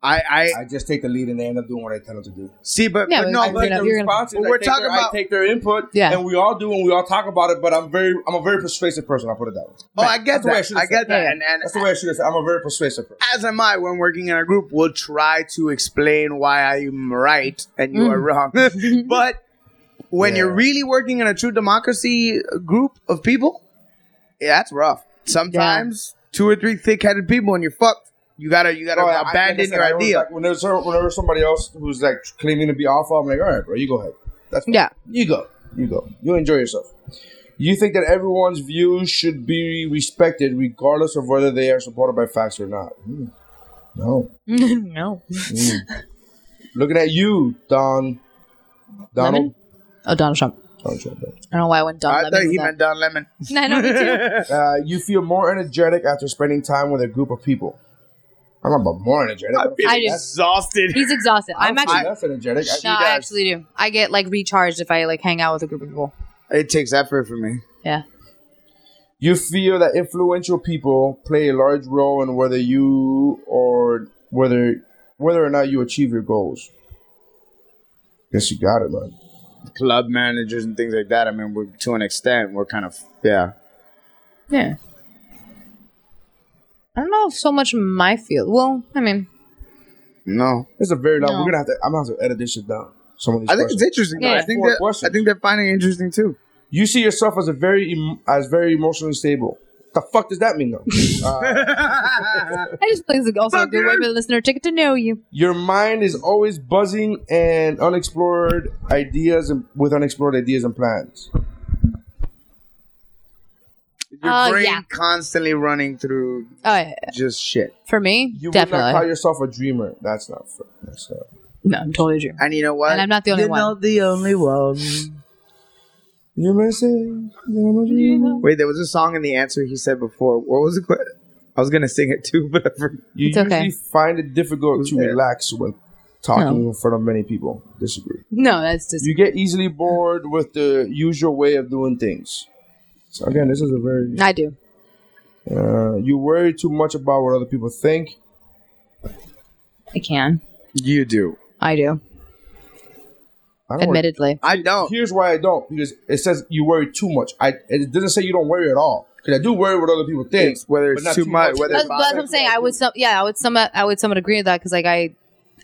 S12: I, I
S2: I just take the lead and they end up doing what I tell them to do.
S12: see, but,
S6: Yeah,
S12: but
S6: but
S12: no,
S6: I
S12: but
S6: think
S12: the
S6: that you're gonna-
S12: response is
S2: But
S12: I
S2: we're
S12: take
S2: talking
S12: their- I
S2: about
S12: take-
S2: take their input,
S6: Yeah.
S2: and we all do, and we all talk about it. But I'm very, I'm a very persuasive person. I will put it that way.
S12: Oh, I get
S2: That's the way I
S12: that.
S2: should
S12: I,
S2: have
S12: get
S2: said
S12: that.
S2: it.
S12: And, and
S2: That's the way I should have said. I'm a very persuasive person.
S12: as am I when working in a group, will try to explain why I'm right and you are wrong. (laughs) but when you're really working in a true democracy group of people, yeah, that's rough. Sometimes two or three thick-headed people and you're fucked. You gotta you gotta
S2: Oh, I- I- like I
S12: abandon
S2: said, I
S12: your
S2: was
S12: idea.
S2: Like, when there's whenever somebody else who's like claiming to be alpha, I'm like, all right, bro, you go ahead. That's fine.
S6: Yeah.
S2: You go. You go. You enjoy yourself. You think that everyone's views should be respected regardless of whether they are supported by facts or not. Hmm. No.
S6: no.
S2: Hmm. Looking at you, Don. Donald.
S6: Oh, Donald Trump.
S2: Donald Trump, yeah.
S6: I don't know why I went Don
S12: I
S6: Lemon.
S12: thought
S6: with
S12: he
S6: that.
S12: meant Don Lemon.
S6: (laughs)
S12: (laughs)
S6: No, I know me too.
S2: Uh, you feel more energetic after spending time with a group of people. I'm not about more energetic.
S12: I'm
S6: I do.
S12: exhausted.
S6: He's exhausted. I'm
S2: I'm
S6: actually.
S2: less energetic. I-
S6: No, I actually do. I get like recharged if I like hang out with a group of people.
S12: It takes effort for me.
S6: Yeah.
S2: You feel that influential people play a large role in whether you or whether whether or not you achieve your goals. Guess you got it, man.
S12: Club managers and things like that. I mean, we're to an extent, we're kind of yeah.
S6: Yeah. I don't know if so much my field. Well, I mean,
S12: No,
S2: It's a very long.
S6: No.
S2: We're gonna have to. I'm gonna have to edit this shit down. Some of these
S12: I think
S2: questions.
S12: it's interesting. Though.
S6: Yeah.
S12: I think
S2: Four
S12: that I
S2: questions.
S12: think they're finding it interesting too.
S2: you see yourself as a very em- as very emotionally stable. The fuck does that mean though?
S6: I just think it's also a good way for the listener to get to know you.
S2: Your mind is always buzzing and unexplored ideas and with unexplored ideas and plans.
S12: Your
S6: Uh,
S12: brain
S6: yeah.
S12: constantly running through
S6: Oh, yeah.
S12: just shit.
S6: For me,
S2: You would not call
S6: definitely.
S2: yourself a dreamer. That's not. That's not.
S6: No, I'm totally true.
S12: And you know what?
S6: And I'm not the only
S12: You're
S6: one.
S12: not the only one. You must say- Wait, there was a song in the answer he said before. What was it? I was gonna sing it too, (laughs) but I forgot.
S2: You usually find it difficult to relax when talking in front of many people. Disagree.
S6: No, that's just.
S2: You get easily bored with the usual way of doing things. So again, this is a very
S6: I do.
S2: uh, you worry too much about what other people think.
S6: I can.
S12: You do.
S6: I do.
S2: I don't worry.
S6: Admittedly.
S12: I don't.
S2: Here's why I don't because it says you worry too much. I it doesn't say you don't worry at all because I do worry what other people think.
S12: whether
S2: it's too, much,
S6: That's, that's what I'm saying. I would some, yeah, I would somewhat, I would somewhat agree with that because like I,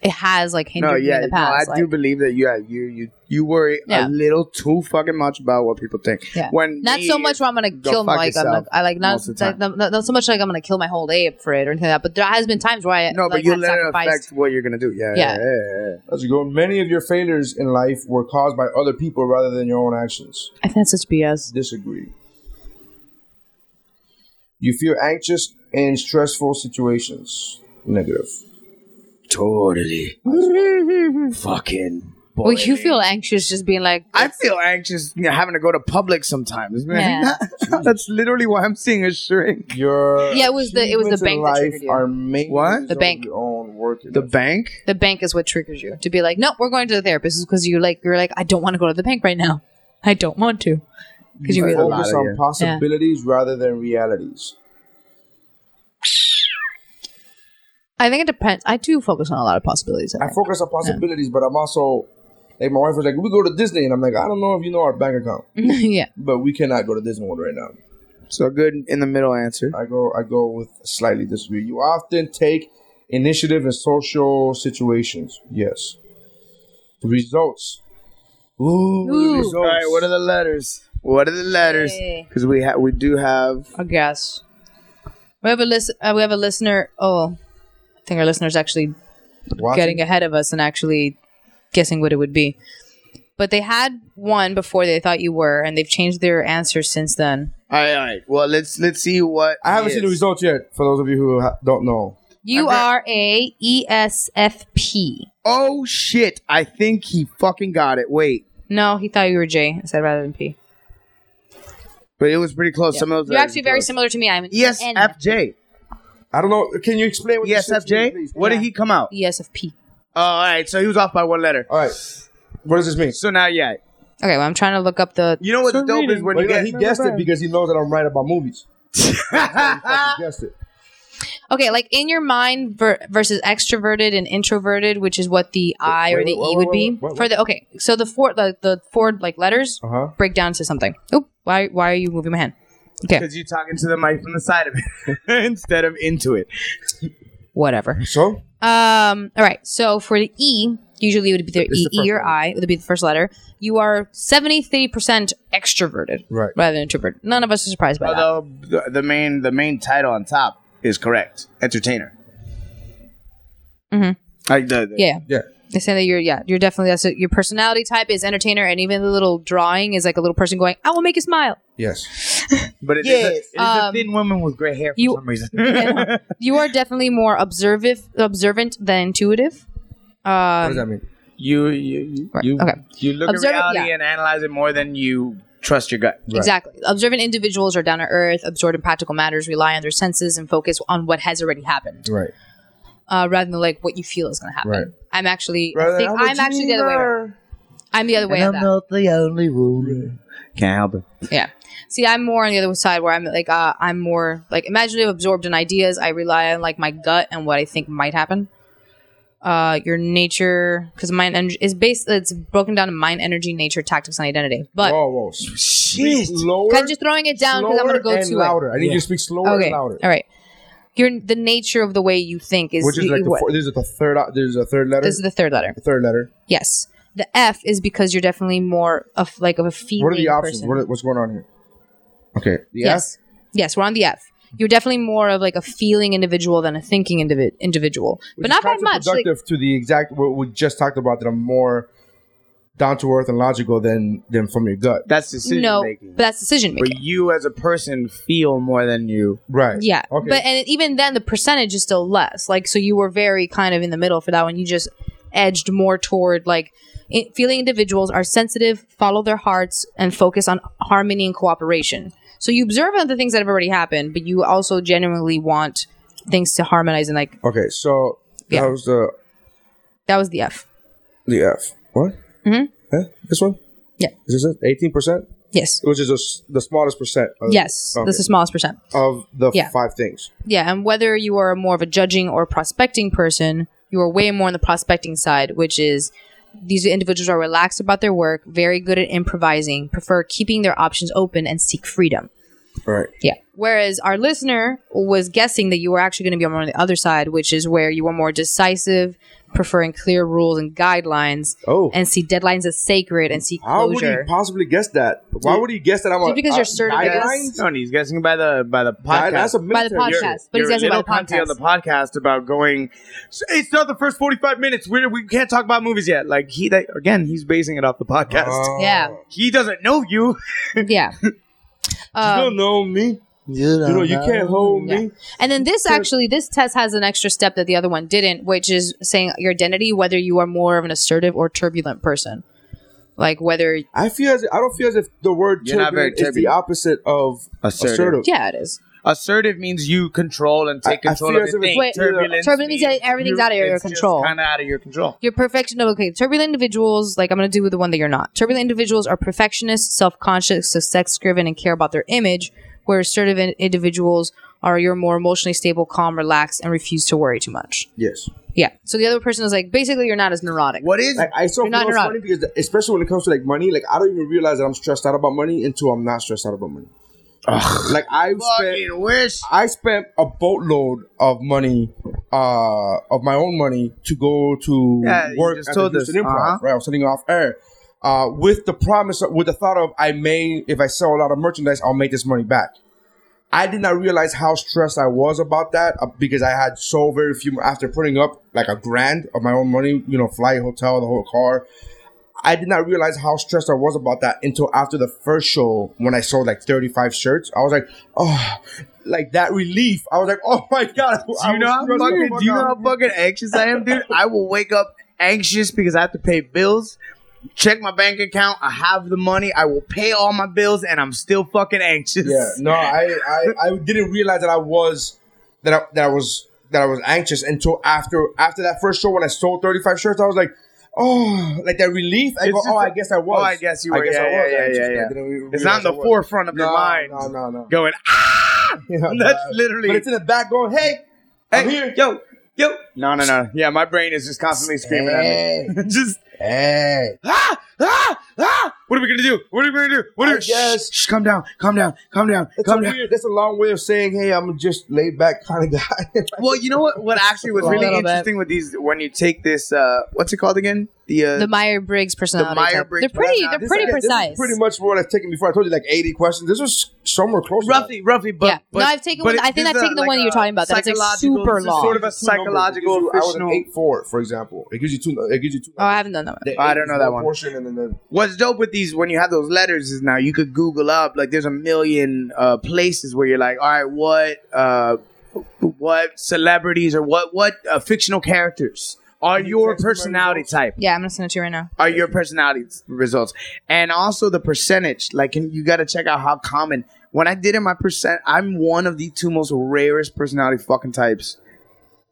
S6: it has like hindered
S12: No, yeah,
S6: me in the
S12: no, I
S6: past.
S12: do believe that. Yeah, you you you worry
S6: Yeah.
S12: a little too fucking much about what people think.
S6: Yeah.
S12: When
S6: not
S12: me-
S6: so much where I'm gonna
S12: go
S6: kill my
S12: fuck
S6: like I'm
S12: yourself
S6: like, I like not,
S12: most of the
S6: like,
S12: time.
S6: not, not so much like I'm gonna kill my whole day for it or anything like that. But there has been times where I
S12: no,
S6: like,
S12: but you
S6: have
S12: let it
S6: sacrificed.
S12: affect what you're gonna do. Yeah,
S6: Yeah.
S12: yeah, yeah.
S2: As you go, many of your failures in life were caused by other people rather than your own actions.
S6: I think that's such BS.
S2: Disagree. You feel anxious in stressful situations. Negative.
S6: (laughs)
S12: Totally. Fucking.
S6: Well, you feel anxious just being like
S12: I feel anxious you know, having to go to public sometimes, man.
S6: Yeah.
S12: (laughs) That's literally why I'm seeing a shrink.
S2: Your
S6: Yeah, it was the- it was the
S2: achievements
S6: bank
S2: in
S6: that
S2: life
S6: triggered you.
S2: Are mainly
S12: What?
S6: The bank.
S2: Your own work.
S12: The bank.
S6: the bank is what triggers you to be like, no, we're going to the therapist because you like you're like I don't want to go to the bank right now. I don't want to because you,
S2: You
S6: realize
S2: focus on possibilities rather than realities.
S6: I think it depends. I do focus on a lot of possibilities. I,
S2: I focus on possibilities, but I'm also like my wife was like, we go to Disney, and I'm like, I don't know if you know our bank account,
S6: think. (laughs) yeah.
S2: but we cannot go to Disney World right now.
S12: So good in the middle answer.
S2: I go, I go with slightly disagree. You often take initiative in social situations. Yes. The results. Ooh, the
S12: Ooh.
S2: results.
S12: All right, what are the letters? What are the letters?
S6: Yay.
S12: Because we ha- we do have.
S6: I guess. We have a list. Uh, we have a listener. Oh, I think our listener's actually
S12: Watching?
S6: getting ahead of us and actually guessing what it would be. But they had one before they thought you were, and they've changed their answer since then.
S12: All right, all right. Well, let's let's see what.
S2: I haven't seen the results yet. For those of you who ha- don't know,
S6: You are a E ESFP.
S12: Oh shit! I think he fucking got it. Wait,
S6: No, he thought you were J. I said rather than P.
S12: but it was pretty close. Some of those
S6: You're
S12: are E
S6: actually very
S12: close.
S6: similar to me. I'm an
S12: Yes,
S6: N.
S12: FJ.
S2: I don't know. Can you explain what
S12: Yes, FJ. What did he come out?
S6: E ESFP.
S12: Oh, all right. So he was off by one letter.
S2: All right. What does this mean?
S12: So now, yeah.
S6: Okay, well, I'm trying to look up the.
S12: You know what's dope is when
S2: But
S12: you
S2: yeah,
S12: get
S2: he guessed it because he knows that I'm right about movies. That's
S6: Ah.
S2: why he fucking guessed it.
S6: Okay, like in your mind ver- versus extroverted and introverted, which is what the I or
S15: wait, wait,
S6: the E
S15: wait,
S6: would
S15: wait,
S6: be
S15: wait, wait,
S6: for the. Okay, so the four like the four like letters
S2: Uh-huh.
S6: break down to something. Oop, why why are you moving my hand?
S12: (laughs)
S6: Okay,
S12: because you're talking to the mic from the side of it (laughs) instead of into it. (laughs)
S6: Whatever.
S2: So
S6: Um. All right. So for the E, usually it would be the
S12: It's
S6: E,
S12: the first
S6: e or I. It would be the first letter. You are seventy three percent extroverted,
S2: right?
S6: Rather than introverted. None of us are surprised by that.
S12: Although the, the main the main title on top is correct, entertainer.
S6: Mhm.
S12: Like the, the-
S6: Yeah.
S2: yeah.
S6: They say that you're yeah you're definitely that's it. your personality type is entertainer and even the little drawing is like a little person going I will make you smile.
S2: Yes.
S12: But it is
S6: Yes.
S12: a, it is
S6: Um,
S12: a thin woman with gray hair for
S6: you-
S12: some reason.
S5: (laughs)
S6: (laughs) you are definitely more observant observant than intuitive. Um,
S12: What does that
S2: mean?
S12: You you you,
S6: okay.
S12: you look
S6: Observe it,
S12: at reality
S6: yeah.
S12: and analyze it more than you trust your gut.
S6: Exactly. Observant individuals are down to earth, absorbed in practical matters, rely on their senses, and focus on what has already happened,
S2: Right.
S6: uh, rather than like what you feel is going to happen.
S12: Right.
S6: I'm actually,
S12: Rather
S6: I think
S12: than I'm a
S6: I'm actually the other way. around. I'm the other way. on that.
S12: not the only one. Can't help it.
S6: Yeah. See, I'm more on the other side where I'm like, uh, I'm more like imaginative, absorbed in ideas. I rely on like my gut and what I think might happen. Uh, your nature, because mind energy is based. It's broken down to mind, energy, nature, tactics, and identity. But
S2: whoa, whoa, shit! Lower,
S6: I'm just throwing it down because I'm
S2: slower
S6: gonna go
S2: and
S6: to
S2: louder.
S6: It.
S2: I need you to speak slower and
S6: okay.
S2: louder.
S6: All right. Your the nature of the way you think is
S2: Which is like the
S6: what-
S2: four, there's the third o- there's a third letter.
S6: This is the third letter.
S2: The third letter.
S6: yes. The F is because you're definitely more of like of a feeling.
S2: What are the options?
S6: person.
S2: What are, what's going on here? Okay. The
S6: yes. Yes, we're on the F. You're definitely more of like a feeling individual than a thinking indivi- individual,
S2: F,
S6: but not by much. Like,
S2: Productive to the exact what we just talked about that I'm more down to earth and logical than than from your gut.
S12: That's decision
S6: no,
S12: making.
S6: but that's decision making.
S12: But you as a person feel more than you.
S2: Right.
S6: Yeah, but and even then the percentage is still less. Like so, you were very kind of in the middle for that one. You just edged more toward like i- feeling individuals are sensitive, follow their hearts, and focus on harmony and cooperation. So you observe the things that have already happened, but you also genuinely want things to harmonize and like
S2: Okay, so that was the
S6: that was the F.
S2: the F. What?
S6: Mm-hmm.
S2: Eh, This one?
S6: Yeah.
S2: Is this it? Eighteen percent?
S6: Yes.
S2: Which is the s- the smallest percent. Of,
S6: Yes,
S2: okay,
S6: that's the smallest percent.
S2: of the
S6: Yeah.
S2: five things.
S6: Yeah, and whether you are more of a judging or prospecting person, you are way more on the prospecting side, which is these individuals are relaxed about their work, very good at improvising, prefer keeping their options open, and seek freedom.
S2: All right.
S6: Yeah. Whereas our listener was guessing that you were actually going to be more on the other side, which is where you are more decisive, preferring clear rules and guidelines,
S2: oh.
S6: and see deadlines as sacred and see
S2: How would he
S6: closure.
S2: possibly guess that? Why would he guess that I'm
S6: Just
S2: a,
S6: because
S2: uh,
S6: you're certain of this.
S12: No, and he's guessing by the by the podcast.
S2: that's a
S6: By the military- podcast, but he's
S12: You're a
S6: guessing by
S12: little
S6: the
S12: cunty on the podcast about going. "S- It's not the first forty-five minutes. We we can't talk about movies yet. Like he that, again, he's basing it off the podcast.
S2: Uh-huh.
S6: Yeah.
S12: He doesn't know
S2: (laughs)
S12: you.
S6: (laughs) Yeah. Um,
S2: you don't know me.
S12: You,
S2: know, you can't hold
S6: Yeah.
S2: me.
S6: And then this actually, this test has an extra step that the other one didn't, which is saying your identity, whether you are more of an assertive or turbulent person. Like whether
S2: I feel as I don't feel as if the word
S12: You're not very
S2: turbulent is the
S12: turbulent.
S2: opposite of assertive.
S12: Assertive.
S6: yeah, it is.
S12: Assertive means you control and take
S2: I- I
S12: control
S2: feel
S12: of
S2: as
S12: your
S2: if it's-
S12: thing.
S6: Wait,
S12: turbulence,
S6: turbulent means that everything's out of your control.
S12: Kind of out of your control.
S6: You're perfection. no, Okay, turbulent individuals. Like I'm gonna do with the one that you're not. Turbulent individuals are perfectionists, self-conscious, success-driven, and care about their image. Where assertive in- individuals are your more emotionally stable, calm, relaxed, and refuse to worry too much.
S2: Yes.
S6: Yeah. So the other person is like, basically, you're not as neurotic.
S12: What is?
S2: Like I so
S6: You're
S2: feel
S6: not
S2: it's funny
S6: neurotic.
S2: because especially when it comes to like money, like I don't even realize that I'm stressed out about money until I'm not stressed out about money. Like I spent, I spent a boatload of money, uh, of my own money to go to
S12: Yeah, you
S2: work
S12: just
S2: at
S12: told
S2: the
S12: us.
S2: Houston Improv.
S12: Uh-huh.
S2: Right, I was sending off air. Uh, with the promise, with the thought of I may, if I sell a lot of merchandise, I'll make this money back. I did not realize how stressed I was about that uh, because I had so very few. After putting up like a grand of my own money, you know, flight, hotel, the whole car, I did not realize how stressed I was about that until after the first show when I sold like 35 shirts. I was like, oh, like that relief. I was like, oh my god.
S12: Do you know how fucking? Do you know how fucking anxious I am, (laughs) dude? I will wake up anxious because I have to pay bills. Check my bank account. I have the money. I will pay all my bills, and I'm still fucking anxious.
S2: Yeah, no, I, I, I didn't realize that I was that I, that I was that I was anxious until after after that first show when I sold 35 shirts. I was like. Oh, like that relief. I
S12: It's
S2: go,
S12: just
S2: oh, I
S12: like-
S2: guess I was.
S12: Oh, I guess you were. yeah, yeah, yeah,
S2: anxious.
S12: yeah,
S2: I
S12: yeah.
S2: didn't re-
S12: It's not
S2: realize
S12: in the
S2: I was.
S12: forefront of your
S2: No,
S12: mind.
S2: No, no, no.
S12: Going
S2: (laughs)
S12: ah. That's literally.
S2: But it's in the back going, hey,
S12: I'm here. Yo, yo. No, no, no. Yeah, my brain is just constantly screaming at me. (laughs) just
S2: hey.
S12: Ah, ah, ah. What are we gonna do? What are we gonna do? What are?
S2: I guess-
S12: Shh, shh, calm down. Calm down. Calm down.
S2: That's a
S12: calm down.
S2: weird. That's a long way of saying, "Hey, I'm just laid back (laughs) kind of guy."
S12: Well, you know what? What actually was
S6: A
S12: really
S6: little bit.
S12: interesting with these when you take this, uh, what's it called again? The uh,
S6: The Meyer Briggs personality. type.
S12: Myers-Briggs
S6: They're pretty.
S12: personality.
S6: They're
S12: This
S6: pretty
S2: This is
S6: precise.
S2: pretty much what I've taken before. I told you like 80 questions. This was somewhere close. to that.
S12: roughly, roughly, but,
S6: yeah.
S12: but
S6: no, I've taken.
S12: but
S6: One,
S12: it-
S6: I think
S12: this
S6: I've
S12: is a-
S6: taken the
S12: like
S6: one that you're
S12: a
S6: talking about. That's like
S12: psychological-
S6: super
S12: this is
S6: long.
S12: Sort of
S2: Two
S12: a
S2: numbers.
S12: psychological
S2: It gives you- I was an
S12: fictional.
S2: eight four, for example. It gives you two. It gives you two.
S6: oh, I haven't done that. One.
S2: the
S12: I
S2: eight
S12: don't know
S2: is
S12: that
S2: the
S12: one.
S2: Portion and then the,
S12: What's dope with these when you have those letters is now you could Google up like there's a million uh, places where you're like, all right, what uh, what celebrities or what what uh, fictional characters are your personality type?
S6: Yeah, I'm gonna send it to you right now.
S12: Are your personality results and also the percentage? Like can, you got to check out how common. When I did it, my percent, I'm one of the two most rarest personality fucking types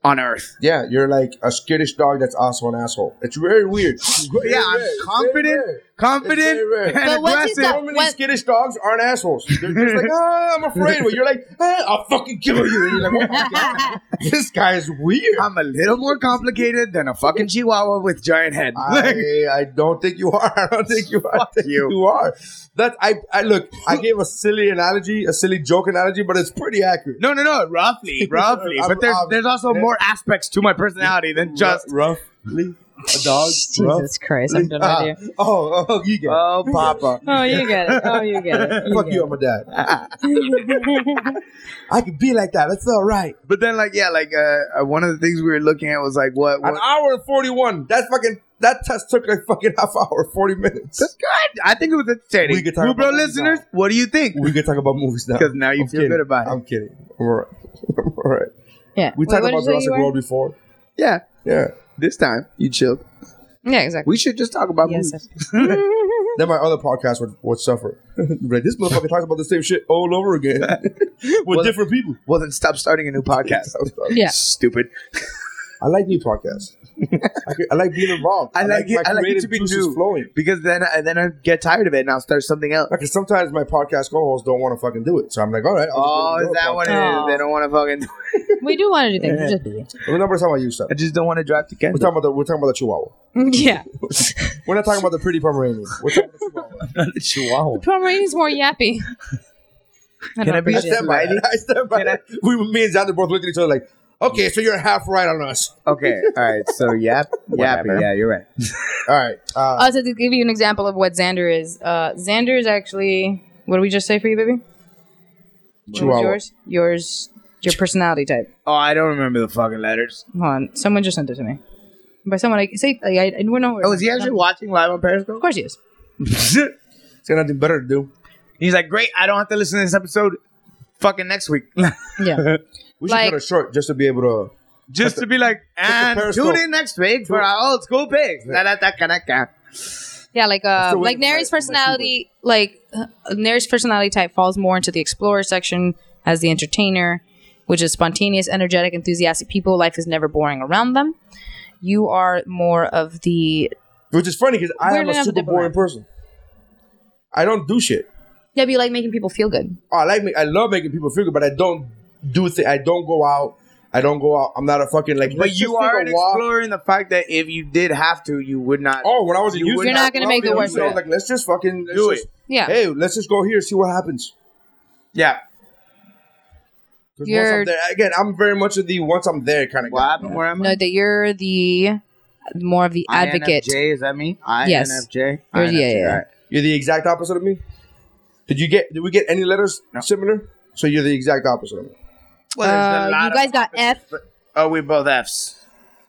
S12: on earth.
S2: yeah, you're like a skittish dog that's also an asshole. It's very weird.
S12: (laughs) Yeah, I'm confident, confident,
S2: It's very rare.
S12: and
S6: But once he's
S12: aggressive.
S6: got-
S2: Normally,
S6: What-
S2: skittish dogs aren't assholes. They're just
S12: (laughs)
S2: like, ah, I'm afraid. Well, you're like, ah, I'll fucking kill you. And you're like, oh my God, this guy's weird.
S12: I'm a little more complicated than a fucking chihuahua with giant head. Like,
S2: I, I don't think you are. (laughs) I don't think you are. I
S12: Fuck
S2: think
S12: you.
S2: you are. That I, I look.
S12: (laughs)
S2: I gave a silly analogy, a silly joke analogy, but it's pretty accurate.
S12: no, no, no,
S2: (laughs)
S12: roughly, roughly.
S2: I'm-
S12: but there's
S2: I'm-
S12: there's also more aspects to my personality than just
S2: Ru- roughly a dog.
S6: Jesus Christ, I'm done
S2: Ah, (laughs)
S6: with you.
S2: oh, oh, you get. it.
S12: oh, Papa.
S6: Oh, you get it. Oh, you
S2: (laughs)
S6: get it.
S2: Fuck you, I'm a dad. I could be like that. That's all right.
S12: (laughs) But then, like, yeah, like uh, uh, one of the things we were looking at was like, what?
S2: An
S12: what
S2: hour and forty-one. That fucking that test took like fucking half hour, forty minutes.
S12: that's good. I think it was entertaining.
S2: We could talk
S12: Who, bro,
S2: about that
S12: listeners,
S2: now.
S12: what do you think?
S2: We could talk about movies now.
S12: 'Cause now you feel
S2: kidding.
S12: good about it.
S2: I'm (laughs) kidding. I'm all right. I'm all right.
S6: Yeah.
S2: We
S6: Wait,
S2: talked
S6: what
S2: about
S6: did you
S2: Jurassic
S6: say you were?
S2: World before.
S12: Yeah,
S2: Yeah.
S12: This time you chilled.
S6: Yeah, exactly.
S12: We should just talk about
S6: yes,
S12: movies.
S2: then my other podcast would, would suffer. (laughs) like, this motherfucker talks about the same shit all over again (laughs) with different people.
S12: Well, then stop starting a new (laughs) podcast.
S2: Yeah.
S12: Stupid.
S2: I like new podcasts. I, could- I like being involved.
S12: I like, it.
S2: my
S12: I like it to
S2: creative
S12: be
S2: juices
S12: new
S2: flowing.
S12: because then I, then I get tired of it and I'll start something else.
S2: Because sometimes my podcast co-hosts don't want to fucking do it, so I'm like, all right.
S12: Oh, is that what it is? They don't want to fucking.
S6: we do want to do things. We're just
S2: busy. Remember how I used to. I
S12: just don't want to drive to Canada.
S2: We're talking about the, we're talking about the Chihuahua.
S6: busy. yeah.
S2: We're not talking about the pretty Pomeranian. We're talking
S12: (laughs)
S2: about the Chihuahua.
S6: Pomeranian's more yappy.
S2: (laughs) Can I be I stand
S12: (laughs)
S2: by it. I (laughs) stand by it. We, me and Xander both looked at each other like, okay, so you're half right on us.
S12: Okay, all right. So (laughs) yap, yap.
S2: Whatever.
S12: Yeah, you're right.
S2: all right. Uh,
S6: Also, Oh, to give you an example of what Xander is, uh, Xander is actually. What did we just say for you, baby? What was
S12: Chihuahua.
S6: yours? Yours. Your personality type.
S12: Oh, I don't remember the fucking letters.
S6: Hold on. Someone just sent it to me. By someone, I say. I, I, I don't know.
S12: Oh, is he actually watching live on Periscope? Of
S6: course he is.
S12: He's got nothing better to do. He's like, great. I don't have to listen to this episode. Fucking next (laughs) week.
S6: yeah.
S2: we should cut it short just to be able to.
S12: Just to be like, and
S2: Periscope.
S12: tune in next week for our old school picks. Da, da, da, ka, da, ka.
S6: Yeah, like uh,
S12: still
S6: like
S12: waiting for
S6: Neri's personality, like uh, Neri's personality type falls more into the explorer section as the entertainer, which is spontaneous, energetic, enthusiastic people. Life is never boring around them. You are more of the
S2: Which is funny because I
S6: We're
S2: am a
S6: gonna have a
S2: super boring person. I don't do shit.
S6: yeah, but you like making people feel good.
S2: Oh, I like me. I love making people feel good, but I don't do thi- I don't go out. I don't go out. I'm not a fucking like.
S12: But
S2: let's
S12: you
S2: just take
S12: are
S2: a
S12: an
S2: walk.
S12: explorer in the fact that if you did have to, you would not.
S2: Oh, when I was in
S12: you
S2: Houston,
S12: would
S6: You're not gonna make the
S2: I
S6: worst
S2: was
S6: of it.
S2: Like, let's just fucking let's
S12: Do
S2: just-
S12: it.
S6: Yeah.
S2: Hey, let's just go here, see what happens.
S12: Yeah.
S2: 'Cause once
S6: You're-
S2: I'm there, again, I'm very much of the once I'm there kind of guy.
S12: Where am
S6: No, that you're the more of the advocate.
S12: INFJ, is that me?
S6: Yes.
S12: INFJ?
S6: You're- yeah, yeah, yeah.
S12: alright.
S2: You're the exact opposite of me. Did you get? Did we get any letters similar? So you're the exact opposite of me.
S12: Well,
S6: Uh,
S12: there's a lot
S6: you
S12: of-
S6: guys got F.
S12: Oh, we both Fs.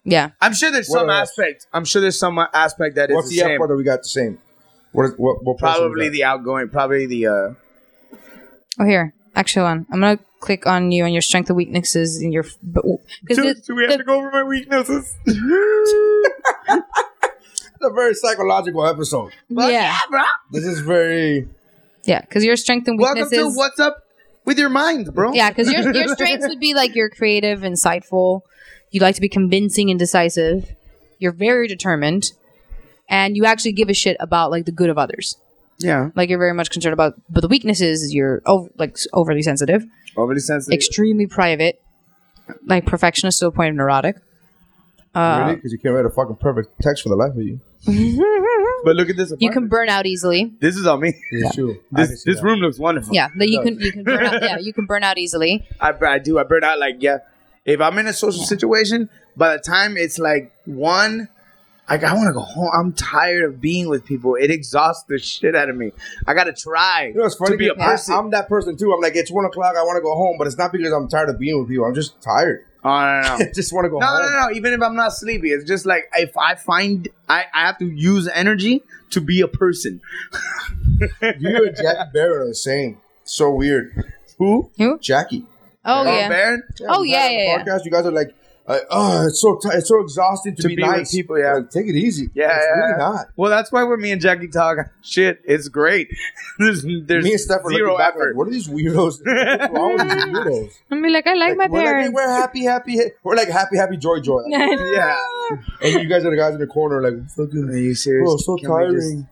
S6: Yeah.
S12: I'm sure there's
S2: What
S12: some
S2: else?
S12: aspect. I'm sure there's some aspect that is
S2: What's
S12: the
S2: the F
S12: same.
S2: word that we got the same? What? is- What? what person is
S12: Probably
S2: that?
S12: the outgoing. Probably the. uh
S6: Oh, here. Actually, hold on. I'm gonna click on you and your strength and weaknesses and your. But, 'cause
S2: Do-
S6: this-
S2: do we have to go over my weaknesses? It's a very psychological episode.
S6: yeah,
S12: bro.
S2: This is very.
S6: yeah, because your strength and
S12: Welcome
S6: weaknesses.
S12: to what's up with your mind, bro.
S6: Yeah, because your your strengths would be like you're creative, insightful. You like to be convincing and decisive. You're very determined, and you actually give a shit about like the good of others.
S12: Yeah.
S6: Like you're very much concerned about, but the weaknesses is you're over, like s- overly sensitive,
S12: Overly sensitive.
S6: extremely private, like perfectionist to the point of neurotic.
S2: really?
S6: Uh,
S2: Because you can't write a fucking perfect text for the life of
S6: (laughs)
S2: you.
S12: but look at this.
S6: you can burn out easily.
S12: This is on me.
S2: Yeah.
S12: This, this room looks wonderful.
S6: Yeah, that you can you can burn out, yeah you can burn
S2: (laughs)
S6: out easily.
S12: I, I do. I burn out. Like, yeah. If I'm in a social situation, by the time it's like one, like I want to go home. I'm tired of being with people. It exhausts the shit out of me. I gotta try
S2: You know, it's funny.
S12: to be a
S2: 'cause I-
S12: person.
S2: I'm that person too. I'm like, it's one o'clock. I want to go home, but it's not because I'm tired of being with people. I'm just tired. (laughs)
S12: oh no, no, no.
S2: just want to go
S12: No,
S2: home.
S12: no, no, no. Even if I'm not sleepy, it's just like if I find I, I have to use energy to be a person.
S2: You and Jackie Barron are the same. So weird.
S12: Who?
S6: Who?
S2: Jackie.
S6: Oh yeah.
S12: Baron?
S6: Oh
S2: we
S6: yeah,
S2: had it on
S6: yeah, yeah.
S2: the Podcast. You guys are like, uh, oh, it's so t- it's so exhausting to,
S12: To
S2: be,
S12: be with
S2: nice.
S12: people, yeah.
S2: Like, take it easy.
S12: Yeah,
S2: it's
S12: yeah,
S2: really
S12: yeah.
S2: not.
S12: Well, that's why when me and Jackie talk shit, it's great. (laughs) there's there's
S2: Me and Steph are
S12: zero
S2: looking back
S12: effort.
S2: like, what are these
S12: (laughs)
S2: weirdos? What's wrong with these weirdos?
S6: I mean, like I like, my
S2: we're like, hey,
S6: (laughs) parents.
S2: we're happy, happy, ha- we're like happy, happy, joy, joy.
S12: yeah. Ah,
S2: and you guys are the guys in the corner, like fucking.
S12: Are you serious?
S2: Bro, it's so
S12: Can we just-
S2: tiring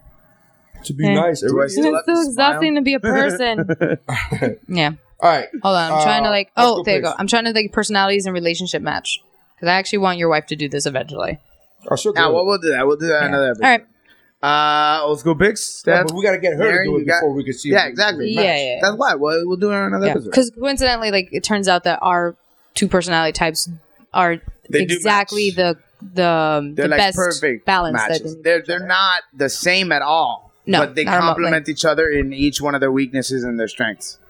S2: to be
S6: Yeah.
S2: nice.
S12: Do I
S2: Everybody-
S12: still have
S6: it's so
S12: to smile? (laughs)
S6: exhausting to be a person. yeah.
S2: All right.
S6: Hold on, I'm trying to
S2: Uh,
S6: like.
S2: let's
S6: Oh, there you go.
S2: please.
S6: I'm trying to like personalities and relationship match because I actually want your wife to do this eventually.
S2: Oh, she'll do
S12: Nah,
S2: it.
S12: well, we'll do that. We'll do that another episode.
S6: All right.
S12: Uh, old school picks.
S2: Yeah,
S12: Steph,
S2: but we gotta get her
S12: Mary,
S2: to do
S12: you
S2: it
S12: got-
S2: before we can see. if
S12: yeah,
S2: we-
S12: exactly.
S6: Yeah, yeah, yeah.
S12: That's why. We'll, we'll do it on another episode.
S6: Because coincidentally, like it turns out that our two personality types are
S12: They do
S6: exactly
S12: match.
S6: the the,
S12: They're
S6: the
S12: like
S6: best
S12: perfect
S6: balance. That
S12: matches. They're they're not the same at all.
S6: No,
S12: but they
S6: not remotely.
S12: complement each other in each one of their weaknesses and their strengths.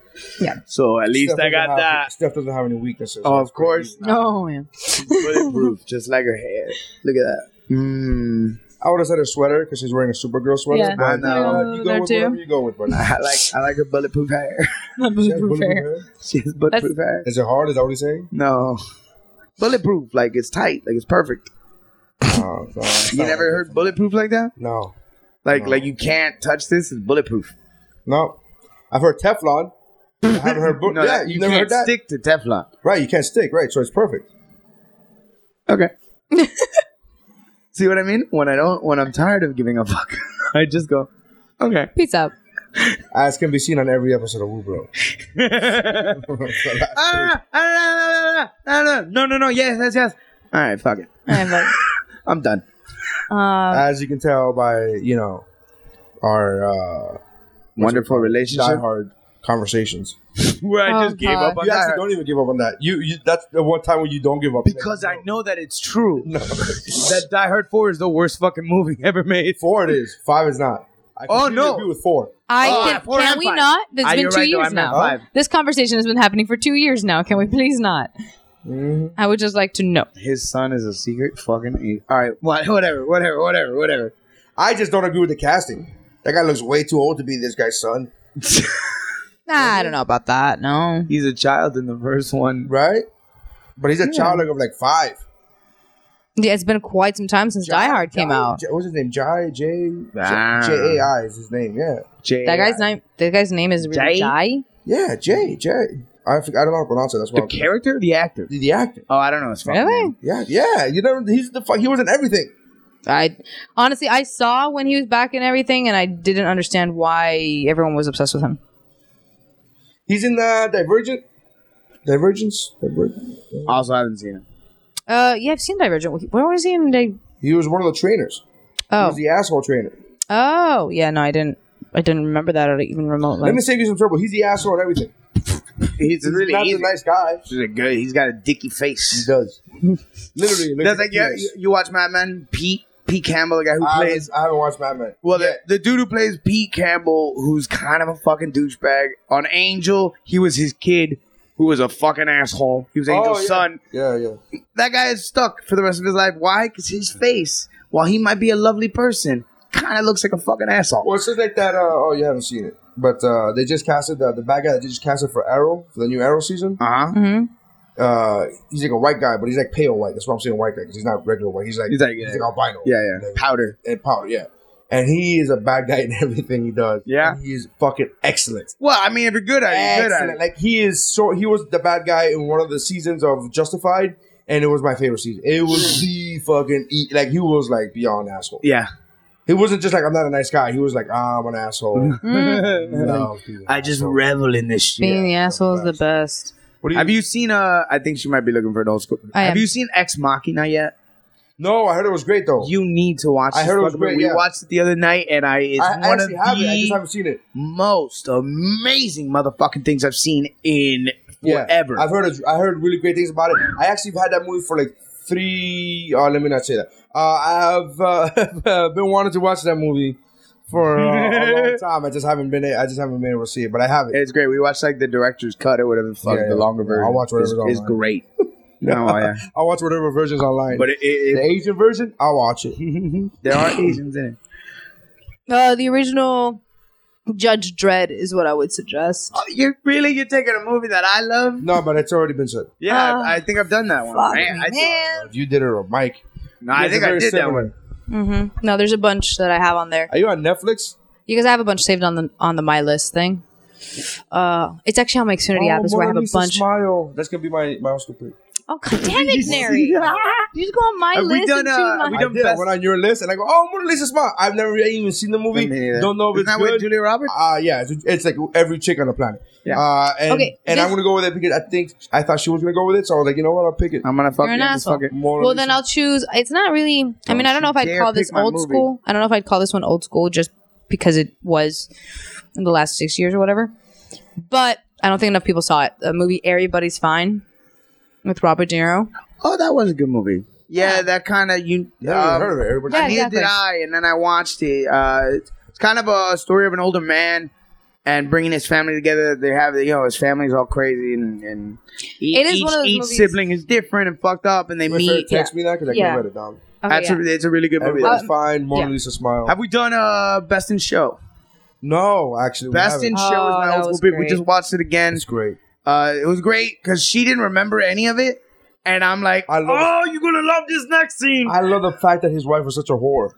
S6: Yeah.
S12: So at least
S2: Steph
S12: I got
S2: doesn't have-
S12: that.
S2: Steph doesn't have any weaknesses.
S12: Oh, of course,
S6: (laughs) oh (laughs) man,
S12: (laughs) bulletproof, just like her hair. Look at that. Mm.
S2: I would have said a sweater because she's wearing a Supergirl sweater.
S6: Yeah.
S2: but,
S12: I know.
S2: uh, you
S6: There
S2: go with
S6: too.
S2: whatever you go with,
S12: (laughs)
S2: buddy.
S12: I like I like her bulletproof hair. (laughs)
S2: She has bulletproof
S6: fair.
S2: hair.
S12: She has bulletproof hair.
S2: Is it hard? Is that what he's saying?
S12: No, bulletproof. Like it's tight. Like it's perfect.
S8: No.
S12: You never heard bulletproof like that?
S8: No.
S12: Like like you can't touch this. It's bulletproof.
S8: No. I've heard Teflon. I haven't heard. Bu-
S12: (laughs) No,
S8: yeah,
S12: that-
S8: you
S12: you
S8: never
S12: can't
S8: heard that.
S12: stick to Teflon.
S8: Right, you can't stick. Right, so it's perfect.
S12: Okay. (laughs) See what I mean? When I don't, when I'm tired of giving a fuck, (laughs) I just go, okay.
S6: Peace out.
S8: As can be seen on every episode of Woo
S12: (laughs)
S8: Bro.
S12: Ah, ah, ah, ah, ah, ah, No, no, no. Yes, yes, yes. All right, fuck it. I'm done.
S8: As you can tell by you know our uh,
S12: Wonderful relationship?
S8: hard conversations.
S12: Where I
S6: Oh,
S12: just gave up on
S8: you actually
S12: that.
S8: don't even give up on that. You, you that's the one time when you don't give up
S12: Because I know that it's true. that Die Hard 4 is the worst fucking movie (laughs) ever made.
S8: Four it is. Five is not. I
S12: oh,
S8: completely
S12: no.
S8: agree with four.
S6: I
S12: Oh,
S6: can,
S12: four
S6: can
S12: and
S6: we
S12: five.
S6: not? It's
S12: Ah,
S6: been
S12: you're
S6: two
S12: right, though,
S6: years
S12: I'm at
S6: now.
S12: five.
S6: This conversation has been happening for two years now. Can we please not?
S12: Mm-hmm.
S6: I would just like to know.
S12: His son is a secret fucking. e- Eight. All right, what, whatever, whatever, whatever, whatever.
S8: I just don't agree with the casting. That guy looks way too old to be this guy's son.
S6: Nah, I don't know about that. No.
S12: He's a child in the first one,
S8: right? But he's a
S6: Yeah.
S8: child like of like five.
S6: Yeah, it's been quite some time since Die Hard came out.
S8: J- what's his name? Jai J
S6: Ah.
S8: J A I is his name. Yeah.
S12: J.
S6: That guy's name. That guy's name is really Jai.
S8: Yeah, Jay. Jay. I, forg- I don't know how to pronounce it. That's
S12: The
S8: what I'm-
S12: character or the actor?
S8: The, the actor.
S12: Oh, I don't know. It's
S6: Really?
S8: Yeah, yeah. You know, he's the fuck. He was in everything.
S6: I honestly, I saw when he was back in everything, and I didn't understand why everyone was obsessed with him.
S8: He's in uh, Divergent. Divergence. Divergent.
S12: Also, I haven't seen him.
S6: Uh, yeah, I've seen Divergent. Where was he in? Di-
S8: He was one of the trainers. He
S6: Oh,
S8: was the asshole trainer.
S6: oh, yeah. No, I didn't. I didn't remember that or even remotely.
S8: Let me save you some trouble. He's the asshole and everything.
S12: He's really
S8: not
S12: easy.
S8: a nice guy.
S12: He's a good. He's got a dicky face. He
S8: does. Literally, look
S12: That's
S8: at
S12: like
S8: the
S12: yeah,
S8: face.
S12: you, you watch Madman Pete Pete Campbell, the guy who
S8: I haven't-
S12: plays.
S8: I haven't watched Madman.
S12: Well, the, the dude who plays Pete Campbell, who's kind of a fucking douchebag, on Angel, he was his kid, who was a fucking asshole. He was Angel's
S8: yeah.
S12: son.
S8: Yeah, yeah.
S12: That guy is stuck for the rest of his life. Why? Because his face, while he might be a lovely person, kind of looks like a fucking asshole.
S8: Well, it's just like that. Uh, oh, you haven't seen it, but uh, they just casted uh, the bad guy that they just casted for Arrow for the new Arrow season.
S12: Uh-huh.
S8: Uh He's like a white guy, but he's like pale white. That's why I'm saying white guy because he's not regular white. He's like
S12: He's like,
S8: he's
S12: yeah.
S8: like albino.
S12: Yeah, yeah. Powder
S8: and powder. Yeah, and he is a bad guy (laughs) in everything he does. Yeah, and he's fucking excellent.
S12: Well, I mean, if you're good at it, you're good at it.
S8: Excellent. Like he is so he was the bad guy in one of the seasons of Justified, and it was my favorite season. It
S12: Hmm.
S8: was the fucking e- like he was like beyond asshole.
S12: Yeah.
S8: He wasn't just like I'm not a nice guy. He was like "Ah, I'm
S6: (laughs)
S8: an asshole.
S6: Mm.
S8: No,
S12: I just revel in this shit.
S6: Being the asshole is the best.
S12: Have you seen? Uh, I think she might be looking for an old school.
S6: I
S12: Have
S6: am.
S12: you seen Ex Machina yet?
S8: No, Oh, I heard it was great though.
S12: You need to watch.
S8: I
S12: this
S8: heard it was
S12: fucking movie.
S8: great,
S12: We
S8: yeah.
S12: watched it the other night, and I it's
S8: I- I
S12: one of
S8: actually have
S12: the
S8: it, I just haven't seen it.
S12: most amazing motherfucking things I've seen in
S8: Yeah.
S12: forever.
S8: I've heard I heard really great things about it. I actually have had that movie for like three. Oh, let me not say that. Uh, I've uh, (laughs) been wanting to watch that movie for uh, a
S12: (laughs)
S8: long time. I just haven't been. I just haven't been able to see it, but I have it.
S12: It's great. We watched like the director's cut or whatever the fuck,
S8: Yeah,
S12: the
S8: yeah.
S12: longer
S8: I'll
S12: version.
S8: watch whatever's
S12: It's- It's
S8: online. (laughs)
S12: great. no, oh, yeah. (laughs)
S8: I'll watch whatever version's online.
S12: But it, it,
S8: the Asian version, I'll
S12: (laughs)
S8: watch it.
S12: there are Asians in it.
S6: Uh, the original Judge Dredd is what I would suggest.
S12: You're really you're taking a movie that I love.
S8: No, but it's already been said.
S12: Yeah,
S8: Ah,
S12: I, I think I've done that one. Man, I, think-
S8: You did it, or Mike.
S12: No, I
S8: You guys
S12: think
S8: are
S12: I
S8: very
S12: did that
S8: similar.
S12: one.
S6: hmm No, there's a bunch that I have on there.
S8: Are you on Netflix?
S6: You guys I have a bunch saved on the on the my list thing. Uh, it's actually on my Xfinity app. Is where I
S8: Mona
S6: have a
S8: Lisa
S6: bunch.
S8: Smile. That's gonna be my my Oscar pick.
S6: Oh
S8: (laughs)
S6: god damn it, Neri! you just go on my
S8: Have
S6: list and choose my.
S8: I did. I went on your list and I go, oh, Mona Lisa Smile. I've never really even seen the movie. Don't know if
S12: Isn't
S8: it's
S12: that
S8: good.
S12: with Julia Roberts?
S2: Ah,
S8: Uh, yeah, it's, it's like every chick on the planet. Yeah. Uh, and
S6: Okay,
S8: and
S6: this-
S8: I'm gonna go with it because I think I thought she was gonna go with it, so I was like, you know what, I'll pick it.
S12: I'm gonna
S6: You're an asshole.
S8: Mona
S6: Well,
S8: Lisa.
S6: then I'll choose. It's not really. I mean, I don't know if I'd
S8: Oh, dare
S6: call
S8: pick
S6: this
S8: my
S6: old
S8: movie.
S6: school. I don't know if I'd call this one old school just because it was in the last six years or whatever. But I don't think enough people saw it. The movie Everybody's Fine with Robert De Niro.
S12: Oh, that was a good movie. Yeah, that kind of you.
S8: Yeah,
S12: um,
S8: I heard of it. Everybody-
S12: I
S8: Yeah,
S12: neither
S8: exactly.
S12: did I, and then I watched it. Uh, it's it's kind of a story of an older man and bringing his family together. They have, you know, his family's all crazy, and, and e-
S6: It is
S12: each,
S6: one of those
S12: each
S6: movies-
S12: sibling is different and fucked up, and they
S8: Wait
S12: meet.
S8: for it to text me that because I
S12: Yeah.
S8: can't write it down.
S6: Okay,
S12: That's a,
S6: yeah.
S12: it's a really good movie.
S6: um,
S8: Everybody's fine. Mona
S12: yeah.
S8: Lisa Smile.
S12: Have we done uh, Best in Show?
S8: No, actually, we
S12: Best in
S8: haven't.
S12: Show is
S8: Oh,
S12: my
S8: that
S12: old
S8: was
S12: school pick. We
S8: great.
S12: just watched it again. It's
S8: great.
S12: Uh, it was great because she didn't remember any of it, and I'm like,
S2: I love-
S12: oh, you're gonna love this next scene.
S2: I love the fact that his wife was such a whore.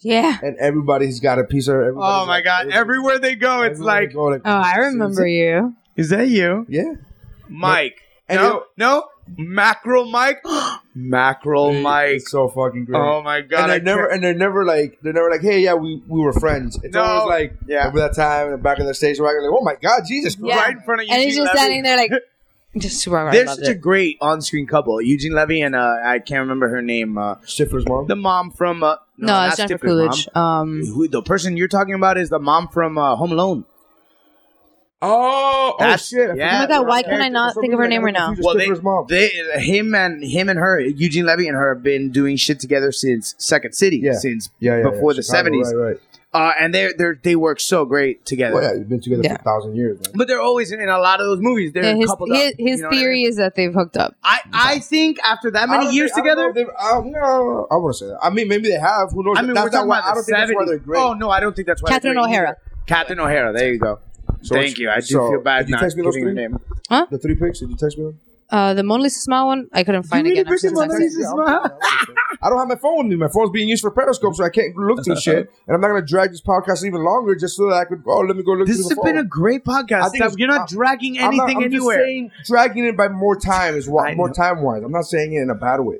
S6: Yeah.
S2: And everybody's got a piece of.
S12: Oh my god! Everywhere they go, it's like,
S2: oh,
S6: I remember you.
S12: Is that you?
S2: Yeah.
S12: Mike. no, no, macro Mike, (gasps) macro Mike.
S2: so fucking great.
S12: Oh my god!
S2: And
S12: I
S2: they're never,
S12: can't-
S2: and they're never like, they're never like, hey, yeah, we, we were friends. It's
S12: No.
S2: always like,
S12: Yeah.
S2: remember that time in the back of the station where I go like, oh my god, Jesus Christ.
S12: right in front of you.
S6: And he's just standing there like, just super
S12: They're such a great on-screen couple. Eugene Levy and uh, I can't remember her name. Uh,
S2: Stifler's mom.
S12: The mom from uh,
S6: No, it's
S12: not
S6: Jennifer
S12: Stifler's
S6: Coolidge.
S12: Mom. Who, the person you're talking about is the mom from uh, Home Alone.
S2: Oh,
S12: That's,
S2: shit. I
S12: Yeah.
S6: oh my god, why can I not think of her name right now?
S12: Well, they, they, him and him and her, Eugene Levy and her, have been doing shit together since Second City,
S2: Yeah.
S12: since
S2: Yeah, yeah, yeah.
S12: before the
S2: Chicago,
S12: seventies.
S2: Right, right.
S12: Uh, and they they they work so great together.
S2: Well, Oh, yeah, you've been together
S6: Yeah.
S2: for a thousand years. Man.
S12: But they're always in, in a lot of those movies. They're
S6: Yeah, his
S12: coupled
S6: his,
S12: up.
S6: his
S12: you know what I
S6: theory is that they've hooked up.
S12: I, I think after that
S2: I
S12: many
S2: don't
S12: years
S2: think- I
S12: together,
S2: don't know if they- I don't know. uh, I want to say that. I mean, maybe they have. Who knows?
S12: I mean,
S2: That's
S12: we're talking
S2: not why-
S12: about
S2: I don't
S12: the
S2: think that's why they're
S12: 70s.
S2: great.
S12: Oh no, I don't think that's why.
S6: Catherine
S12: they're great
S6: O'Hara.
S12: either. Catherine O'Hara. There you go.
S2: So
S12: Thank
S2: it's-
S12: you. I do
S2: so,
S12: feel bad
S2: did you
S12: not
S2: text me those
S12: giving her
S2: three?
S12: name.
S6: Huh?
S2: The three pics? Did you text me? (laughs) them?
S6: Uh, the Mona Lisa smile one, I couldn't find again. after the sex scene.
S2: I don't have my phone with me. My phone's being used for Periscope, so I can't look through
S12: (laughs)
S2: shit. And I'm not going to drag this podcast even longer just so that I could, oh, let me go look
S12: This
S2: through
S12: has
S2: the phone.
S12: been a great
S2: I
S12: podcast.
S2: think
S12: Steph.
S2: it's-
S12: You're not
S2: I-
S12: dragging
S2: I'm not-
S12: anything
S2: I'm just
S12: anywhere.
S2: saying dragging it by
S12: (laughs)
S2: more time is why, more time wise. I'm not saying it in a bad way.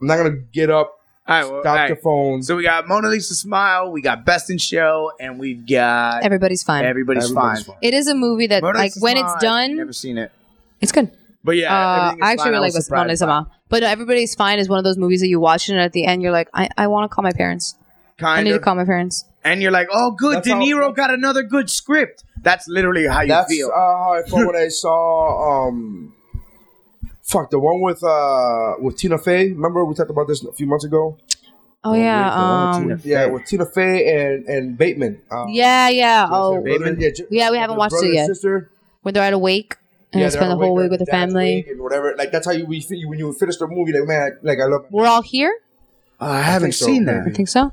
S2: I'm not going to get up,
S12: All right, well,
S2: stop
S12: all right.
S2: the phone.
S12: So we got Mona Lisa Smile, we got Best in Show, and we've got
S6: Everybody's fine.
S12: Everybody's,
S2: Everybody's
S12: fine.
S2: Fine.
S6: It is a movie that,
S12: Mona
S6: like,
S12: Lisa
S6: when
S12: Smile,
S6: it's
S12: I've
S6: done,
S12: never seen it,
S6: it's good.
S12: but yeah,
S6: Uh,
S12: Everything Is
S6: I actually
S12: Fine,
S6: really like
S12: was
S6: this Mona
S12: surprised
S6: Lisa
S12: by.
S6: Mile. But no, Everybody's Fine is one of those movies that you watch and at the end you're like, I, I want to call my parents. I
S12: Kind
S6: need to
S12: of.
S6: call my parents.
S12: and you're like, oh, good,
S2: That's
S12: De
S2: how-
S12: Niro got another good script. That's literally how you
S2: That's
S12: feel.
S2: uh, how I felt when
S12: (laughs)
S2: I saw um, fuck the one with uh with Tina Fey. Remember we talked about this a few months ago.
S6: Oh, yeah.
S12: with
S6: Um,
S12: Tina.
S2: Yeah, with Tina Fey and and Bateman. Um,
S6: yeah, yeah.
S2: their
S6: Oh,
S2: brother- yeah, ju-
S6: Yeah, we haven't
S2: their
S6: watched it
S2: brother and
S6: yet.
S2: Sister.
S6: when they're at a wake and
S2: Yeah,
S6: they spend
S2: they're
S6: the whole
S2: awake,
S6: week with the
S2: their dad's
S6: family.
S2: awake and whatever. Like that's how you, you when you finish the movie. Like man, like I love.
S6: We're all here?
S12: I haven't
S2: think so,
S12: seen that.
S2: maybe.
S6: I think so.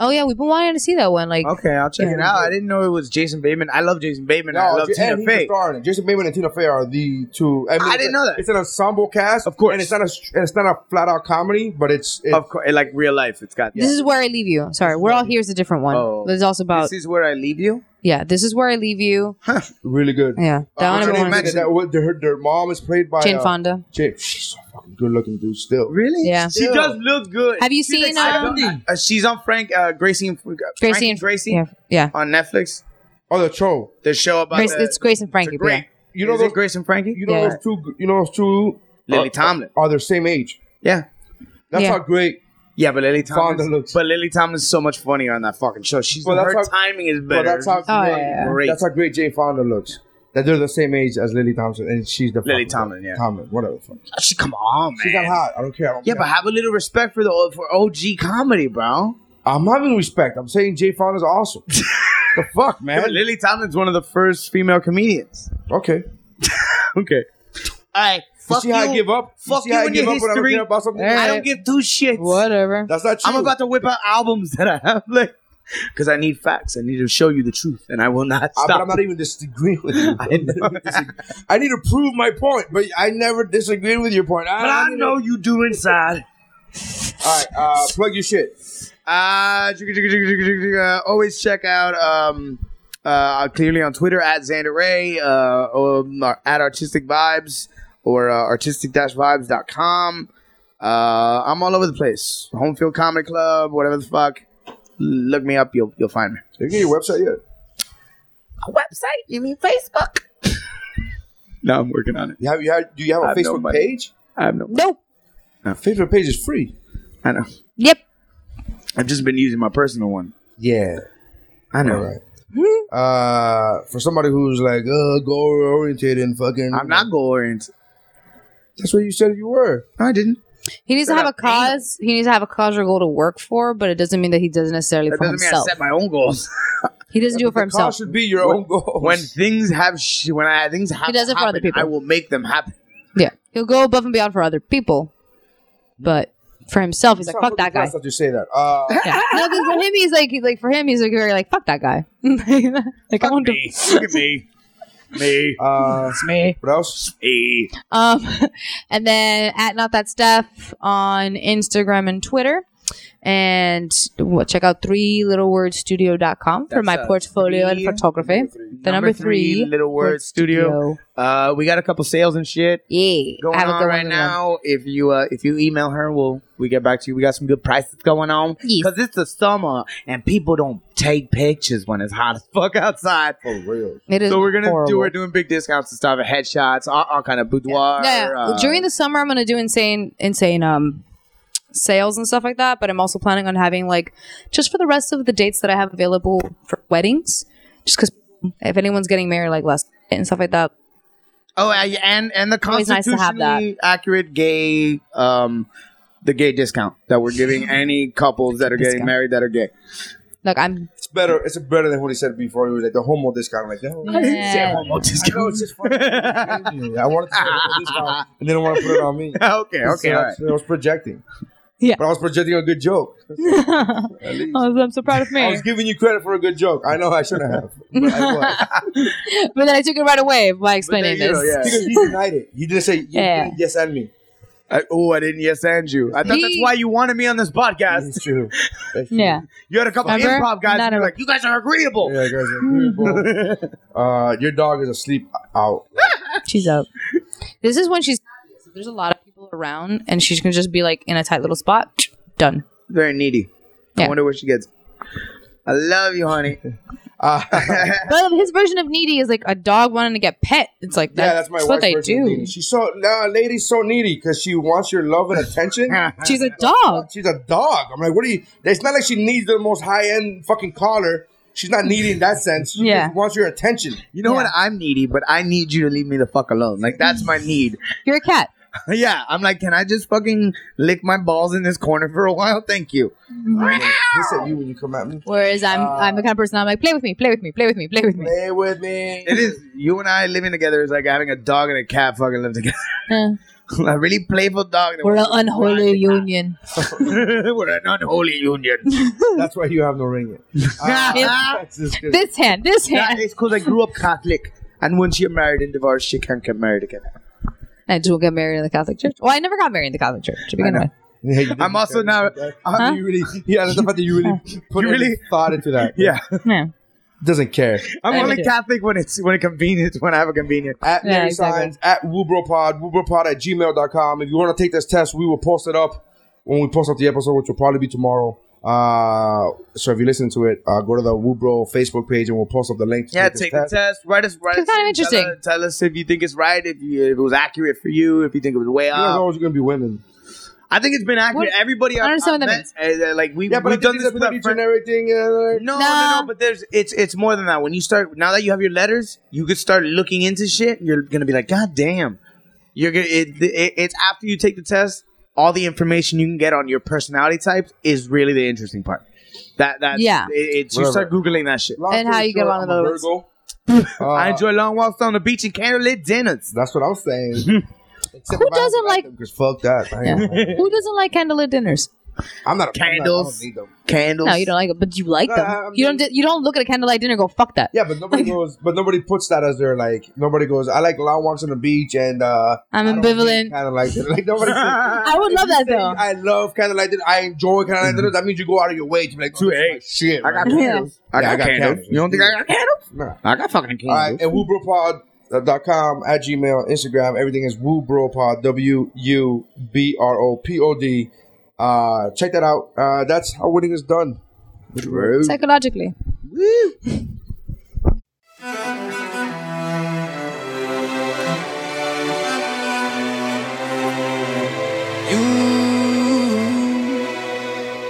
S6: Oh, yeah. We've been wanting to see that one. Like,
S12: Okay, I'll check it
S2: Yeah.
S12: out. I didn't know it was Jason Bateman. I love Jason Bateman.
S2: No,
S12: I love
S2: J-
S12: Tina
S2: and he's a
S12: Fey.
S2: star in it. Jason Bateman and Tina Fey are the two. I, mean,
S12: I
S2: it's
S12: didn't
S2: a-
S12: know that.
S2: It's an ensemble cast, of course, and it's not a str- and it's not a flat out comedy, but it's, it's
S12: Of course, like real life, it's got.
S6: this is where I leave you. Sorry. We're all here is a different one.
S12: Oh.
S6: But it's also about,
S12: This is where I leave you.
S6: yeah, this is where I leave you.
S2: really good.
S6: Yeah.
S2: Uh,
S6: That one I've
S2: what's her
S6: been
S2: name?
S6: wanting to
S2: That,
S6: see.
S2: that, what- their, their mom is played by
S6: Jane
S2: uh,
S6: Fonda.
S2: Jane, she's a fucking good looking dude still.
S12: Really?
S6: Yeah.
S12: She does look good.
S6: Have you
S12: She's
S6: seen,
S12: like-
S6: um,
S12: uh, She's on Frank uh, Gracie and Gracie Frank
S6: Gracie
S12: and
S6: and
S12: Gracie
S6: Yeah. yeah.
S12: on Netflix.
S2: Oh, the troll.
S12: The show about
S6: Grace,
S12: the,
S6: it's Grace and Frankie.
S12: the
S6: but yeah.
S12: great. You know
S2: Is
S12: those
S2: it
S12: Grace and Frankie?
S2: You know
S6: Yeah.
S2: those two. g- You know those two.
S12: Lily
S2: uh,
S12: Tomlin.
S2: Are the same age?
S12: Yeah.
S2: That's
S6: Yeah.
S2: how great.
S12: Yeah, but Lily
S2: Fonda
S12: Tomlin.
S2: looks-
S12: But Lily Tomlin's so much funnier on that fucking show. She's
S2: Well,
S12: her
S2: that's how-
S12: timing is
S2: But
S12: better.
S2: that's how.
S6: Oh,
S2: great,
S6: yeah,
S12: yeah.
S2: That's how great Jane Fonda looks. That they're the same age as Lily Thompson, and she's the
S12: Lily
S2: fucking-
S12: Tomlin, yeah.
S2: Tomlin, whatever. the fuck.
S12: she, come on, man.
S2: She got hot. I don't care. I don't
S12: Yeah,
S2: care.
S12: but have a little respect for the for OG comedy, bro.
S2: I'm having respect. I'm saying Jay Fonda's awesome. the fuck, man.
S12: Yeah, but Lily Tomlin's one of the first female comedians.
S2: Okay. (laughs)
S12: Okay. All right.
S2: You
S12: Fuck
S2: see
S12: you.
S2: how I give up?
S12: Fuck
S2: see how
S12: you
S2: I
S12: and
S2: give
S12: your
S2: up when I don't
S12: history.
S2: care about something.
S12: I don't give two shits.
S6: Whatever.
S2: That's not true.
S12: I'm about to whip out albums that I have, like, because I need facts. I need to show you the truth, and I will not
S2: I,
S12: stop.
S2: but I'm not even disagreeing with you.
S12: (laughs) I know.
S2: I need to prove my point, but I never disagreed with your point. I,
S12: But I
S2: need to-
S12: know you do inside.
S2: All right, uh, plug your shit.
S12: Uh, chugga, chugga, chugga, chugga, chugga, chugga. always check out um, uh, clearly on Twitter at Xander Ray, uh, um, or at Artistic Vibes or uh, artistic-vibes.com. Uh, I'm all over the place. Homefield Comedy Club, whatever the fuck. Look me up, you'll you'll find me.
S2: Did you get your website yet?
S12: Website? You mean Facebook? no, I'm working on it.
S2: You have, you have, do you have a
S12: I have no
S2: Facebook
S12: money.
S2: page?
S12: I have no.
S6: Nope.
S2: Facebook page is free.
S12: I know.
S6: Yep.
S12: I've just been using my personal one. (laughs)
S2: Yeah.
S12: I know.
S2: All right.
S12: (laughs)
S2: Uh, for somebody who's like, uh, goal oriented and fucking. (laughs)
S12: I'm not goal oriented.
S2: That's what you said you were.
S12: No, I didn't.
S6: He needs to
S12: Straight
S6: have a
S12: up anal.
S6: cause. He needs to have a cause or goal to work for, but it doesn't mean that he does necessarily
S12: That
S6: for
S12: doesn't mean I
S6: himself.
S12: set my own goals.
S6: He doesn't do it for
S2: The cause
S6: himself.
S2: should be your own goal.
S12: (laughs) when things have sh- when I things have
S6: does it for
S12: happen,
S6: other people.
S12: I will make them happen.
S6: Yeah, he'll go above and beyond for other people, but for himself, he's like, "Fuck that guy."
S2: That's not you say that. Uh,
S6: Yeah. No, because for him, he's like, he's like for him, he's like very like, "Fuck that guy." like, I want to.
S12: Look at me. Me.
S2: Uh,
S6: it's me.
S2: What else?
S12: Me.
S6: (laughs) Um, and then at not that stuff on Instagram and Twitter. And w- check out three little word studio.com for
S12: That's
S6: my
S12: a
S6: portfolio and photography. the number, three,
S12: Little Word Studio. Uh, we got a couple sales and shit.
S6: Yeah,
S12: going
S6: I have a
S12: on
S6: good
S12: right
S6: one.
S12: now. If you uh, if you email her, we'll we get back to you. We got some good prices going on because it's the summer and people don't take pictures when it's hot as (laughs) fuck outside. For real,
S6: It is
S12: So we're gonna
S6: horrible.
S12: do we're doing big discounts and stuff, headshots, all, all kind of boudoir.
S6: Yeah,
S12: uh,
S6: during the summer, I'm gonna do insane, insane um sales and stuff like that. But I'm also planning on having like just for the rest of the dates that I have available for weddings, just because if anyone's getting married like last and stuff like that.
S12: Oh, and and, and the
S6: Always nice to
S12: constitutionally
S6: have that.
S12: accurate gay um the gay discount that we're
S6: (laughs)
S12: giving any couples that are getting
S2: Discount.
S12: married that are gay.
S6: Look, I'm.
S2: It's better. It's better than what he said before. He was like the homo discount. Like, no, (laughs)
S12: I didn't say homo discount.
S2: I know, it's just fucking- I wanted to say homo discount, and they don't want to put it on me.
S12: okay, okay,
S2: So
S12: all right.
S2: I was projecting.
S6: Yeah,
S2: but I was projecting a good joke.
S6: I'm so proud of
S2: (laughs) I was giving you credit for a good joke. I know I shouldn't have.
S6: but then I took it right away by explaining
S2: You know,
S6: this.
S2: yeah. Because he denied it. He didn't say you
S6: Yeah.
S2: didn't yes and me.
S12: (laughs) I, oh, I didn't yes and you. I thought that's
S6: He-
S12: why you wanted me on this podcast. (laughs) That's
S2: true.
S6: Yeah.
S12: You had a couple
S6: Remember?
S12: improv guys and
S6: Not
S12: you're
S6: a-
S12: like, you guys are agreeable.
S2: Yeah, guys are agreeable. uh, your dog is asleep out.
S6: She's up. This is when she's. There's a lot of people around, and she can just be like in a tight little spot. Done.
S12: Very needy.
S6: Yeah.
S12: I wonder what she gets. I love you, honey. (laughs) Uh,
S6: But his version of needy is like a dog wanting to get pet. It's like that,
S2: yeah, that's my wife's
S6: that's what they
S2: version of
S6: do.
S2: needy. She's so now a lady's so needy because she wants your love and attention.
S6: She's a dog.
S2: She's a dog. I'm like, what do you? It's not like she needs the most high end fucking collar. She's not needy in that sense. She
S12: Yeah.
S2: just wants your attention.
S12: you know what? I'm needy, but I need you to leave me the fuck alone. Like, that's my need. (laughs)
S6: You're a cat.
S12: yeah. I'm like, can I just fucking lick my balls in this corner for a while? Thank you.
S2: This at you when you come at me.
S6: Whereas I'm,
S2: Uh,
S6: I'm the kind of person I'm like, play with me, play with me, play with me, play with me.
S2: Play with me.
S12: It is you and I living together is like having a dog and a cat fucking live together. (laughs)
S6: Yeah.
S12: a really playful dog. that
S6: Uh, We're an
S12: wants to
S6: unholy union.
S12: We're an unholy union.
S2: That's why you have no ring yet.
S6: This hand, this
S12: (laughs)
S6: hand.
S12: Yeah, it's because I grew up Catholic, and once you're married and divorced, you can't get married
S2: (laughs)
S12: again.
S6: I just won't get married in the Catholic Church. Well, I never got married in the Catholic Church to begin with.
S12: I'm also now. uh,
S2: How do you really? (laughs) Yeah, that's the fact that you really put
S12: You
S2: really
S12: really-
S2: thought into that.
S12: Yeah.
S6: Yeah.
S2: Doesn't care.
S12: I'm
S2: I
S12: only
S2: did.
S12: Catholic when it's when it convenient when I have a convenient.
S2: At Mary Signs, at WooBroPod, WooBroPod at gmail.com. If you want to take this test, we will post it up when we post up the episode, which will probably be tomorrow. Uh, so if you listen to it, uh, go to the WooBro Facebook page and we'll post up the link.
S12: Yeah, take the test. Write us. Write
S6: It's
S12: us
S6: kind of
S12: tell us-
S6: interesting.
S12: Tell us if you think it's right. If, you, if it was accurate for you. If you think it was way
S2: You guys are
S12: off.
S2: always going to be women.
S12: I think it's been accurate.
S6: What?
S12: Everybody
S6: I don't
S12: I've,
S6: understand
S12: I've
S6: what
S12: met, uh, like we,
S2: Yeah, but
S12: we've
S2: I think
S12: done
S2: these
S12: this
S2: are
S12: with our
S2: pretty
S12: friends.
S2: generic thing, uh,
S12: No, no, no, But there's it's it's more than that. When you start now that you have your letters, you could start looking into shit. You're gonna be like, God damn. You're gonna. It, it, it's after you take the test. All the information you can get on your personality types is really the interesting part. That that
S6: Yeah.
S12: It, it's you start googling that shit.
S2: Long
S6: And how
S2: story
S6: you get
S2: short,
S6: along with
S2: I'm a
S6: others.
S2: Virgo.
S12: I enjoy long walks on the beach and candlelit dinners.
S2: That's what I'm saying.
S6: Who doesn't like
S2: Because fuck that. I ain't-
S6: Who doesn't like candlelit dinners?
S2: I'm not a I'm not- I don't
S12: Candles.
S2: need them.
S12: Candles.
S6: No, you don't like it, but you like
S2: No,
S6: them.
S2: I- Uh, I'm
S6: you don't. You don't look at a candlelight dinner. and Go fuck that.
S2: Yeah, but
S12: (laughs)
S2: nobody goes. But nobody puts that as their like. Nobody goes. I like long walks on the beach, and uh,
S6: I'm ambivalent.
S2: kind of like it. Like (laughs) nobody. Says,
S6: I would love that though.
S2: I love kind of like this. I enjoy kind of like this. That means you go out of your way to be like, oh, this is my shit.
S12: I got
S2: right?
S12: candles. I
S2: Yeah,
S12: got, candles. You don't think I got candles?
S2: No.
S12: I got fucking
S2: All right,
S12: candles.
S2: and woobropod.com at Gmail, Instagram, everything is woobropod, W U B R O P O D. Uh, check that out. Uh, that's how winning is done.
S6: Psychologically.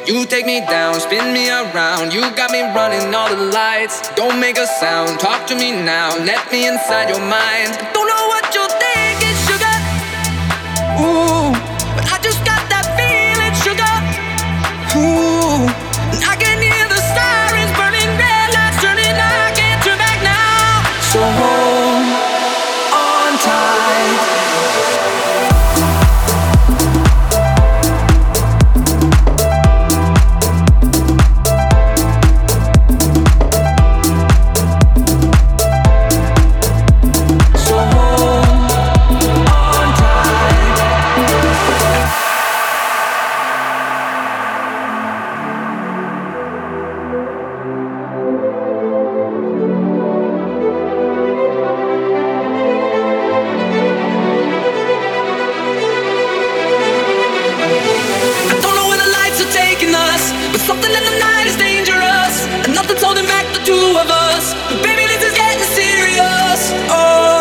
S16: You take me down, spin me around. You got me running all the lights. Don't make a sound, talk to me now. Let me inside your mind. Don't know what you're thinking, sugar. Ooh, but I just got that feeling, sugar. Ooh, and I can hear the sirens burning, red lights turning. I can't turn back now. So hold on tight. Oh,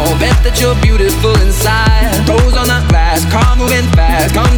S16: Oh, that you're beautiful inside. Toes on the glass, car moving fast. Come Uh-uh, Uh-uh, Oh,